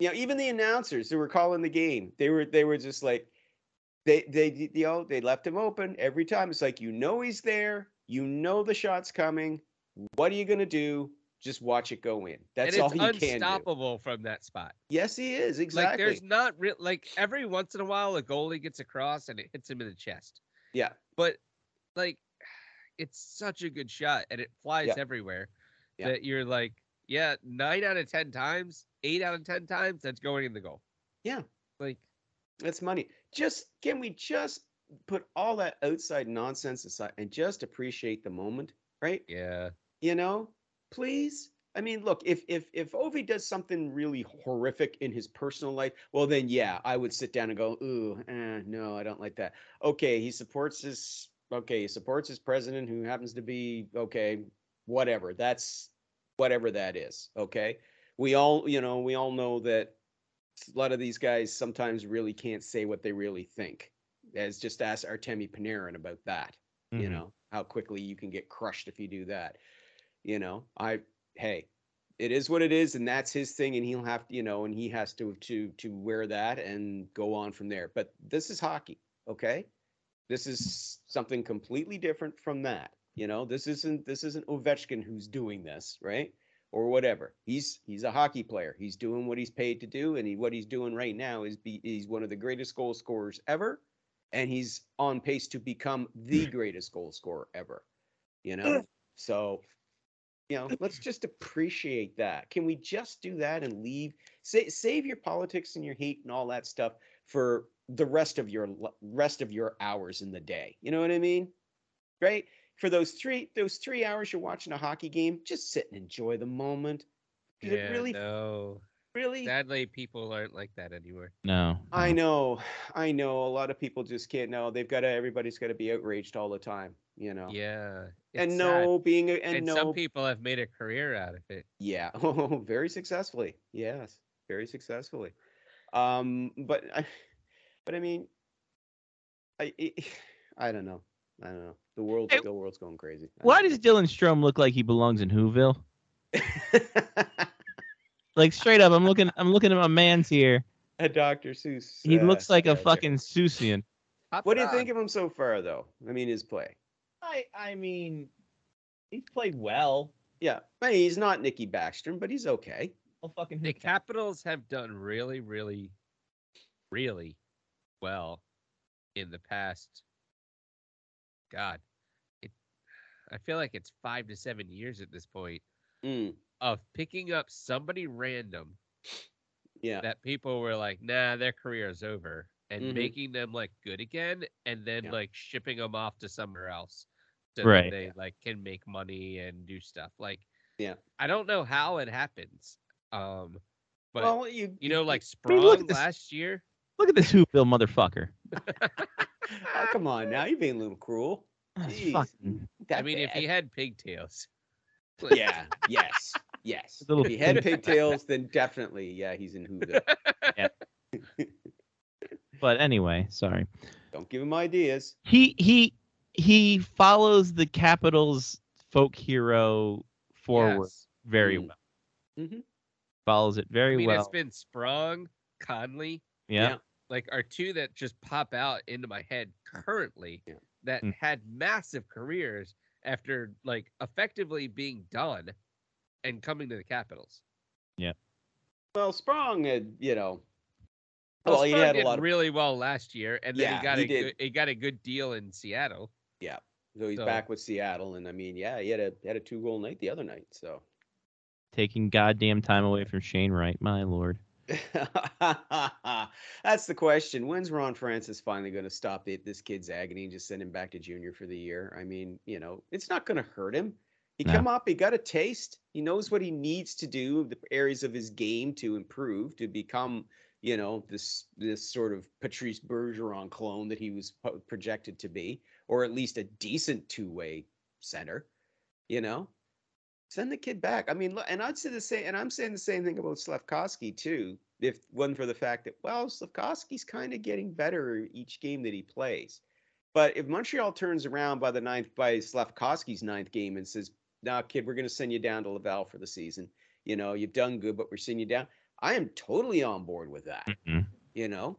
Speaker 4: you know, even the announcers who were calling the game, they were they were just like, they they you know they left him open every time. It's like you know he's there, you know the shot's coming. What are you gonna do? Just watch it go in.
Speaker 3: And
Speaker 4: That's all
Speaker 3: it's
Speaker 4: you can do.
Speaker 3: unstoppable from that spot.
Speaker 4: Yes, he is exactly.
Speaker 3: Like there's not real like every once in a while a goalie gets across and it hits him in the chest.
Speaker 4: Yeah.
Speaker 3: But like <sighs> it's such a good shot and it flies
Speaker 4: Yeah.
Speaker 3: everywhere
Speaker 4: Yeah.
Speaker 3: that you're like, yeah, nine out of ten times, eight out of ten times, that's going in the goal.
Speaker 4: Yeah.
Speaker 3: Like
Speaker 4: That's money. Just can we just put all that outside nonsense aside and just appreciate the moment, right?
Speaker 3: yeah.
Speaker 4: You know, please. I mean, look, if if if Ovi does something really horrific in his personal life, well, then yeah, I would sit down and go, ooh, eh, no, I don't like that. Okay, he supports his okay, he supports his president who happens to be okay, whatever. That's whatever that is. Okay, we all you know we all know that a lot of these guys sometimes really can't say what they really think. As just ask Artemi Panarin about that you
Speaker 1: Mhm.
Speaker 4: know how quickly you can get crushed if you do that you know i hey it is what it is and that's his thing and he'll have to you know and he has to to to wear that and go on from there but this is hockey okay this is something completely different from that you know this isn't this isn't ovechkin who's doing this right or whatever he's he's a hockey player he's doing what he's paid to do and he, what he's doing right now is be, he's one of the greatest goal scorers ever and he's on pace to become the greatest goal scorer ever. You know, so you know, let's just appreciate that. Can we just do that and leave? Sa- save your politics and your hate and all that stuff for the rest of your l- rest of your hours in the day. You know what I mean? Right? For those three those three hours you're watching a hockey game, just sit and enjoy the moment. 'Cause it really,
Speaker 3: no.
Speaker 4: really
Speaker 3: Sadly, people aren't like that anymore.
Speaker 1: No.
Speaker 4: I
Speaker 1: no.
Speaker 3: Mm-hmm.
Speaker 4: know, I know. A lot of people just can't know. They've got to. Everybody's got to be outraged all the time, you know.
Speaker 3: Yeah. it's
Speaker 4: and
Speaker 3: sad.
Speaker 4: no, being a, and,
Speaker 3: And,
Speaker 4: no,
Speaker 3: some people have made a career out of it.
Speaker 4: yeah, <laughs> oh, very successfully. Yes, very successfully. Um, but I, but I mean, I, it, <sighs> I don't know. I don't know. The world,
Speaker 1: Hey,
Speaker 4: the world's going crazy. I
Speaker 1: Why
Speaker 4: don't
Speaker 1: does Dylan Strom look like he belongs in Whoville?
Speaker 4: know. <laughs>
Speaker 1: Like straight up, I'm looking. I'm looking at my man's here.
Speaker 4: a Dr. Seuss?
Speaker 1: He
Speaker 4: uh,
Speaker 1: looks like a
Speaker 4: character.
Speaker 1: fucking Susian.
Speaker 4: What do you think of him so far, though? I mean, his play.
Speaker 1: Um, I I mean, he's played well.
Speaker 4: Yeah, I mean, he's not Nicky Backstrom, but he's okay.
Speaker 1: Well, fucking
Speaker 3: The Capitals have done really, really, really well in the past. God, it, I feel like it's five to seven years at this point
Speaker 4: Mm,
Speaker 3: of picking up somebody random
Speaker 4: yeah.
Speaker 3: that people were like, nah, their career is over, and
Speaker 4: Mhm.
Speaker 3: making them like good again, and then
Speaker 4: Yeah.
Speaker 3: like shipping them off to somewhere else, so that
Speaker 1: Right.
Speaker 3: they like can make money and do stuff. Like,
Speaker 4: Yeah.
Speaker 3: I don't know how it happens, um, but
Speaker 4: well, you
Speaker 3: you know, like
Speaker 1: mean, look
Speaker 3: Sprong
Speaker 1: at this-
Speaker 3: last year.
Speaker 1: Look at this Whoville motherfucker.
Speaker 4: oh, come on now, you're being a little cruel.
Speaker 1: That's
Speaker 4: Jeez.
Speaker 1: Ah, fucking
Speaker 3: I
Speaker 4: That
Speaker 3: mean, if
Speaker 4: bad.
Speaker 3: he had pigtails, <laughs>
Speaker 4: yeah, yes, yes.
Speaker 1: little
Speaker 4: If he had pigtails, then definitely, yeah, he's in Whoville.
Speaker 3: <laughs>
Speaker 1: But anyway, sorry.
Speaker 4: Don't give him ideas.
Speaker 1: He he he follows the Capitals folk hero forward
Speaker 3: Yes. Mm-hmm.
Speaker 1: very
Speaker 4: Mm.
Speaker 1: well.
Speaker 4: Mhm.
Speaker 1: Follows it
Speaker 3: I
Speaker 1: very
Speaker 3: mean, it's
Speaker 1: well.
Speaker 3: been Sprong, Conley,
Speaker 1: yeah.
Speaker 4: yeah.
Speaker 3: like are two that just pop out into my head currently
Speaker 4: Yeah.
Speaker 3: that
Speaker 1: Mm.
Speaker 3: had massive careers after like effectively being done and coming to the Capitals.
Speaker 4: Well, Sprong had, you know,
Speaker 3: Well,
Speaker 4: well, he
Speaker 3: Sprong
Speaker 4: had a
Speaker 3: did
Speaker 4: lot of.
Speaker 3: really well last year, and then
Speaker 4: Yeah,
Speaker 3: he got
Speaker 4: he
Speaker 3: a
Speaker 4: did.
Speaker 3: good, he got a good deal in Seattle.
Speaker 4: so he's
Speaker 3: so-
Speaker 4: back with Seattle, and I mean, yeah, he had a had a two goal night the other night. So,
Speaker 1: Taking goddamn time away from Shane Wright, my lord.
Speaker 4: <laughs> that's the question. When's Ron Francis finally going to stop it, this kid's agony and just send him back to junior for the year? I mean, you know, it's not going to hurt him. He
Speaker 1: No.
Speaker 4: come up, he got a taste. He knows what he needs to do, the areas of his game to improve, to become, you know, this this sort of Patrice Bergeron clone that he was po- projected to be, or at least a decent two way center. You know, send the kid back. I mean, look, and I'd say the same, and I'm saying the same thing about Slavkovsky too. If one for the fact that well, Slavkovsky's kind of getting better each game that he plays, but if Montreal turns around by the ninth, by Slavkovsky's ninth game and says, "Now, kid, we're going to send you down to Laval for the season. You know, you've done good, but we're sending you down." I am totally on board with that
Speaker 1: Mhm.
Speaker 4: you know.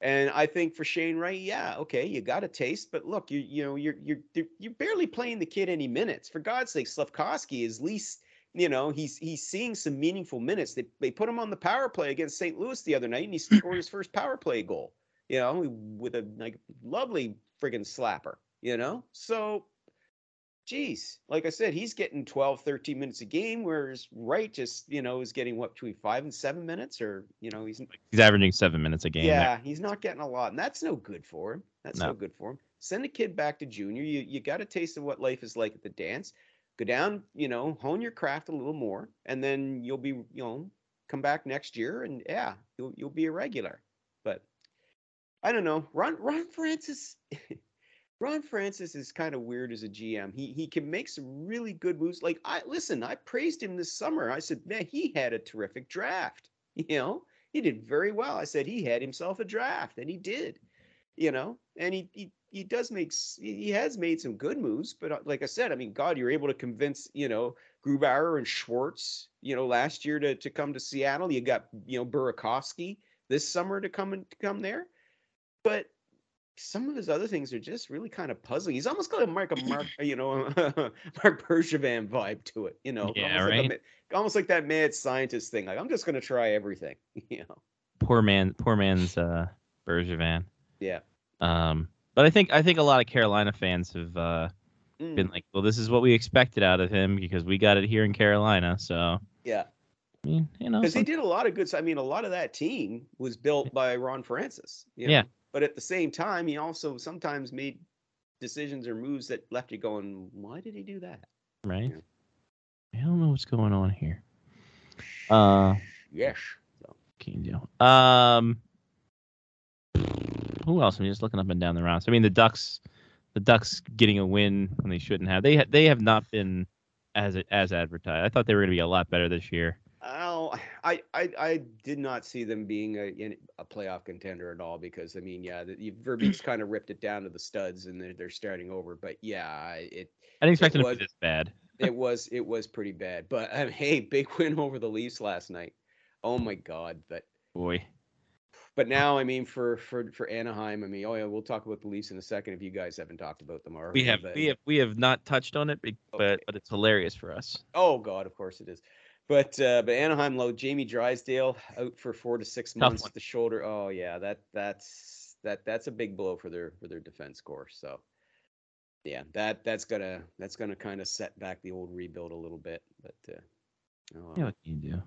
Speaker 4: And I think for Shane Wright, yeah, okay, you got a taste, but look, you you know you're you're you're- you're barely playing the kid any minutes. For God's sake, Slavkovsky is least you know he's he's seeing some meaningful minutes. They they put him on the power play against St. Louis the other night, and he scored his first power play goal. You know, with a like lovely friggin' slapper. You know, so geez, like I said, he's getting 12, 13 minutes a game, whereas Wright just you know is getting what between five and seven minutes, or you know he's
Speaker 1: He's averaging seven minutes a game.
Speaker 4: yeah, he's not getting a lot, and that's no good for him. That's no,
Speaker 1: No.
Speaker 4: good for him. Send a kid back to junior. You you got a taste of what life is like at the dance. Go down, you know, hone your craft a little more, and then you'll be, you know, come back next year, and yeah, you'll you'll be a regular. But I don't know, Ron Ron Francis. <laughs> Ron Francis is kind of weird as a GM. He he can make some really good moves. Like I listen, I praised him this summer. I said, man, he had a terrific draft. <laughs> You know, he did very well. I said he had himself a draft, and he did. You know, and he he, he does make s- he he has made some good moves. But uh, like I said, I mean, God, you're able to convince you know Grubauer and Schwartz. You know, last year to to come to Seattle, you got you know Burakovsky this summer to come and to come there. But some of his other things are just really kind of puzzling. He's almost got a Mark, a
Speaker 1: <coughs>
Speaker 4: Mark, you know, <laughs> Mark Bergevin vibe to it. You know,
Speaker 1: Yeah,
Speaker 4: almost Like
Speaker 1: right?
Speaker 4: a, ma- almost like that mad scientist thing. Like I'm just going to try everything. You know.
Speaker 1: poor man poor man's uh Bergevin.
Speaker 4: Yeah.
Speaker 1: Um but I think I think a lot of Carolina fans have uh,
Speaker 4: Mm,
Speaker 1: been like, well, this is what we expected out of him because we got it here in Carolina. So I
Speaker 4: yeah,
Speaker 1: mean, you know,
Speaker 4: because he did a lot of good. I mean, a lot of that team was built by Ron Francis. you know?
Speaker 1: Yeah.
Speaker 4: But at the same time, he also sometimes made decisions or moves that left you going, "Why did he do that?"
Speaker 1: right?
Speaker 4: Yeah.
Speaker 1: I don't know what's going on here. Uh,
Speaker 4: Yes.
Speaker 1: can you do? Um, who else? I'm just looking up and down the rounds. I mean, the Ducks, the Ducks getting a win when they shouldn't have. They ha- they have not been as as advertised. I thought they were going to be a lot better this year.
Speaker 4: Oh, <sighs> I, I I did not see them being a in- a playoff contender at all because I mean, yeah, the, <clears throat> Verbeek's kind of ripped it down to the studs and they're, they're starting over. But yeah, I- it
Speaker 1: I didn't expect
Speaker 4: It
Speaker 1: them to
Speaker 4: was-
Speaker 1: be this bad.
Speaker 4: it was it was pretty bad. But um, hey, big win over the Leafs last night. Oh my God! But
Speaker 1: Boy,
Speaker 4: but now I mean for for for Anaheim, I mean, oh yeah, we'll talk about the Leafs in a second if you guys haven't talked about them already.
Speaker 1: we have
Speaker 4: but-
Speaker 1: we have we have not touched on it, be-
Speaker 4: Okay.
Speaker 1: but but it's hilarious for us.
Speaker 4: Oh God, of course it is. But uh, but Anaheim low Jamie Drysdale out for four to six months
Speaker 1: one.
Speaker 4: with the shoulder. Oh yeah, that that's that that's a big blow for their for their defense core. So yeah, that that's gonna that's gonna kind of set back the old rebuild a little bit. But uh, oh, well.
Speaker 1: Yeah, what can you do?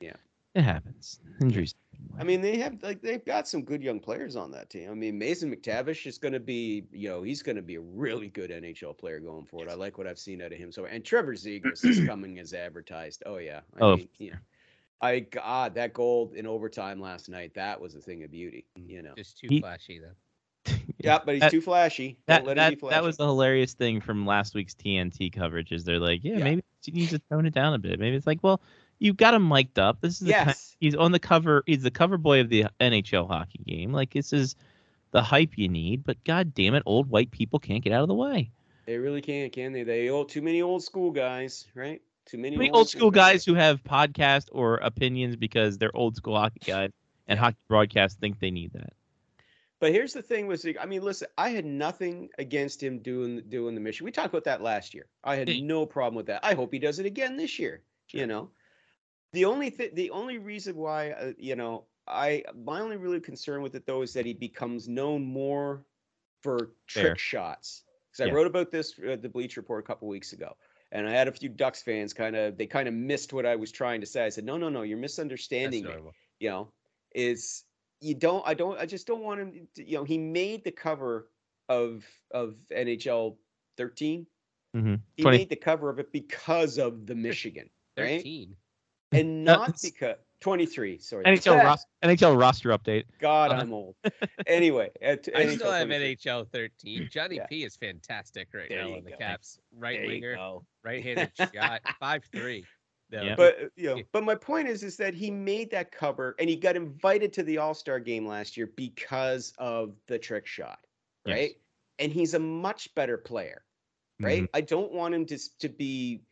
Speaker 4: Yeah.
Speaker 1: it happens. Injuries.
Speaker 4: I mean, they have like they've got some good young players on that team. I mean, Mason McTavish is going to be, you know, he's going to be a really good NHL player going forward. I like what I've seen out of him. So, and Trevor
Speaker 1: <clears throat>
Speaker 4: Zegers is coming as advertised. Oh yeah, I
Speaker 1: Oh,
Speaker 4: mean, yeah. I God, that goal in overtime last night, that was a thing of beauty. You know,
Speaker 3: Just too
Speaker 1: He-
Speaker 3: flashy though.
Speaker 4: yeah, but he's
Speaker 1: Mm. that-
Speaker 4: too flashy.
Speaker 1: that,
Speaker 4: Don't let him
Speaker 1: that,
Speaker 4: be flashy.
Speaker 1: that was the hilarious thing from last week's TNT coverage is they're like, yeah,
Speaker 4: Yeah.
Speaker 1: maybe you need to tone it down a bit. Maybe it's like, well, you got him mic'd up. This is <laughs> the kind-
Speaker 4: yes.
Speaker 1: he's on the cover. He's the cover boy of the NHL hockey game. Like this is the hype you need. But god damn it, old white people can't get out of the way.
Speaker 4: They really can't, can they? They owe too many old school guys, right? Too many,
Speaker 1: I mean, old school guys who have podcasts or opinions because they're old school hockey guys and hockey broadcasts think they need that.
Speaker 4: But here's the thing with Zeke. I mean, listen, I had nothing against him doing doing the mission. We talked about that last year. I had
Speaker 1: Yeah.
Speaker 4: no problem with that. I hope he does it again this year. You know, the only thing, the only reason why, uh, you know, I my only really concern with it though is that he becomes known more for trick
Speaker 1: Fair.
Speaker 4: shots. Because I
Speaker 1: Yeah.
Speaker 4: wrote about this uh, the Bleach Report a couple weeks ago, and I had a few Ducks fans kind of they kind of missed what I was trying to say. I said, no, no, no, you're
Speaker 3: That's
Speaker 4: misunderstanding me
Speaker 3: normal.
Speaker 4: you know, is you don't I don't I just don't want him to, you know, he made the cover of of NHL 13.
Speaker 1: Mhm.
Speaker 4: He
Speaker 1: 20.
Speaker 4: made the cover of it because of the Michigan, right?
Speaker 3: Thirteen.
Speaker 4: And
Speaker 1: No,
Speaker 4: not
Speaker 1: it's-
Speaker 4: because 23, sorry.
Speaker 1: NHL
Speaker 4: Yeah,
Speaker 1: roster, NHL roster update.
Speaker 4: God,
Speaker 1: uh,
Speaker 4: I'm old. Anyway, at,
Speaker 3: I still have
Speaker 4: 23.
Speaker 3: NHL thirteen. Johnny
Speaker 4: Yeah.
Speaker 3: P is fantastic right
Speaker 4: There
Speaker 3: now
Speaker 4: you
Speaker 3: on the
Speaker 4: go.
Speaker 3: Caps. Right
Speaker 4: There you
Speaker 3: winger,
Speaker 4: go.
Speaker 3: right handed
Speaker 4: <laughs>
Speaker 3: shot, five three.
Speaker 1: Yeah.
Speaker 4: But uh, you know,
Speaker 3: Yeah.
Speaker 4: but my point is, is that he made that cover and he got invited to the All Star game last year because of the trick shot,
Speaker 1: Yes.
Speaker 4: right? And he's a much better player, right? I don't want him to s- to be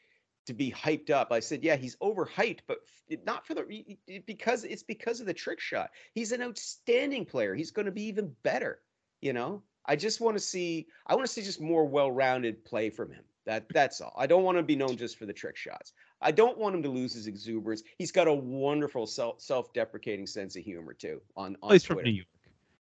Speaker 4: to be hyped up. I said, yeah, he's overhyped, but f- it- not for the y- y- y- because it's because of the trick shot. He's an outstanding player. He's going to be even better. You know, I just want to see I want to see just more well-rounded play from him. That that's all. I don't want to be known just for the trick shots. I don't want him to lose his exuberance. He's got a wonderful self self-deprecating sense of humor too on on
Speaker 1: Well, Oh, he's from
Speaker 4: Twitter.
Speaker 1: New York.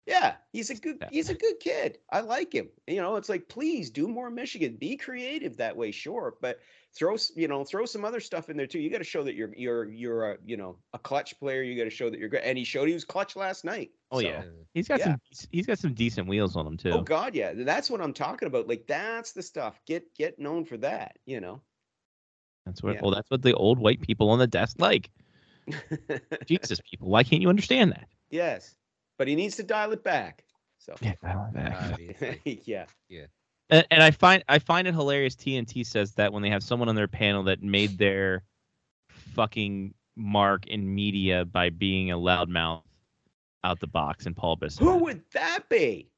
Speaker 4: Yeah, he's a good
Speaker 1: Yeah.
Speaker 4: he's a good kid. I like him. You know, it's like please do more Michigan. Be creative that way, sure, but throw s- you know throw some other stuff in there too. You got to show that you're you're you're a you know a clutch player. You got to show that you're good. And he showed he was clutch last night.
Speaker 1: Oh,
Speaker 4: So-
Speaker 1: yeah. He's got
Speaker 4: Yeah.
Speaker 1: some he's got some decent wheels on him too.
Speaker 4: Oh God, yeah. That's what I'm talking about. Like that's the stuff. Get get known for that. You know.
Speaker 1: That's what.
Speaker 4: Yeah.
Speaker 1: Well, that's what the old white people on the desk
Speaker 4: <laughs>
Speaker 1: like. Jesus, people, why can't you understand that?
Speaker 4: yes, but he needs to dial it back. <laughs> So
Speaker 1: Yeah, dial it back.
Speaker 3: <laughs>
Speaker 1: <laughs>
Speaker 3: Obviously.
Speaker 4: yeah.
Speaker 1: and, and I find I find it hilarious. TNT says that when they have someone on their panel that made their fucking mark in media by being a loudmouth out the box, and Paul Biss,
Speaker 4: Who would that be?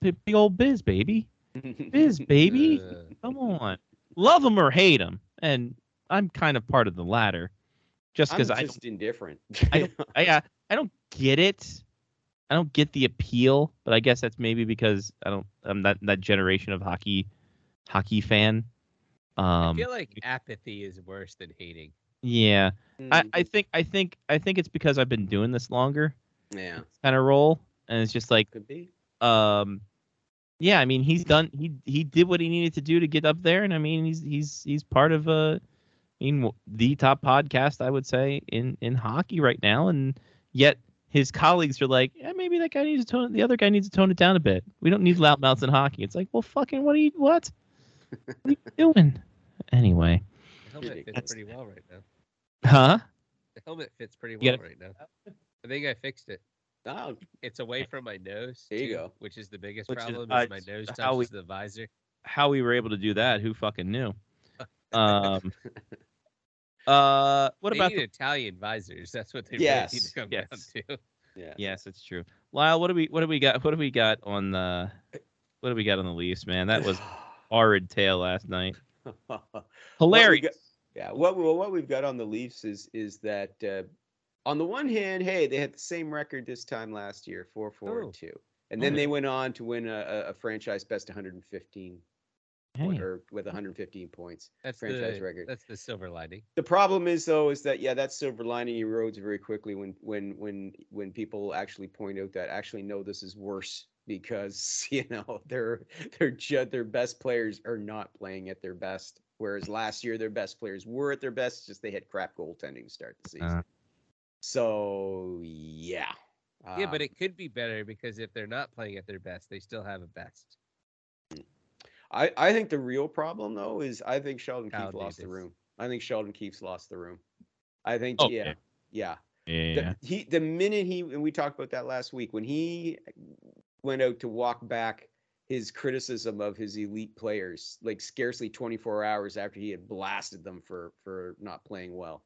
Speaker 1: big big old Biz baby,
Speaker 4: <laughs>
Speaker 1: Biz baby,
Speaker 3: Uh,
Speaker 1: come on, love him or hate him, and I'm kind of part of the latter, just
Speaker 4: I'm
Speaker 1: because I
Speaker 4: just indifferent.
Speaker 1: I don't, I, uh, I don't get it. I don't get the appeal, but I guess that's maybe because I don't. I'm not that generation of hockey, hockey fan.
Speaker 3: I
Speaker 1: Um,
Speaker 3: feel like apathy is worse than hating.
Speaker 1: yeah, I, I
Speaker 4: Mm,
Speaker 1: think I think I think it's because I've been doing this longer
Speaker 4: yeah,
Speaker 1: kind of role, and it's just like,
Speaker 4: could be.
Speaker 1: um, yeah. I mean, he's done. He he did what he needed to do to get up there, and I mean, he's he's he's part of a, I mean, the top podcast I would say in in hockey right now, and yet his colleagues are like, yeah, maybe that guy needs to tone. The other guy needs to tone it down a bit. We don't need loudmouths in hockey. It's like, well, fucking, what are you what? What are you doing? Anyway,
Speaker 3: The helmet fits
Speaker 4: Ridiculous.
Speaker 3: pretty well right now.
Speaker 1: huh?
Speaker 3: The helmet fits pretty
Speaker 1: You
Speaker 3: well
Speaker 1: gotta-
Speaker 3: right now. I think I fixed it.
Speaker 4: Oh,
Speaker 3: It's away from my nose.
Speaker 4: There you
Speaker 3: too,
Speaker 4: go.
Speaker 3: Which is the biggest
Speaker 1: Which is-
Speaker 3: problem. Is,
Speaker 1: uh,
Speaker 3: my nose
Speaker 1: how
Speaker 3: touches
Speaker 1: we-
Speaker 3: the visor.
Speaker 1: how we were able to do that, who fucking knew? Um, uh, what
Speaker 3: they
Speaker 1: about
Speaker 3: need
Speaker 1: the,
Speaker 3: Italian visors? That's what they really need
Speaker 4: Yes,
Speaker 3: to come
Speaker 1: yes.
Speaker 3: down to.
Speaker 4: yeah.
Speaker 1: yes, it's true. Lyle, what do we what do we got? What do we got on the what do we got on the Leafs, man? That
Speaker 4: <sighs>
Speaker 1: was horrid tale last night.
Speaker 4: Oh.
Speaker 1: Hilarious.
Speaker 4: got- yeah, what well, what we've got on the Leafs is is that uh, on the one hand, hey, they had the same record this time last year, four four
Speaker 3: Oh.
Speaker 4: and two, and then
Speaker 1: Oh.
Speaker 4: they went on to win a, a- a franchise best 115 point,
Speaker 1: Hey,
Speaker 4: or with 115 points.
Speaker 3: That's
Speaker 4: Franchise
Speaker 3: the,
Speaker 4: record.
Speaker 3: That's the silver lining.
Speaker 4: The problem is though is that yeah, that silver lining erodes very quickly when when when when people actually point out that actually no, this is worse <laughs> because you know their their ju- their best players are not playing at their best. Whereas last year their best players were at their best, just they had crap goaltending to start the season.
Speaker 1: Uh.
Speaker 4: so yeah,
Speaker 3: yeah, but
Speaker 4: Um,
Speaker 3: it could be better because if they're not playing at their best, they still have a best.
Speaker 4: I I think the real problem though is I think Sheldon
Speaker 3: Kyle
Speaker 4: Keefe lost the
Speaker 3: Davis. Oh,
Speaker 4: room. I think Sheldon Keefe's lost the room. I think
Speaker 1: Oh, Okay.
Speaker 4: yeah yeah. the,
Speaker 1: yeah.
Speaker 4: he the minute he and we talked about that last week when he went out to walk back his criticism of his elite players like scarcely 24 hours after he had blasted them for for not playing well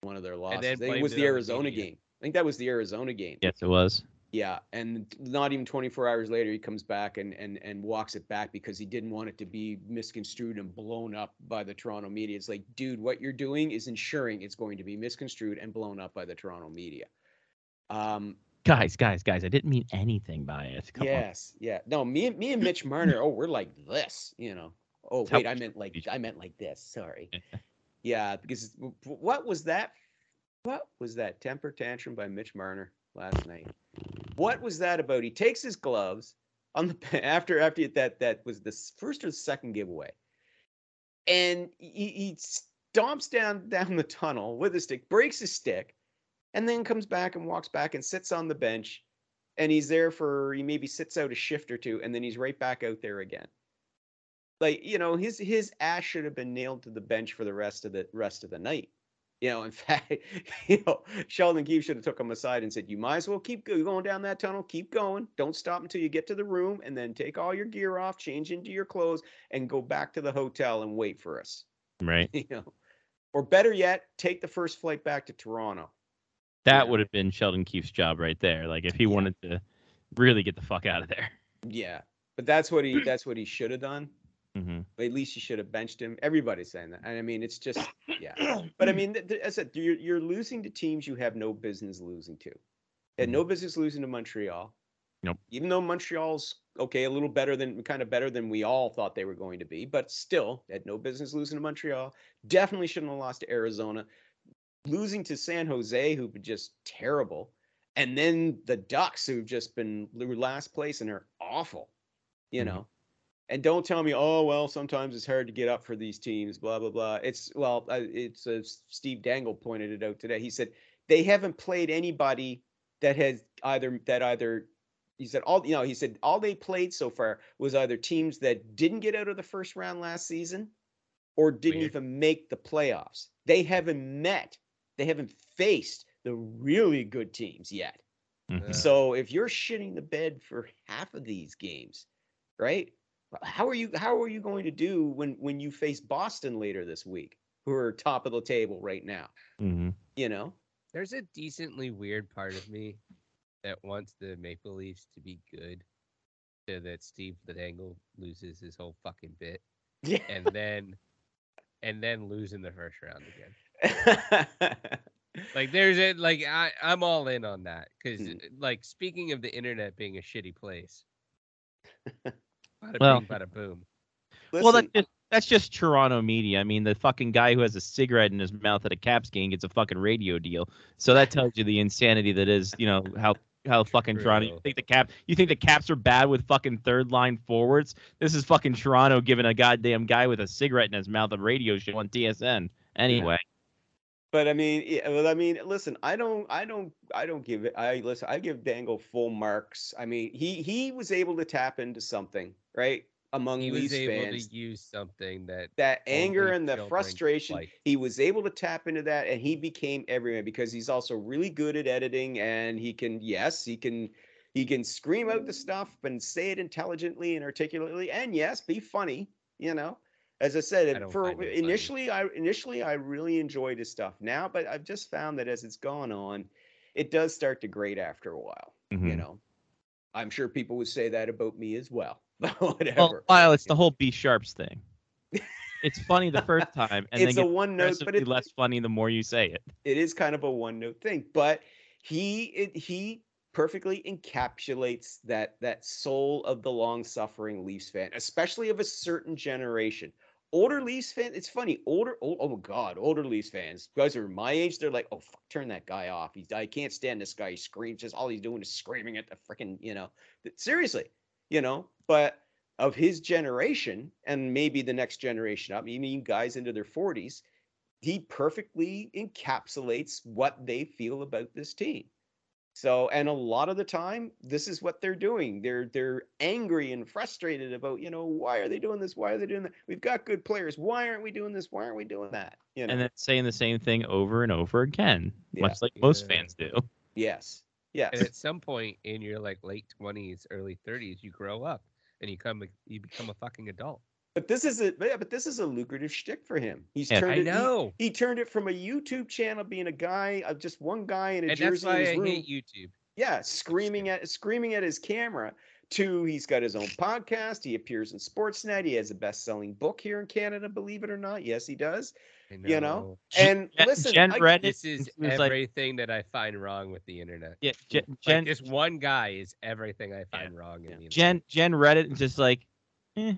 Speaker 4: one of their losses I think it
Speaker 3: blamed
Speaker 4: was
Speaker 3: it
Speaker 4: the
Speaker 3: on the
Speaker 4: Arizona
Speaker 3: media.
Speaker 4: game I think that was the Arizona game
Speaker 1: Yes, it was.
Speaker 4: yeah, and not even 24 hours later, he comes back and and and walks it back because he didn't want it to be misconstrued and blown up by the Toronto media. It's like, dude, what you're doing is ensuring it's going to be misconstrued and blown up by the Toronto media. Um,
Speaker 1: Guys, guys, guys, I didn't mean anything by it. Come on.
Speaker 4: yes, yeah, no, me and me and Mitch Marner, oh, we're like this, you know. Oh,
Speaker 1: It's how
Speaker 4: wait,
Speaker 1: we
Speaker 4: I meant like
Speaker 1: each
Speaker 4: I meant like this. Sorry. yeah, because it's- w- w- what was that? What was that temper tantrum by Mitch Marner last night? What was that about? He takes his gloves on the <laughs> after after he- that that was the s- first or second giveaway, and he, he stomps down <laughs> down the tunnel with his stick, breaks his stick, and then comes back and walks back and sits on the bench, and he's there for he maybe sits out a shift or two, and then he's right back out there again like you know his his ass should have been nailed to the bench for the rest of the rest of the night you know in <laughs> fact you know sheldon Keefe should have took him aside and said you might as well keep go- going down that tunnel keep going don't stop until you get to the room and then take all your gear off change into your clothes and go back to the hotel and wait for us <laughs>
Speaker 1: Right.
Speaker 4: you know or better yet take the first flight back to toronto
Speaker 1: That
Speaker 4: Yeah.
Speaker 1: would have been Sheldon Keefe's job right there. Like if he wanted to really get the fuck out of there.
Speaker 4: yeah but that's what he that's what he should have done
Speaker 1: hmm
Speaker 4: at least you should have benched him. Everybody's saying that, and I mean, it's just yeah. But I mean, th- th- as I said, you're you're losing to teams you have no business losing to. Had no business losing to Montreal.
Speaker 1: Nope.
Speaker 4: Even though Montreal's okay, a little better than kind of better than we all thought they were going to be, but still had no business losing to Montreal. Definitely shouldn't have lost to Arizona. Losing to San Jose, who were just terrible, and then the Ducks, who've just been they were last place and are awful. You
Speaker 1: Mhm.
Speaker 4: know, and don't tell me, oh well, sometimes it's hard to get up for these teams, blah blah blah. It's well, uh, it's uh, Steve Dangle pointed it out today. He said they haven't played anybody that has either that either. He said all you know. He said all they played so far was either teams that didn't get out of the first round last season, or didn't
Speaker 3: Weird.
Speaker 4: even make the playoffs. They haven't met, they haven't faced the really good teams yet.
Speaker 1: Mhm.
Speaker 3: Uh,
Speaker 4: So if you're shitting the bed for half of these games, right? How are you how are you going to do when when you face Boston later this week, who are top of the table right now?
Speaker 1: Mhm.
Speaker 4: You know?
Speaker 3: <laughs> There's a decently weird part of me that wants the Maple Leafs to be good so that Steve Dangle loses his whole fucking bit
Speaker 4: Yeah.
Speaker 3: and then and then lose in the first round again. Like there's a like I I'm all in on that cuz
Speaker 4: Hmm.
Speaker 3: like speaking of the internet being a shitty
Speaker 4: <laughs>
Speaker 3: place. Bada
Speaker 1: Well-
Speaker 3: bing, bada boom.
Speaker 1: Well,
Speaker 4: Listen,
Speaker 1: that's just, that's just Toronto media. I mean, the fucking guy who has a cigarette in his mouth at a Caps game gets a fucking radio deal. So that tells you the insanity that is, you know, how how fucking Toronto. You
Speaker 3: True.
Speaker 1: think the cap? You think the Caps are bad with fucking third line forwards? This is fucking Toronto giving a goddamn guy with a cigarette in his mouth a radio show on TSN. Anyway,
Speaker 4: But I mean, yeah, well, I mean, listen, I don't, I don't, I don't give it. I listen, I give Dangle full marks. I mean, he he was able to tap into something, right, among
Speaker 3: He
Speaker 4: Leafs
Speaker 3: was able
Speaker 4: fans.
Speaker 3: to use something that
Speaker 4: that anger
Speaker 3: only
Speaker 4: and the
Speaker 3: children
Speaker 4: frustration,
Speaker 3: like.
Speaker 4: he was able to tap into that, and he became everyman because he's also really good at editing, and he can, yes, he can, he can scream out the stuff and say it intelligently and articulately, and yes, be funny. You know, as I said,
Speaker 3: I don't
Speaker 4: for
Speaker 3: find him funny.
Speaker 4: initially, I initially I really enjoyed his stuff now, but I've just found that as it's gone on, it does start to grate after a while. You
Speaker 3: Hmm.
Speaker 1: Mhm.
Speaker 4: know, I'm sure people would say that about me as well. <laughs> But
Speaker 1: well,
Speaker 4: whatever.
Speaker 1: while it's the whole B sharps
Speaker 4: <laughs>
Speaker 1: thing. It's funny the first time, and
Speaker 4: it's
Speaker 1: then
Speaker 4: a
Speaker 1: gets
Speaker 4: one note, but
Speaker 1: progressively
Speaker 4: it,
Speaker 1: less funny the more you say it.
Speaker 4: it is kind of a one note thing but he it, he perfectly encapsulates that that soul of the long suffering leafs fan especially of a certain generation older leafs fan it's funny older oh, oh my god older leafs fans guys are my age they're like oh fuck, turn that guy off he's i can't stand this guy he screams just all he's doing is screaming at the freaking you know Th- seriously you know but of his generation and maybe the next generation up even guys into their 40s he perfectly encapsulates what they feel about this team. So, and a lot of the time, this is what they're doing. They're they're angry and frustrated about, you know, why are they doing this? Why are they doing that? We've got good players. Why aren't we doing this? Why aren't we doing that? You know.
Speaker 1: and then saying the same thing over and over again,
Speaker 4: Yeah.
Speaker 1: much like most
Speaker 3: Yeah.
Speaker 1: fans do.
Speaker 4: yes. Yes.
Speaker 3: And at some point in your like late twenties, early thirties, you grow up and you come you become a fucking adult.
Speaker 4: But this is a but yeah, but this is a lucrative shtick for him. He's
Speaker 1: Yeah.
Speaker 4: turned
Speaker 3: I
Speaker 4: it, he-
Speaker 3: know,
Speaker 4: He, turned it from a YouTube channel being a guy of just one guy in a
Speaker 3: and that's
Speaker 4: jersey in
Speaker 3: why I
Speaker 4: his room.
Speaker 3: hate YouTube.
Speaker 4: Yeah, screaming at screaming at his camera. Two, he's got his own podcast. He appears in Sportsnet. He has a best-selling book here in Canada, believe it or not. Yes, he does.
Speaker 3: I know.
Speaker 4: You know, And
Speaker 1: Gen-
Speaker 4: listen,
Speaker 1: Jen
Speaker 4: I-
Speaker 1: read it.
Speaker 3: this is
Speaker 1: It was like-
Speaker 3: everything that I find wrong with the internet.
Speaker 1: yeah, Jen,
Speaker 3: Like,
Speaker 1: Jen,
Speaker 3: this one guy is everything I find wrong in
Speaker 4: Yeah.
Speaker 3: the internet.
Speaker 1: Jen, Jen read it and just like, eh.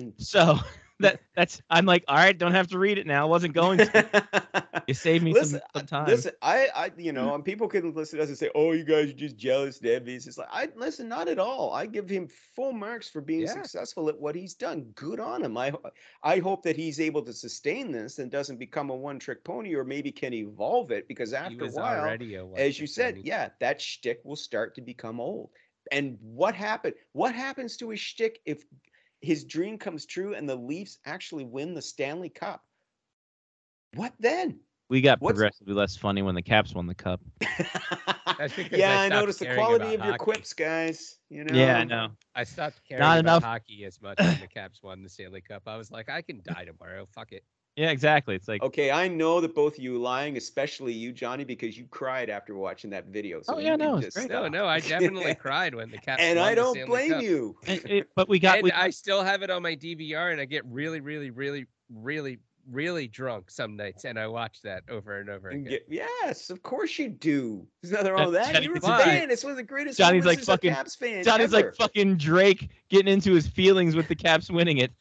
Speaker 4: Mm.
Speaker 1: so <laughs> that that's I'm like, all right, don't have to read it now. I wasn't going to.
Speaker 4: <laughs>
Speaker 1: You saved me
Speaker 4: Listen,
Speaker 1: some, some time.
Speaker 4: Listen, I, I, you
Speaker 3: Mm.
Speaker 4: know, and people can listen to us and say, "Oh, you guys are just jealous and envious." It's like, I listen, not at all. I give him full marks for being
Speaker 3: Yeah.
Speaker 4: successful at what he's done. Good on him. I, ho- I hope that he's able to sustain this and doesn't become a one-trick pony, or maybe can evolve it because
Speaker 3: he
Speaker 4: after a
Speaker 3: was
Speaker 4: while,
Speaker 3: already a
Speaker 4: as you
Speaker 3: one-trick
Speaker 4: said,
Speaker 3: pony.
Speaker 4: yeah, that shtick will start to become old. And what happened? What happens to his shtick if his dream comes true and the Leafs actually win the Stanley Cup? What
Speaker 3: <laughs>
Speaker 4: then?
Speaker 1: we got
Speaker 4: what's-
Speaker 1: progressively less funny when the Caps won the cup.
Speaker 3: That's
Speaker 1: <laughs>
Speaker 3: because
Speaker 4: yeah,
Speaker 3: I
Speaker 4: I,
Speaker 3: stopped
Speaker 4: noticed the
Speaker 3: caring
Speaker 4: quality
Speaker 3: about
Speaker 4: of your
Speaker 3: hockey.
Speaker 4: quips, guys. You know.
Speaker 1: Yeah, I know.
Speaker 3: I stopped caring
Speaker 1: Not
Speaker 3: about
Speaker 1: enough-
Speaker 3: hockey as
Speaker 1: <laughs>
Speaker 3: much when the Caps won the Stanley Cup. I was like, I can die tomorrow. Fuck
Speaker 4: <laughs>
Speaker 3: it.
Speaker 1: Yeah, exactly. It's like,
Speaker 4: Okay, I know that both of you lying, especially you, Johnny, because you cried after watching that video. So
Speaker 1: Oh,
Speaker 4: you
Speaker 1: yeah,
Speaker 4: can
Speaker 1: no, it's
Speaker 4: just
Speaker 1: great.
Speaker 3: No,
Speaker 4: stop.
Speaker 3: no, I definitely cried when the Caps
Speaker 4: and
Speaker 3: won
Speaker 4: I
Speaker 3: the
Speaker 4: don't
Speaker 3: Stanley
Speaker 4: blame
Speaker 3: Cup.
Speaker 4: you.
Speaker 1: it- it- eh, but we got
Speaker 3: and
Speaker 1: we,
Speaker 3: I still have it on my DVR, and I get really, really, really, really, really drunk some nights, and I watch that over and over again.
Speaker 4: And get- yes, of course you do. There's nothing wrong with
Speaker 1: That's
Speaker 4: that. You were a
Speaker 3: Johnny's
Speaker 4: fan. It's one of the greatest
Speaker 1: Johnny's
Speaker 4: moments
Speaker 1: like
Speaker 4: as a
Speaker 1: fucking-
Speaker 4: Caps fan
Speaker 1: Johnny's
Speaker 4: ever.
Speaker 1: like fucking Drake getting into his feelings with the Caps winning it.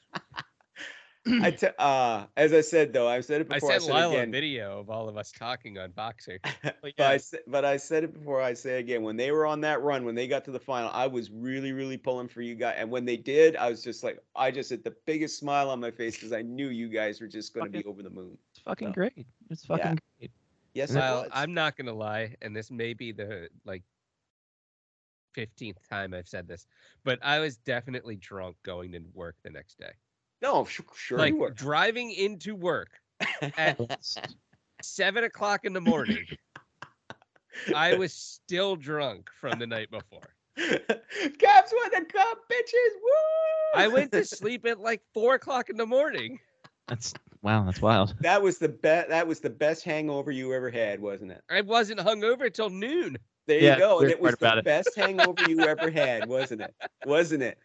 Speaker 4: I te- uh, as I said though, I've said it
Speaker 3: I
Speaker 4: before. I
Speaker 3: sent
Speaker 4: said,
Speaker 3: Lyle
Speaker 4: it
Speaker 3: a
Speaker 4: again,
Speaker 3: video of all of us talking on
Speaker 4: <laughs>
Speaker 3: Boxer.
Speaker 1: But
Speaker 4: but I,
Speaker 1: yeah,
Speaker 4: s- but I said it before. I say it again. When they were on that run, when they got to the final, I was really, really pulling for you guys. And when they did, I was just like, I just had the biggest smile on my face because I knew you guys were just going to be
Speaker 1: Fucking-
Speaker 4: over the moon.
Speaker 1: it's fucking
Speaker 4: no.
Speaker 1: great. It's
Speaker 4: Yeah.
Speaker 1: fucking great.
Speaker 4: Yes, it
Speaker 3: Lyle,
Speaker 4: was.
Speaker 3: I'm not gonna lie, and this may be the like fifteenth time I've said this, but I was definitely drunk going to work the next day.
Speaker 4: No, sh- sure
Speaker 3: like
Speaker 4: you were. <laughs>
Speaker 3: driving into work at seven o'clock in the morning. I was still drunk from the night before.
Speaker 4: Cops want the cop bitches. Woo!
Speaker 3: I went to sleep at like four o'clock in the morning.
Speaker 1: That's wow. That's wild.
Speaker 4: That was the best. That was the best hangover you ever had, wasn't it?
Speaker 3: I wasn't hungover till noon.
Speaker 4: There
Speaker 1: Yeah,
Speaker 4: you go. And
Speaker 1: weird
Speaker 4: it was
Speaker 1: part about
Speaker 4: the
Speaker 1: it.
Speaker 4: best hangover you ever had, wasn't it? Wasn't it?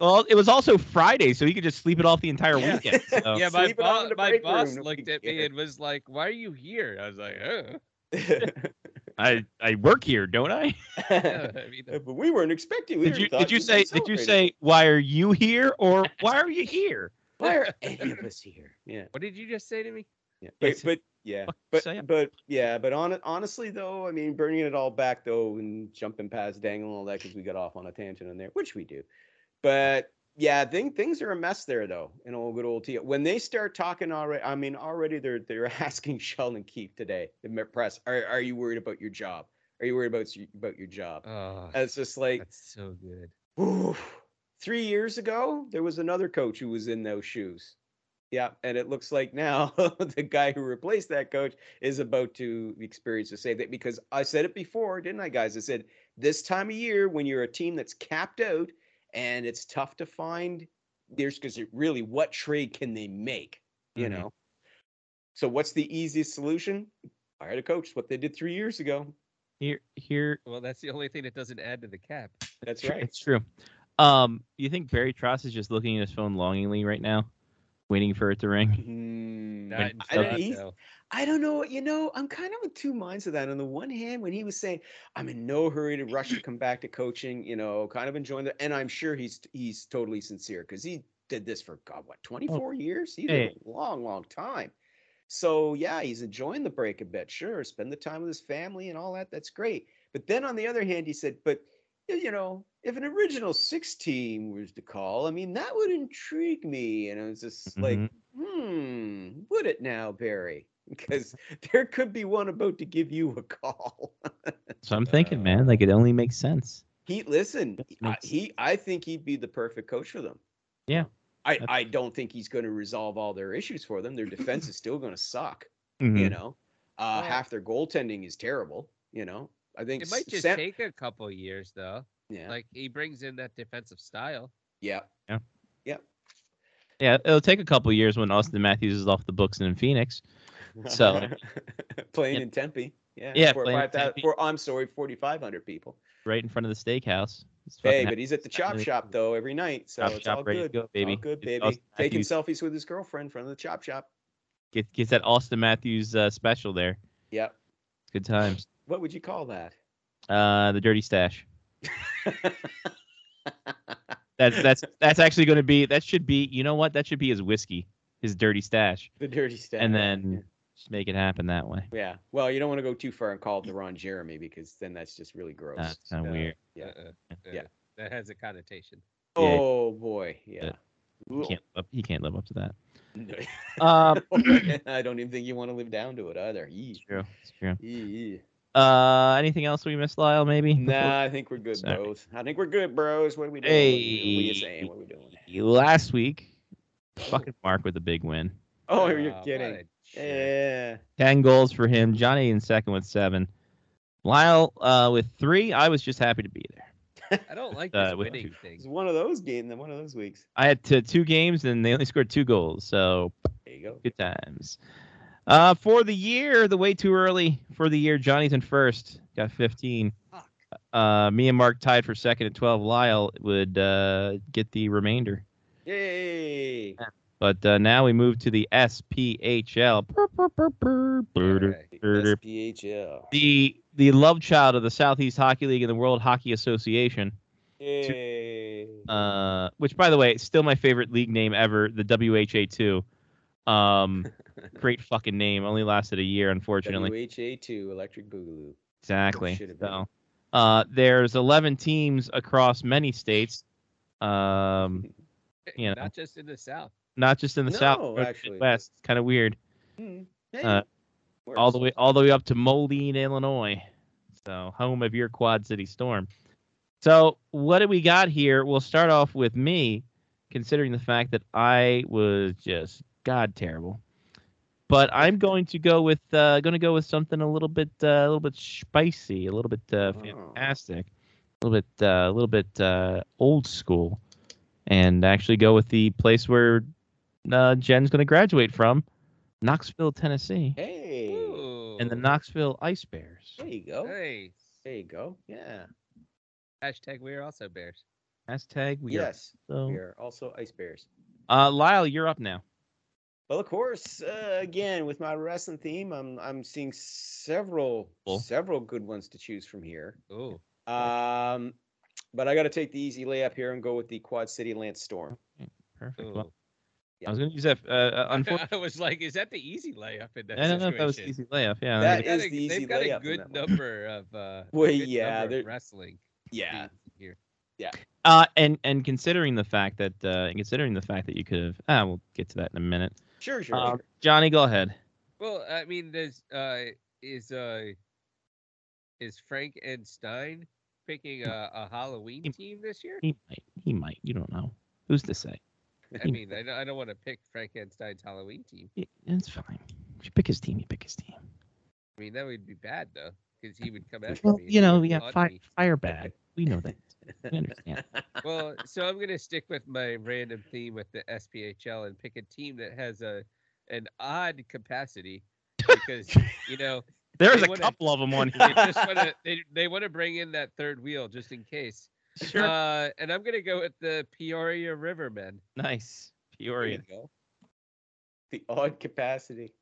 Speaker 1: Well, it was also Friday, so you could just sleep it off the entire
Speaker 4: <laughs> Yeah.
Speaker 1: weekend. So.
Speaker 3: yeah, my,
Speaker 4: Oh. sleeping out
Speaker 3: bo-
Speaker 4: in the
Speaker 3: my
Speaker 4: break
Speaker 3: boss
Speaker 4: room, nobody
Speaker 3: looked at me
Speaker 4: cared.
Speaker 3: and was like, "Why are you here?" I was like, "Oh,
Speaker 4: <laughs>
Speaker 1: I I work here, don't I?
Speaker 3: yeah, I mean,
Speaker 4: <laughs> but we weren't expecting. We
Speaker 1: Did you
Speaker 4: thought
Speaker 1: did you
Speaker 4: we'd
Speaker 1: say
Speaker 4: been
Speaker 1: did you
Speaker 4: celebrating.
Speaker 1: say why are you here
Speaker 4: <laughs>
Speaker 1: or why are you here?
Speaker 4: why
Speaker 1: <laughs>
Speaker 4: are any of us here? Yeah,
Speaker 3: what did you just say to me?"
Speaker 4: yeah.
Speaker 1: Yeah,
Speaker 4: But,
Speaker 1: it's-
Speaker 4: but yeah,
Speaker 1: fuck,
Speaker 4: but
Speaker 1: say it.
Speaker 4: but yeah, but on honestly though, I mean, burning it all back though, and jumping past Dangle and all that because we got off on a tangent on there, which we do. But yeah, thing, things are a mess there though in old good old T. When they start talking already, I mean, already they're they're <laughs> asking Sheldon Keefe today, the me- press, are are you worried about your job? Are you worried about s- about your job?
Speaker 3: Oh,
Speaker 4: And it's just like
Speaker 3: that's so good.
Speaker 4: Ooh, three years ago, there was another coach who was in those shoes. Yeah, and it looks like now <laughs> the guy who replaced that coach is about to experience the same thing because I said it before, didn't I, guys? I said this time of year when you're a team that's capped out and it's tough to find there's because it really what trade can they make, you
Speaker 1: Mhm.
Speaker 4: know? So what's the easiest solution? Hire the coach. What they did three years ago.
Speaker 1: Here here
Speaker 3: Well, that's the only thing that doesn't add to the cap.
Speaker 4: That's
Speaker 1: Tr- <laughs>
Speaker 4: right.
Speaker 1: It's true. Um, you think Barry Tross is just looking at his phone longingly right now, waiting for it to ring?
Speaker 4: Hmm.
Speaker 3: Not
Speaker 4: I don't-
Speaker 3: until
Speaker 4: he's-
Speaker 3: now.
Speaker 4: I don't know. You know, I'm kind of in two minds of that. On the one hand, when he was saying, "I'm in no hurry to rush to come back to coaching," you know, kind of enjoying that, and I'm sure he's he's totally sincere because he did this for God, what 24 years? He did
Speaker 1: Hey.
Speaker 4: a long, long time. So yeah, he's enjoying the break a bit. Sure, spend the time with his family and all that. That's great. But then on the other hand, he said, "But you know, if an original six team was to call, I mean, that would intrigue me." And I was just like
Speaker 1: Mhm.
Speaker 4: hmm, would it now, Barry? <laughs> Because there could be one about to give you a call. <laughs>
Speaker 1: So I'm thinking, man, like it only makes sense.
Speaker 4: he listen, I,
Speaker 1: makes-
Speaker 4: he I think he'd be the perfect coach for them.
Speaker 1: Yeah,
Speaker 4: I,
Speaker 1: that's-
Speaker 4: I don't think he's going to resolve all their issues for them. Their defense is still going to suck.
Speaker 1: <laughs>
Speaker 4: You
Speaker 1: Mhm.
Speaker 4: know, uh,
Speaker 3: Well-
Speaker 4: half their goaltending is terrible. You know, I think
Speaker 3: It might just
Speaker 4: Sam-
Speaker 3: take a couple of years though.
Speaker 4: Yeah,
Speaker 3: Like he brings in that defensive style.
Speaker 4: yeah,
Speaker 1: Yeah, it'll take a couple years when Austin Matthews is off the books and in Phoenix. So-
Speaker 4: <laughs> playing
Speaker 1: Yeah.
Speaker 4: in Tempe. Yeah,
Speaker 1: Yeah,
Speaker 4: for
Speaker 1: playing in
Speaker 4: 5,000
Speaker 1: Tempe.
Speaker 4: for- I'm sorry, forty five hundred people.
Speaker 1: right in front of the steakhouse. It's
Speaker 4: Hey,
Speaker 1: fucking
Speaker 4: but he's at the chop
Speaker 1: really
Speaker 4: shop
Speaker 1: cool.
Speaker 4: though every night, so
Speaker 1: Chop
Speaker 4: it's
Speaker 1: shop
Speaker 4: all
Speaker 1: ready to
Speaker 4: good.
Speaker 1: go, baby.
Speaker 4: All good,
Speaker 1: It's
Speaker 4: baby.
Speaker 1: Austin
Speaker 4: Taking
Speaker 1: Matthews.
Speaker 4: selfies with his girlfriend in front of the chop shop.
Speaker 1: get gets that Austin Matthews uh, special there.
Speaker 4: Yep.
Speaker 1: Good times.
Speaker 4: What would you call that?
Speaker 1: Uh, the dirty
Speaker 4: <laughs>
Speaker 1: stash. That's that's that's actually going to be that should be you know what that should be his whiskey, his dirty stash,
Speaker 4: The dirty stash.
Speaker 1: and then just make it happen that way.
Speaker 4: Yeah. Well, you don't want to go too far and call it the Ron Jeremy because then that's just really gross.
Speaker 1: That's kind of
Speaker 3: uh,
Speaker 1: weird.
Speaker 4: Yeah.
Speaker 3: Uh-uh.
Speaker 4: Yeah.
Speaker 3: Uh, That has a connotation.
Speaker 1: yeah.
Speaker 4: Oh boy. Yeah.
Speaker 1: He can't, live- he can't live up to
Speaker 4: <laughs>
Speaker 1: that.
Speaker 4: Um,
Speaker 1: Um, <clears throat>
Speaker 4: <laughs> I don't even think you want to live down to it either. Yee.
Speaker 1: true. It's true.
Speaker 4: Yee.
Speaker 1: <laughs>
Speaker 4: yee.
Speaker 1: Uh, anything else we missed, Lyle? Maybe.
Speaker 4: Nah, I think we're good,
Speaker 1: Sorry.
Speaker 4: bros. I think we're good, bros. What are we doing? What are we
Speaker 1: Hey.
Speaker 4: saying? What are we doing?
Speaker 1: Last week, fucking Mark with a big win.
Speaker 4: Oh, you're
Speaker 3: Ah, what
Speaker 4: kidding. Eh.
Speaker 3: a jerk.
Speaker 4: Yeah.
Speaker 1: Ten goals for him. Johnny in second with seven. Lyle uh, with three. I was just happy to be there.
Speaker 3: I don't like
Speaker 1: Uh,
Speaker 3: this
Speaker 1: with
Speaker 3: winning
Speaker 4: It's
Speaker 3: thing.
Speaker 4: one of those games, one of those weeks.
Speaker 1: I had to, two games and they only scored two goals. So
Speaker 4: There you go.
Speaker 1: good times. Uh, for the year, the way too early for the year. Johnny's in first, got 15.
Speaker 3: Fuck.
Speaker 1: Uh, me and Mark tied for second at 12. Lyle would uh, get the remainder.
Speaker 4: Yay.
Speaker 1: But uh, now we move to the SPHL. Brr, brr, brr, brr, brr, brr,
Speaker 3: Alright.
Speaker 1: brr, brr.
Speaker 4: SPHL.
Speaker 1: The the love child of the Southeast Hockey League and the World Hockey Association,
Speaker 4: Yay.
Speaker 1: uh, which by the way, is still my favorite league name ever, the WHA two.
Speaker 4: <laughs>
Speaker 1: Um, great fucking name. Only lasted a year, unfortunately.
Speaker 4: WHA2 Electric Boogaloo.
Speaker 1: Exactly.
Speaker 4: Should have been.
Speaker 1: So, uh, there's 11 teams across many states, um, You know.
Speaker 3: <laughs> Not just in the South.
Speaker 1: not just in the
Speaker 4: No,
Speaker 1: south, but
Speaker 4: actually.
Speaker 1: west. It's kind of weird.
Speaker 4: Hmm. Hey,
Speaker 1: Uh,
Speaker 4: works.
Speaker 1: All the way, all the way up to Moline, Illinois. So, home of your Quad City Storm. So, what do we got here? We'll start off with me. considering the fact that I was just god terrible. But I'm going to go with uh, going to go with something a little bit uh, a little bit spicy, a little bit uh,
Speaker 4: Oh.
Speaker 1: fantastic, a little bit uh, a little bit uh, old school, and actually go with the place where uh, Jen's going to graduate from, Knoxville, Tennessee,
Speaker 4: Hey,
Speaker 1: and the
Speaker 3: Ooh,
Speaker 1: Knoxville Ice Bears.
Speaker 4: there you go.
Speaker 3: Nice.
Speaker 4: There you go. Yeah.
Speaker 3: Hashtag we are also bears.
Speaker 1: Hashtag we are
Speaker 4: yes,
Speaker 1: so-
Speaker 4: we are also ice bears.
Speaker 1: Uh, Lyle, you're up now.
Speaker 4: Well, of course, uh, again with my wrestling theme, I'm I'm seeing several
Speaker 1: Cool.
Speaker 4: several good ones to choose from here.
Speaker 3: Ooh.
Speaker 4: Um, but I got to take the easy layup here and go with the Quad City Lance Storm.
Speaker 1: Perfect. <laughs>
Speaker 3: Ooh. <laughs>
Speaker 1: Well,
Speaker 4: Yeah.
Speaker 1: I was going to use that. Uh, Uh, unfortunately,
Speaker 3: I was like, is that the easy layup in that
Speaker 1: I don't know if that was
Speaker 3: situation?
Speaker 1: easy layup. Yeah. I
Speaker 4: That
Speaker 1: mean,
Speaker 3: They've got
Speaker 4: is
Speaker 3: a-
Speaker 4: the easy
Speaker 3: They've got
Speaker 4: layup
Speaker 3: a
Speaker 4: in
Speaker 3: good
Speaker 4: that one.
Speaker 3: number of uh,
Speaker 4: <laughs> Well,
Speaker 3: good
Speaker 4: yeah,
Speaker 3: number of
Speaker 4: they're-
Speaker 3: wrestling. teams Here.
Speaker 1: Uh, and and considering the fact that uh, and considering the fact that you could have, ah, we'll get to that in a minute.
Speaker 4: sure, sure.
Speaker 1: Um,
Speaker 4: sure.
Speaker 1: Johnny, go ahead.
Speaker 3: Well, I mean, there's uh, is uh, is Frank and Stein picking a, a Halloween
Speaker 1: Team.
Speaker 3: team this year?
Speaker 1: He might. He might. You don't know. Who's to say?
Speaker 3: I mean, I don't, I don't want to pick Frank and Stein's Halloween team.
Speaker 1: It, it's fine. If you pick his team, you pick his team.
Speaker 3: I mean, that would be bad though, because he would come after
Speaker 1: Well,
Speaker 3: me. and
Speaker 1: you
Speaker 3: he
Speaker 1: know,
Speaker 3: would
Speaker 1: we got
Speaker 3: haunt
Speaker 1: fire,
Speaker 3: me.
Speaker 1: fire bad. We know that. We understand.
Speaker 3: Well, so I'm gonna stick with my random theme with the SPHL and pick a team that has a an odd capacity because you know
Speaker 1: There's
Speaker 3: They
Speaker 1: a
Speaker 3: wouldn't.
Speaker 1: couple of them on
Speaker 3: they
Speaker 1: here.
Speaker 3: just want to they, they want to bring in that third wheel just in case.
Speaker 1: Sure.
Speaker 3: Uh, and I'm gonna go with the Peoria Rivermen.
Speaker 1: nice.
Speaker 4: There you
Speaker 1: Peoria.
Speaker 4: go. The odd capacity.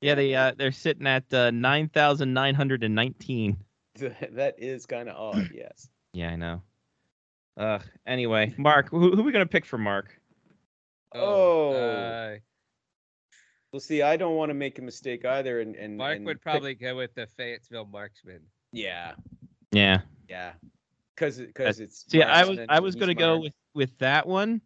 Speaker 1: Yeah, they uh, they're sitting at uh, nine thousand nine hundred and nineteen.
Speaker 4: <laughs> That is kind
Speaker 1: <clears throat>
Speaker 4: of odd. Yes.
Speaker 1: Yeah, I know. Ugh. <laughs> Anyway, Mark, who, who are we gonna pick for Mark?
Speaker 4: Oh.
Speaker 3: uh,
Speaker 4: Well, see, I don't want to make a mistake either, and and
Speaker 3: Mark
Speaker 4: and
Speaker 3: would
Speaker 4: pick-
Speaker 3: probably go with the Fayetteville Marksmen.
Speaker 4: Yeah.
Speaker 1: Yeah.
Speaker 4: Yeah. Because because it's
Speaker 1: See, I
Speaker 4: Marksman
Speaker 1: was I
Speaker 4: and
Speaker 1: was
Speaker 4: he's
Speaker 1: gonna go
Speaker 4: Mark.
Speaker 1: with with that one,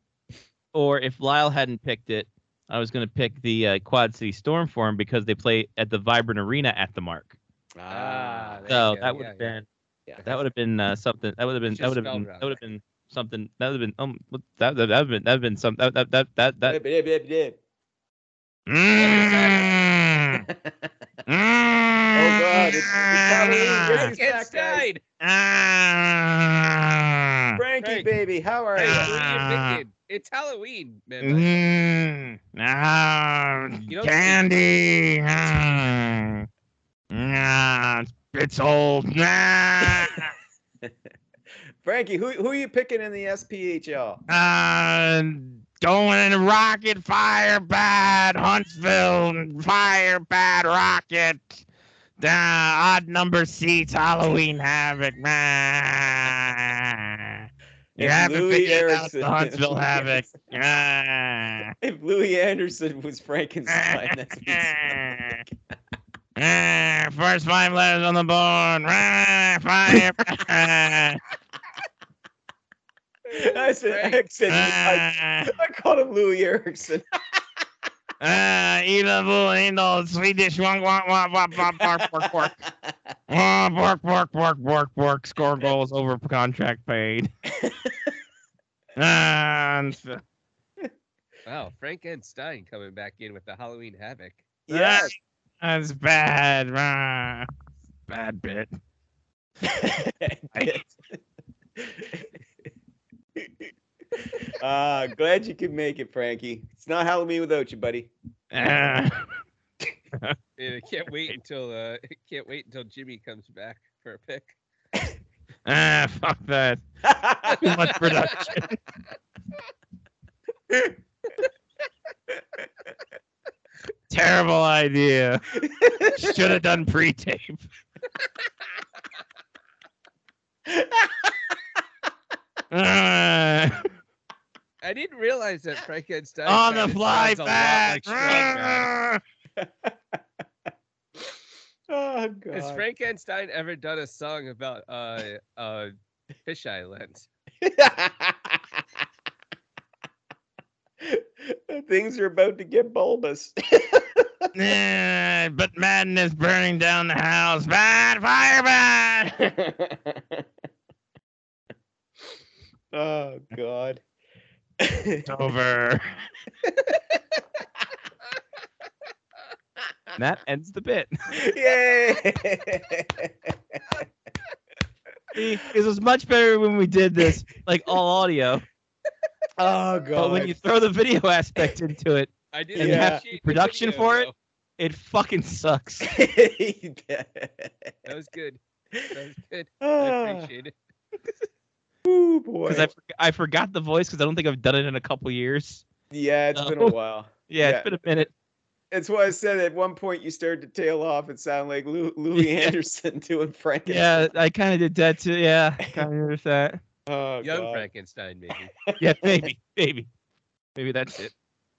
Speaker 1: or if Lyle hadn't picked it, I was gonna pick the uh, Quad City Storm for him because they play at the Vibrant Arena at the Mark.
Speaker 4: ah
Speaker 3: there
Speaker 1: So
Speaker 3: you go,
Speaker 1: that would have
Speaker 3: yeah, yeah.
Speaker 1: been
Speaker 4: yeah.
Speaker 1: that would have been uh, something that would have been that
Speaker 3: Just
Speaker 1: would have been
Speaker 3: spelled wrong.
Speaker 1: that would have been something that would have been um what- that that would have been that would have been some that that that that, that.
Speaker 4: <laughs> Bip, bip, bip,
Speaker 1: <laughs> Mm.
Speaker 4: bip.
Speaker 1: Mm.
Speaker 4: Oh, God, it's- it's probably Frank's
Speaker 3: Frank and
Speaker 4: back, guys.
Speaker 3: Stein.
Speaker 4: <laughs>
Speaker 1: Ah.
Speaker 4: Frankie,
Speaker 3: Frank.
Speaker 4: baby, how are
Speaker 3: Hey,
Speaker 4: you?
Speaker 1: Ah.
Speaker 3: what are you thinking? It's Halloween,
Speaker 1: Mm.
Speaker 3: man.
Speaker 1: Ah,
Speaker 3: You don't
Speaker 1: candy. Ah. Ah, it's old. Ah,
Speaker 4: Frankie, who who are you picking in the SPHL?
Speaker 1: ah, going in a rocket fire bad Huntsville fire bad rocket. Ah, odd number seats Halloween havoc. Ah. You
Speaker 4: It's
Speaker 1: haven't
Speaker 4: Louis
Speaker 1: figured out
Speaker 4: Erickson.
Speaker 1: the
Speaker 4: <laughs>
Speaker 1: Huntsville havoc. Ah.
Speaker 4: If Louis Anderson was Frankenstein,
Speaker 1: <laughs>
Speaker 4: that's what it sounds
Speaker 1: Ah, First five letters on the board. Ah, Five.
Speaker 4: <laughs>
Speaker 1: Ah,
Speaker 4: like. I said, I, said I,
Speaker 1: ah,
Speaker 4: I called him Louis Erickson.
Speaker 1: ah, Ida Bull and Indol, Swedish wong, wong, wong, wong, wong, bark, bark, bark. Ah, bark, bark, bark, bark, bark. Score goals over contract paid. And
Speaker 3: Wow, Frank and Stein coming back in with the Halloween Havoc.
Speaker 4: yes.
Speaker 1: that's bad. Ah, Bad bit.
Speaker 4: uh, glad you could make it, Frankie. It's not Halloween without
Speaker 1: <laughs>
Speaker 4: you, buddy.
Speaker 1: Ah.
Speaker 3: And I can't wait until uh, <laughs> can't wait until Jimmy comes back for a pick.
Speaker 1: Ah, <laughs> fuck that. Too much production. <laughs> Terrible idea. Should have done <laughs> pre-tape. Ah,
Speaker 3: I didn't realize that Frank and Stein
Speaker 1: on the
Speaker 3: sounded-
Speaker 1: fly
Speaker 3: sounds a lot
Speaker 1: back.
Speaker 3: like Strongman.
Speaker 1: Ah,
Speaker 4: oh
Speaker 3: Has
Speaker 4: God.
Speaker 3: Frank and Stein ever done a song about uh uh fisheye lens?
Speaker 4: Things are about to get bulbous.
Speaker 1: <laughs> ah, but madness burning down the house. Bad fire, bad.
Speaker 4: oh God.
Speaker 1: over. and that ends the bit.
Speaker 4: Yay!
Speaker 1: See, this was much better when we did this, like all audio. <laughs>
Speaker 4: oh god.
Speaker 1: But
Speaker 4: <laughs>
Speaker 1: when you throw the video aspect into it,
Speaker 3: I did
Speaker 4: And you have
Speaker 1: to do production for it? it fucking sucks.
Speaker 3: That was good. That
Speaker 1: <laughs>
Speaker 3: was good. I
Speaker 1: Oh
Speaker 4: Ah,
Speaker 3: appreciate it.
Speaker 4: ooh, boy.
Speaker 1: Because I, for- I forgot the voice because I don't think I've done it in a couple years.
Speaker 4: yeah, it's been a
Speaker 1: Oh.
Speaker 4: while.
Speaker 1: Yeah,
Speaker 4: Yeah.
Speaker 1: it's been a minute.
Speaker 4: That's why I said at one point you started to tail off and sound like Lou-
Speaker 1: <laughs>
Speaker 4: Louis
Speaker 1: Yeah.
Speaker 4: Anderson <laughs> doing Frankenstein.
Speaker 1: Yeah, I kind of did that too. Yeah, kind of noticed that.
Speaker 4: Oh,
Speaker 3: Young
Speaker 4: God.
Speaker 3: Frankenstein,
Speaker 1: <laughs>
Speaker 3: maybe.
Speaker 1: Yeah, maybe, maybe, maybe that's it.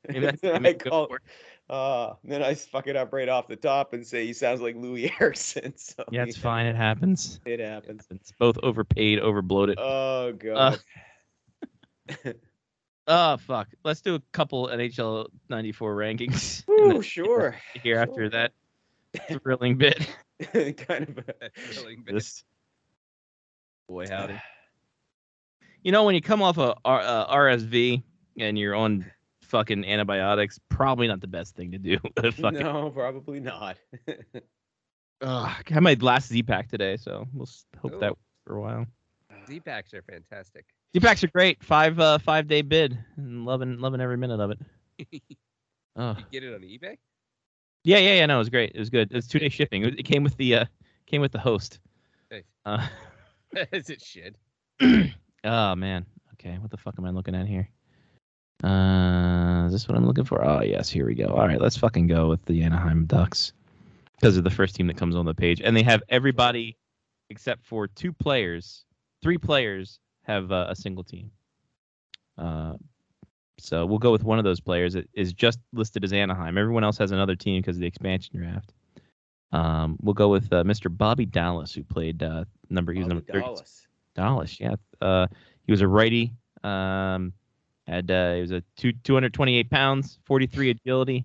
Speaker 1: Maybe <laughs> that's
Speaker 4: I
Speaker 1: what we go
Speaker 4: call-
Speaker 1: for.
Speaker 4: Uh, then I fuck it up right off the top and say he sounds like Louis <laughs> Anderson. So
Speaker 1: Yeah, it's fine. It happens.
Speaker 4: It happens.
Speaker 1: It's both overpaid, overbloated.
Speaker 4: Oh
Speaker 1: Uh,
Speaker 4: god.
Speaker 1: Oh fuck. Let's do a couple NHL '94 rankings.
Speaker 4: Ooh,
Speaker 1: And then-
Speaker 4: sure. <laughs>
Speaker 1: Here after
Speaker 4: sure.
Speaker 1: that thrilling bit.
Speaker 4: kind of. A,
Speaker 3: That feeling bit.
Speaker 1: Just- boy
Speaker 4: <laughs>
Speaker 1: howdy. You know when you come off a R- uh, RSV and you're on fucking antibiotics, probably not the best thing to do. <laughs> Fucking,
Speaker 4: no, probably not.
Speaker 1: Ugh, I had my last Z pack today, so we'll s- hope that
Speaker 3: Ooh.
Speaker 1: works for a while.
Speaker 3: Z packs are fantastic.
Speaker 1: Z packs are great. Five uh, five day bid, and loving loving every minute of it. Ugh.
Speaker 3: You get it on eBay? <laughs>
Speaker 1: Yeah, yeah, yeah. No, it was great. It was good. It was two day shipping. It it came with the uh, came with the host.
Speaker 3: Nice.
Speaker 1: Uh, <laughs>
Speaker 3: As it should.
Speaker 1: <clears throat> oh man. Okay, what the fuck am I looking at here? Uh, is this what I'm looking for? Oh yes, here we go. All right, let's fucking go with the Anaheim Ducks because they're the first team that comes on the page, and they have everybody except for two players, three players have uh, a single team. Uh, so we'll go with one of those players. It is just listed as Anaheim. Everyone else has another team because of the expansion draft. Um, we'll go with uh, Mr. Bobby Dallas, who played uh, number he was
Speaker 4: Probably
Speaker 1: number 30,
Speaker 4: Dallas.
Speaker 1: Dallas, yeah. Uh, he was a righty. Um, had uh, he was a two, 228 pounds, 43 agility,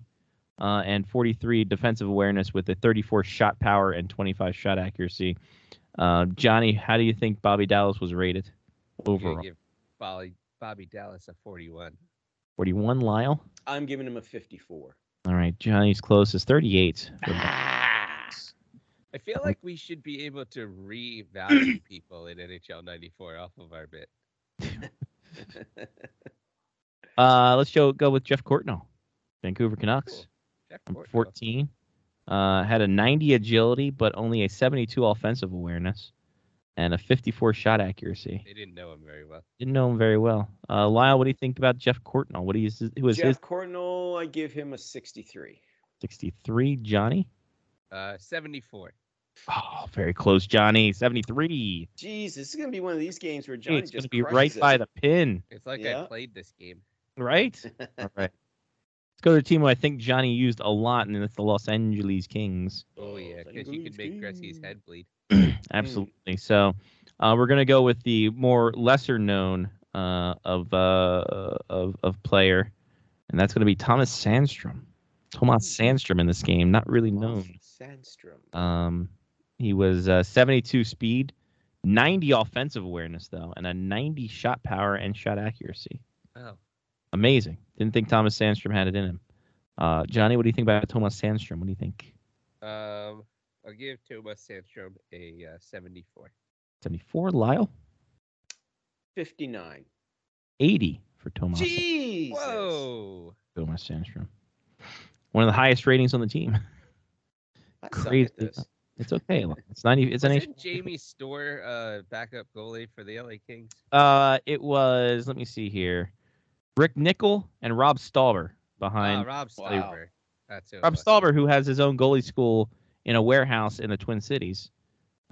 Speaker 1: uh, and 43 defensive awareness with a 34 shot power and 25 shot accuracy. Uh, Johnny, how do you think Bobby Dallas was rated
Speaker 3: I'm gonna
Speaker 1: overall?
Speaker 3: give Bobby, Bobby Dallas a 41.
Speaker 1: 41, Lyle.
Speaker 4: I'm giving him a 54.
Speaker 1: All right, Johnny's closest, 38.
Speaker 3: I feel like we should be able to
Speaker 1: <clears throat>
Speaker 3: revalue people in NHL 94 off of our bit.
Speaker 1: Uh, let's show go with Jeff Cortnell, Vancouver Canucks.
Speaker 3: Cool. Jeff
Speaker 1: Number
Speaker 3: Portnoy.
Speaker 1: 14. Uh, had a 90 agility, but only a 72 offensive awareness and a 54 shot accuracy.
Speaker 3: They didn't know him very well.
Speaker 1: Didn't know him very well. Uh, Lyle, what do you think about Jeff Cortnell? What do you, who was
Speaker 4: Jeff
Speaker 1: his
Speaker 4: Cornell, I give him a 63.
Speaker 1: 63? Johnny?
Speaker 3: Uh, 74.
Speaker 1: Oh, very close, Johnny. 73.
Speaker 4: Jeez, this is gonna be one of these games where
Speaker 1: Gee,
Speaker 4: Johnny
Speaker 1: it's going
Speaker 4: just
Speaker 1: to be
Speaker 4: crushes
Speaker 1: right
Speaker 4: it.
Speaker 1: by the pin,
Speaker 3: It's like I
Speaker 4: Yeah.
Speaker 3: played this game.
Speaker 1: right?
Speaker 4: <laughs>
Speaker 1: All right. Let's go to a team who I think Johnny used a lot, and that's the Los Angeles Kings.
Speaker 3: Oh, yeah,
Speaker 4: thank
Speaker 3: because you could make
Speaker 4: goodness.
Speaker 3: Gretzky's head bleed.
Speaker 1: <clears throat> Absolutely. So uh, we're gonna go with the more lesser known uh, of uh, of of player, and that's gonna be Thomas Sandstrom. Tomas Sandstrom in this game, not really known.
Speaker 4: Sandstrom.
Speaker 1: Um, he was uh, 72 speed, 90 offensive awareness though, and a 90 shot power and shot accuracy.
Speaker 3: Oh,
Speaker 1: Amazing. Didn't think Thomas Sandstrom had it in him. Uh, Johnny, what do you think about Tomas Sandstrom? What do you think?
Speaker 3: um, I'll give Thomas Sandstrom a uh, 74.
Speaker 1: 74, Lyle.
Speaker 4: 59.
Speaker 1: 80 for Tomas.
Speaker 4: Jesus.
Speaker 3: Whoa!
Speaker 1: Thomas Sandstrom. One of the highest ratings on the team.
Speaker 4: I suck at
Speaker 1: Crazy.
Speaker 4: this.
Speaker 1: It's okay. Lon. It's not even. It's an.
Speaker 3: Wasn't Jamie Store uh, backup goalie for the LA Kings?
Speaker 1: Uh, it was. Let me see here. Rick Nickel and Rob Stauber
Speaker 3: Ah,
Speaker 1: behind
Speaker 3: Rob
Speaker 4: Wow.
Speaker 3: Stauber. That's who it
Speaker 1: Rob
Speaker 3: was.
Speaker 1: Stauber, who has his own goalie school in a warehouse in the Twin Cities,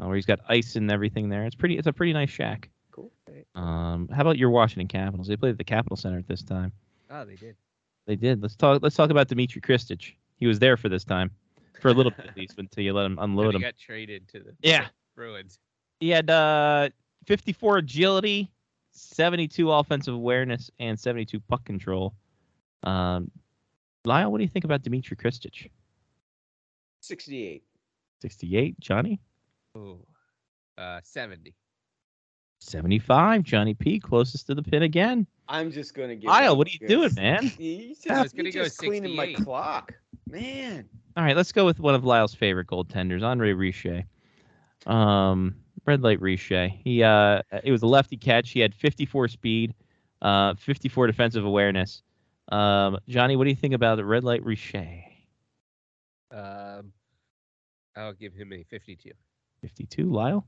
Speaker 1: uh, where he's got ice and everything there. It's pretty. It's a pretty nice shack.
Speaker 4: Cool. Right.
Speaker 1: Um, how about your Washington Capitals? They played at the Capitol Center at this time.
Speaker 3: Oh, they did.
Speaker 1: They did. Let's talk. Let's talk about Dmitri Kristich. He was there for this time, for a little bit at least, <laughs> until you let him
Speaker 3: And
Speaker 1: unload
Speaker 3: he
Speaker 1: him.
Speaker 3: got traded to the
Speaker 1: Yeah.
Speaker 3: Bruins.
Speaker 1: he had uh 54 agility 72 offensive awareness and 72 puck control um lyle what do you think about dimitri kristich
Speaker 4: 68.
Speaker 1: 68 johnny
Speaker 3: Ooh. Uh, 70.
Speaker 1: 75, Johnny P, closest to the pin again.
Speaker 4: I'm just gonna get.
Speaker 1: Kyle, what are you doing, man?
Speaker 4: He's just,
Speaker 3: I was gonna
Speaker 4: he's
Speaker 3: go
Speaker 4: just cleaning my
Speaker 3: 68.
Speaker 4: clock, man.
Speaker 1: All right, let's go with one of Lyle's favorite goaltenders, Andre Riche. Um, red light Riche. He uh, it was a lefty catch. He had 54 speed, uh, 54 defensive awareness. Um, Johnny, what do you think about the red light Riche?
Speaker 3: Um, I'll give him a 52.
Speaker 1: 52, Lyle.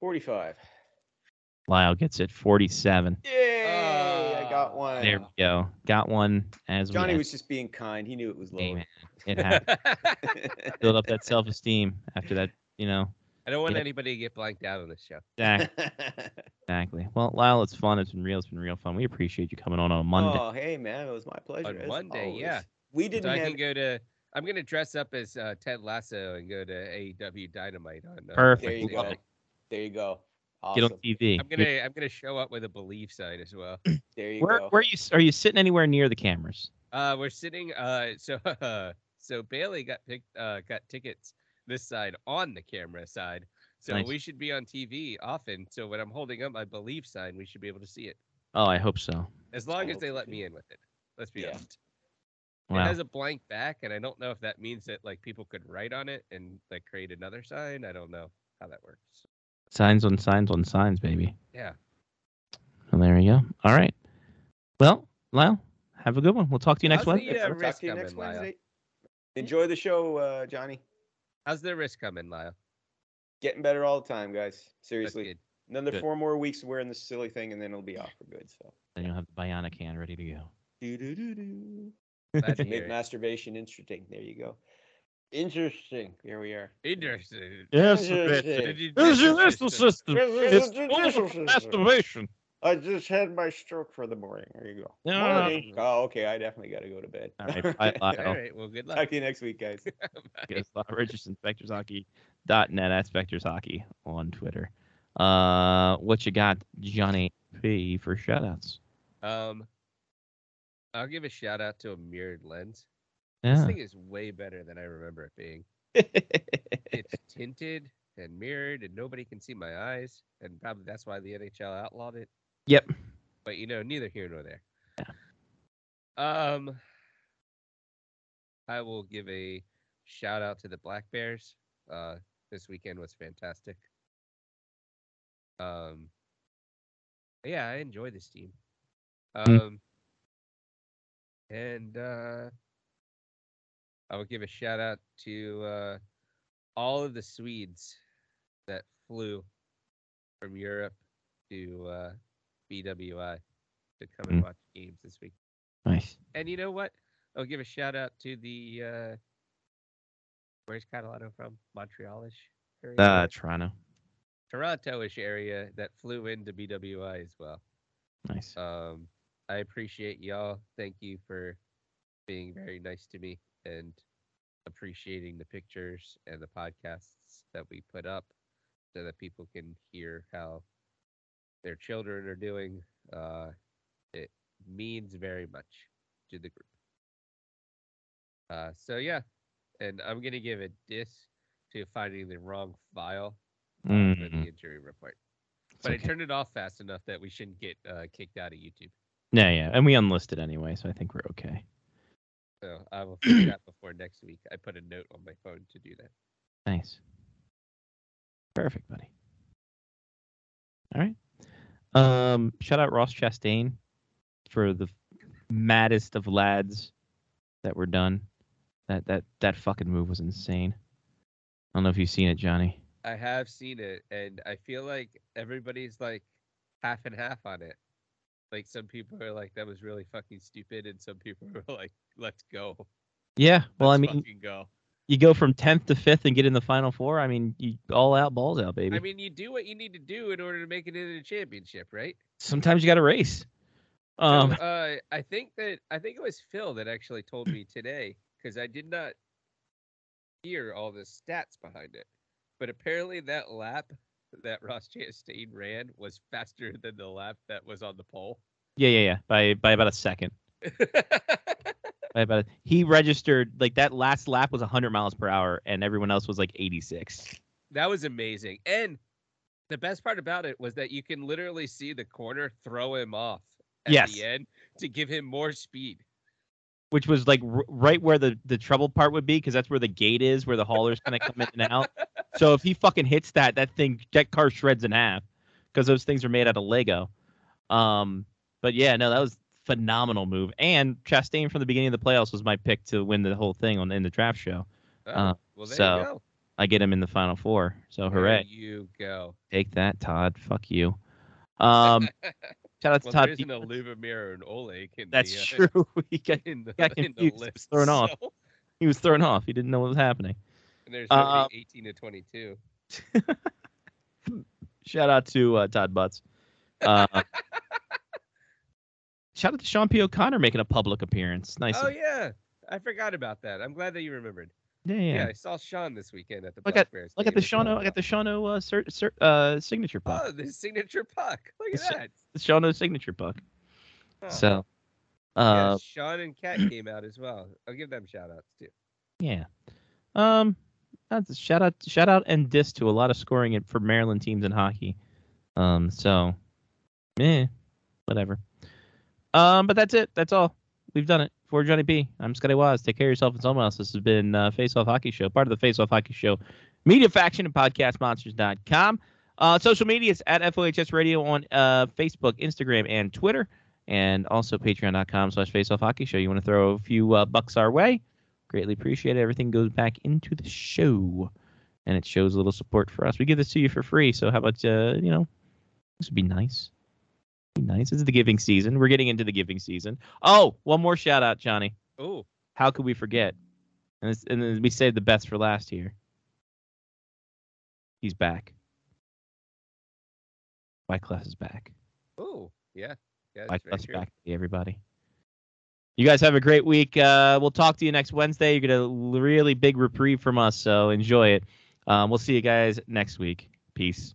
Speaker 4: 45.
Speaker 1: Lyle gets it 47.
Speaker 4: Yay! I got one.
Speaker 1: There we go. Got one as we
Speaker 4: Ah. Johnny
Speaker 1: end
Speaker 4: was just being kind. He knew it was
Speaker 1: the game.
Speaker 4: <laughs> low.
Speaker 1: It happened. Build up that self esteem after that, you know.
Speaker 3: I don't want
Speaker 1: Yeah.
Speaker 3: anybody to get blanked out on this show.
Speaker 1: Exactly.
Speaker 4: <laughs>
Speaker 1: exactly. Well, Lyle, it's fun. It's been real. It's been real fun. We appreciate you coming on on a Monday.
Speaker 4: Oh, hey man, it was my pleasure.
Speaker 3: On
Speaker 4: as
Speaker 3: Monday,
Speaker 4: always.
Speaker 3: yeah.
Speaker 4: We didn't
Speaker 3: so I
Speaker 4: have
Speaker 3: can go to. I'm gonna dress up as uh, Ted Lasso and go to AEW Dynamite on. Uh,
Speaker 1: Perfect.
Speaker 4: There you
Speaker 3: Wednesday
Speaker 4: go.
Speaker 3: night.
Speaker 4: There you go.
Speaker 1: Get
Speaker 4: Awesome.
Speaker 1: on TV.
Speaker 3: I'm gonna I'm gonna show up with a belief sign as
Speaker 1: <laughs>
Speaker 3: well.
Speaker 4: There you
Speaker 1: Where,
Speaker 4: go.
Speaker 1: where are you? Are you sitting anywhere near the cameras?
Speaker 3: Uh, we're sitting. Uh, so <laughs> so Bailey got picked. Uh, got tickets this side on the camera side. So
Speaker 1: Nice.
Speaker 3: we should be on TV often. So when I'm holding up my belief sign, we should be able to see it
Speaker 1: Oh, I hope so.
Speaker 3: as long as
Speaker 4: Totally.
Speaker 3: they let me in with it. Let's be
Speaker 4: Oh, Yeah.
Speaker 3: honest. It
Speaker 1: Wow.
Speaker 3: has a blank back, and I don't know if that means that like people could write on it and like create another sign. I don't know how that works.
Speaker 1: Signs on signs on signs, baby.
Speaker 3: Yeah.
Speaker 1: Well, there you go. All right. Well, Lyle, have a good one. We'll talk to you next
Speaker 3: How's
Speaker 1: one.
Speaker 3: the, uh,
Speaker 4: We'll talk
Speaker 3: risk
Speaker 4: to you
Speaker 3: coming,
Speaker 4: next
Speaker 3: Lyle.
Speaker 4: Wednesday. Enjoy the show, uh, Johnny.
Speaker 3: How's the wrist coming, Lyle?
Speaker 4: Getting better all the time, guys.
Speaker 3: That's
Speaker 4: Seriously.
Speaker 3: good.
Speaker 4: Another
Speaker 1: Good.
Speaker 4: four more weeks of wearing this silly thing, and then it'll be off for good. So,
Speaker 1: Then you'll have the bionic hand ready to go.
Speaker 4: do do do do.
Speaker 3: Glad
Speaker 4: <laughs>
Speaker 3: to hear
Speaker 4: Mid
Speaker 3: it.
Speaker 4: masturbation, interesting. There you go. Interesting. Here we are.
Speaker 3: Interesting.
Speaker 4: Yes, bitch.
Speaker 1: system.
Speaker 4: It's all
Speaker 1: masturbation.
Speaker 4: I just had my stroke for the morning. There you go.
Speaker 1: No, no, no.
Speaker 4: Morning. Oh, okay. I definitely got to go to bed.
Speaker 1: Mm. All right. Bye,
Speaker 3: All
Speaker 1: Lyle.
Speaker 3: right. Well, good luck.
Speaker 4: <laughs> Talk to you next week, guys.
Speaker 1: Yes, Lyle Richardson, Specters Hockey dot net at Specters Hockey on Twitter. Uh, what you got, Johnny P for shoutouts?
Speaker 3: Um, I'll give a shout out to a mirrored lens. This <laughs>
Speaker 1: Yeah.
Speaker 3: thing is way better than I remember it being. It's tinted and mirrored, and nobody can see my eyes. And probably that's why the NHL outlawed it.
Speaker 1: Yep.
Speaker 3: But you know, neither here nor there. Um, I will give a shout out to the Black Bears. Uh, this weekend was fantastic. Um, yeah, I enjoy this team.
Speaker 1: Mm.
Speaker 3: Um, and uh, I will give a shout out to uh, all of the Swedes that flew from Europe to uh, BWI to come and
Speaker 1: Mm.
Speaker 3: watch games this week.
Speaker 1: Nice.
Speaker 3: And you know what? I'll give a shout out to the uh, where's Catalano from? Montrealish area,
Speaker 1: Uh, Toronto.
Speaker 3: Torontoish area that flew into BWI as well.
Speaker 1: Nice.
Speaker 3: Um, I appreciate y'all. Thank you for being very nice to me and appreciating the pictures and the podcasts that we put up so that people can hear how their children are doing. Uh, it means very much to the group. Uh, so, yeah. And I'm going to give a diss to finding the wrong file uh, for
Speaker 1: Mm.
Speaker 3: the injury report. But
Speaker 1: okay.
Speaker 3: I turned it off fast enough that we shouldn't get uh, kicked out of YouTube.
Speaker 1: Yeah, yeah. And we unlisted anyway, so I think we're okay.
Speaker 3: So I will
Speaker 1: <clears throat>
Speaker 3: fix that before next week. I put a note on my phone to do that.
Speaker 1: Nice. Perfect, buddy. All right. Um, shout out Ross Chastain for the maddest of lads that were done. That that that fucking move was insane. I don't know if you've seen it, Johnny.
Speaker 3: I have seen it, and I feel like everybody's like half and half on it. Like some people are like, "That was really fucking stupid," and some people <laughs> are like, "Let's go."
Speaker 1: Yeah. Well, I
Speaker 3: Let's
Speaker 1: mean,
Speaker 3: fucking go.
Speaker 1: you go from tenth to fifth and get in the final four. I mean, you all out, balls out, baby.
Speaker 3: I mean, you do what you need to do in order to make it into the championship, right?
Speaker 1: Sometimes you got to race.
Speaker 3: So, <laughs>
Speaker 1: Um, <laughs>
Speaker 3: uh, I think that I think it was Phil that actually told me today because I did not hear all the stats behind it, but apparently that lap that Ross Chastain ran was faster than the lap that was on the pole. <laughs>
Speaker 1: yeah, yeah, yeah. By by about a second. Right about it. He registered like that last lap was 100 miles per hour, and everyone else was like 86.
Speaker 3: that was amazing, and the best part about it was that you can literally see the corner throw him off at
Speaker 1: Yes.
Speaker 3: the end to give him more speed.
Speaker 1: which was like r- right where the the trouble part would be because that's where the gate is where the haulers kind of come in and
Speaker 3: <laughs>
Speaker 1: out so if he fucking hits that that thing that car shreds in half because those things are made out of lego um but yeah no that was phenomenal move and chastain from the beginning of the playoffs was my pick to win the whole thing on in the draft show
Speaker 3: Oh,
Speaker 1: Uh,
Speaker 3: well, there
Speaker 1: so,
Speaker 3: you go.
Speaker 1: i get him in the final four so
Speaker 3: There
Speaker 1: hooray
Speaker 3: you go.
Speaker 1: take that todd fuck
Speaker 3: <laughs>
Speaker 1: you um shout out to
Speaker 3: Well,
Speaker 1: todd
Speaker 3: there isn't a
Speaker 1: Beekman.
Speaker 3: Luvamir and Oleg in
Speaker 1: that's
Speaker 3: the, uh,
Speaker 1: true <laughs> he, got,
Speaker 3: In the,
Speaker 1: got
Speaker 3: <laughs> in
Speaker 1: confused.
Speaker 3: the
Speaker 1: He was
Speaker 3: list,
Speaker 1: thrown off.
Speaker 3: so-
Speaker 1: he was thrown off he didn't know what was happening
Speaker 3: and there's
Speaker 1: Um,
Speaker 3: nobody 18 to 22.
Speaker 1: Shout out to uh, Todd Butts.
Speaker 3: <laughs>
Speaker 1: Uh, shout out to Sean P. O'Connor making a public appearance. Nice.
Speaker 3: Oh yeah, I forgot about that. I'm glad that you remembered.
Speaker 1: yeah, yeah.
Speaker 3: Yeah, I saw Sean this weekend at the
Speaker 1: Look
Speaker 3: Black Bears.
Speaker 1: Look
Speaker 3: game.
Speaker 1: at the
Speaker 3: It was
Speaker 1: Sean. O- I
Speaker 3: awesome.
Speaker 1: got the Sean O. Uh, cer- cer- uh, signature puck.
Speaker 3: <laughs> Oh, the signature puck. Look
Speaker 1: It's-
Speaker 3: at that.
Speaker 1: The Sean O. signature puck.
Speaker 3: Huh.
Speaker 1: So,
Speaker 3: yeah,
Speaker 1: uh,
Speaker 3: Sean
Speaker 1: <clears throat>
Speaker 3: and Kat came out as well. I'll give them shout outs too.
Speaker 1: yeah. Um, that's a shout out, shout out, and diss to a lot of scoring in- for Maryland teams in hockey. Um, so, eh, whatever. Um, but that's it. That's all. We've done it. For Johnny B, I'm Scotty Waz. Take care of yourself and someone else. This has been uh, Face Off Hockey Show, part of the Face Off Hockey Show media faction at podcastmonsters.com. Uh, social media is at FOHS Radio on uh, Facebook, Instagram, and Twitter, and also patreon.com slash Face Off Hockey Show. You want to throw a few uh, bucks our way? Greatly appreciate it. Everything goes back into the show, and it shows a little support for us. We give this to you for free, so how about, uh, you know, this would be nice. Be nice. This is the giving season. We're getting into the giving season. Oh, one more shout out, Johnny.
Speaker 3: Oh,
Speaker 1: How could we forget? And, it's, and then we saved the best for last here. He's back. Wyclef is back.
Speaker 3: oh, yeah. yeah that's very
Speaker 1: Wyclef's
Speaker 3: true.
Speaker 1: back, everybody. You guys have a great week. Uh, we'll talk to you next Wednesday. You're going to really big reprieve from us, so enjoy it. Um, we'll see you guys next week. Peace.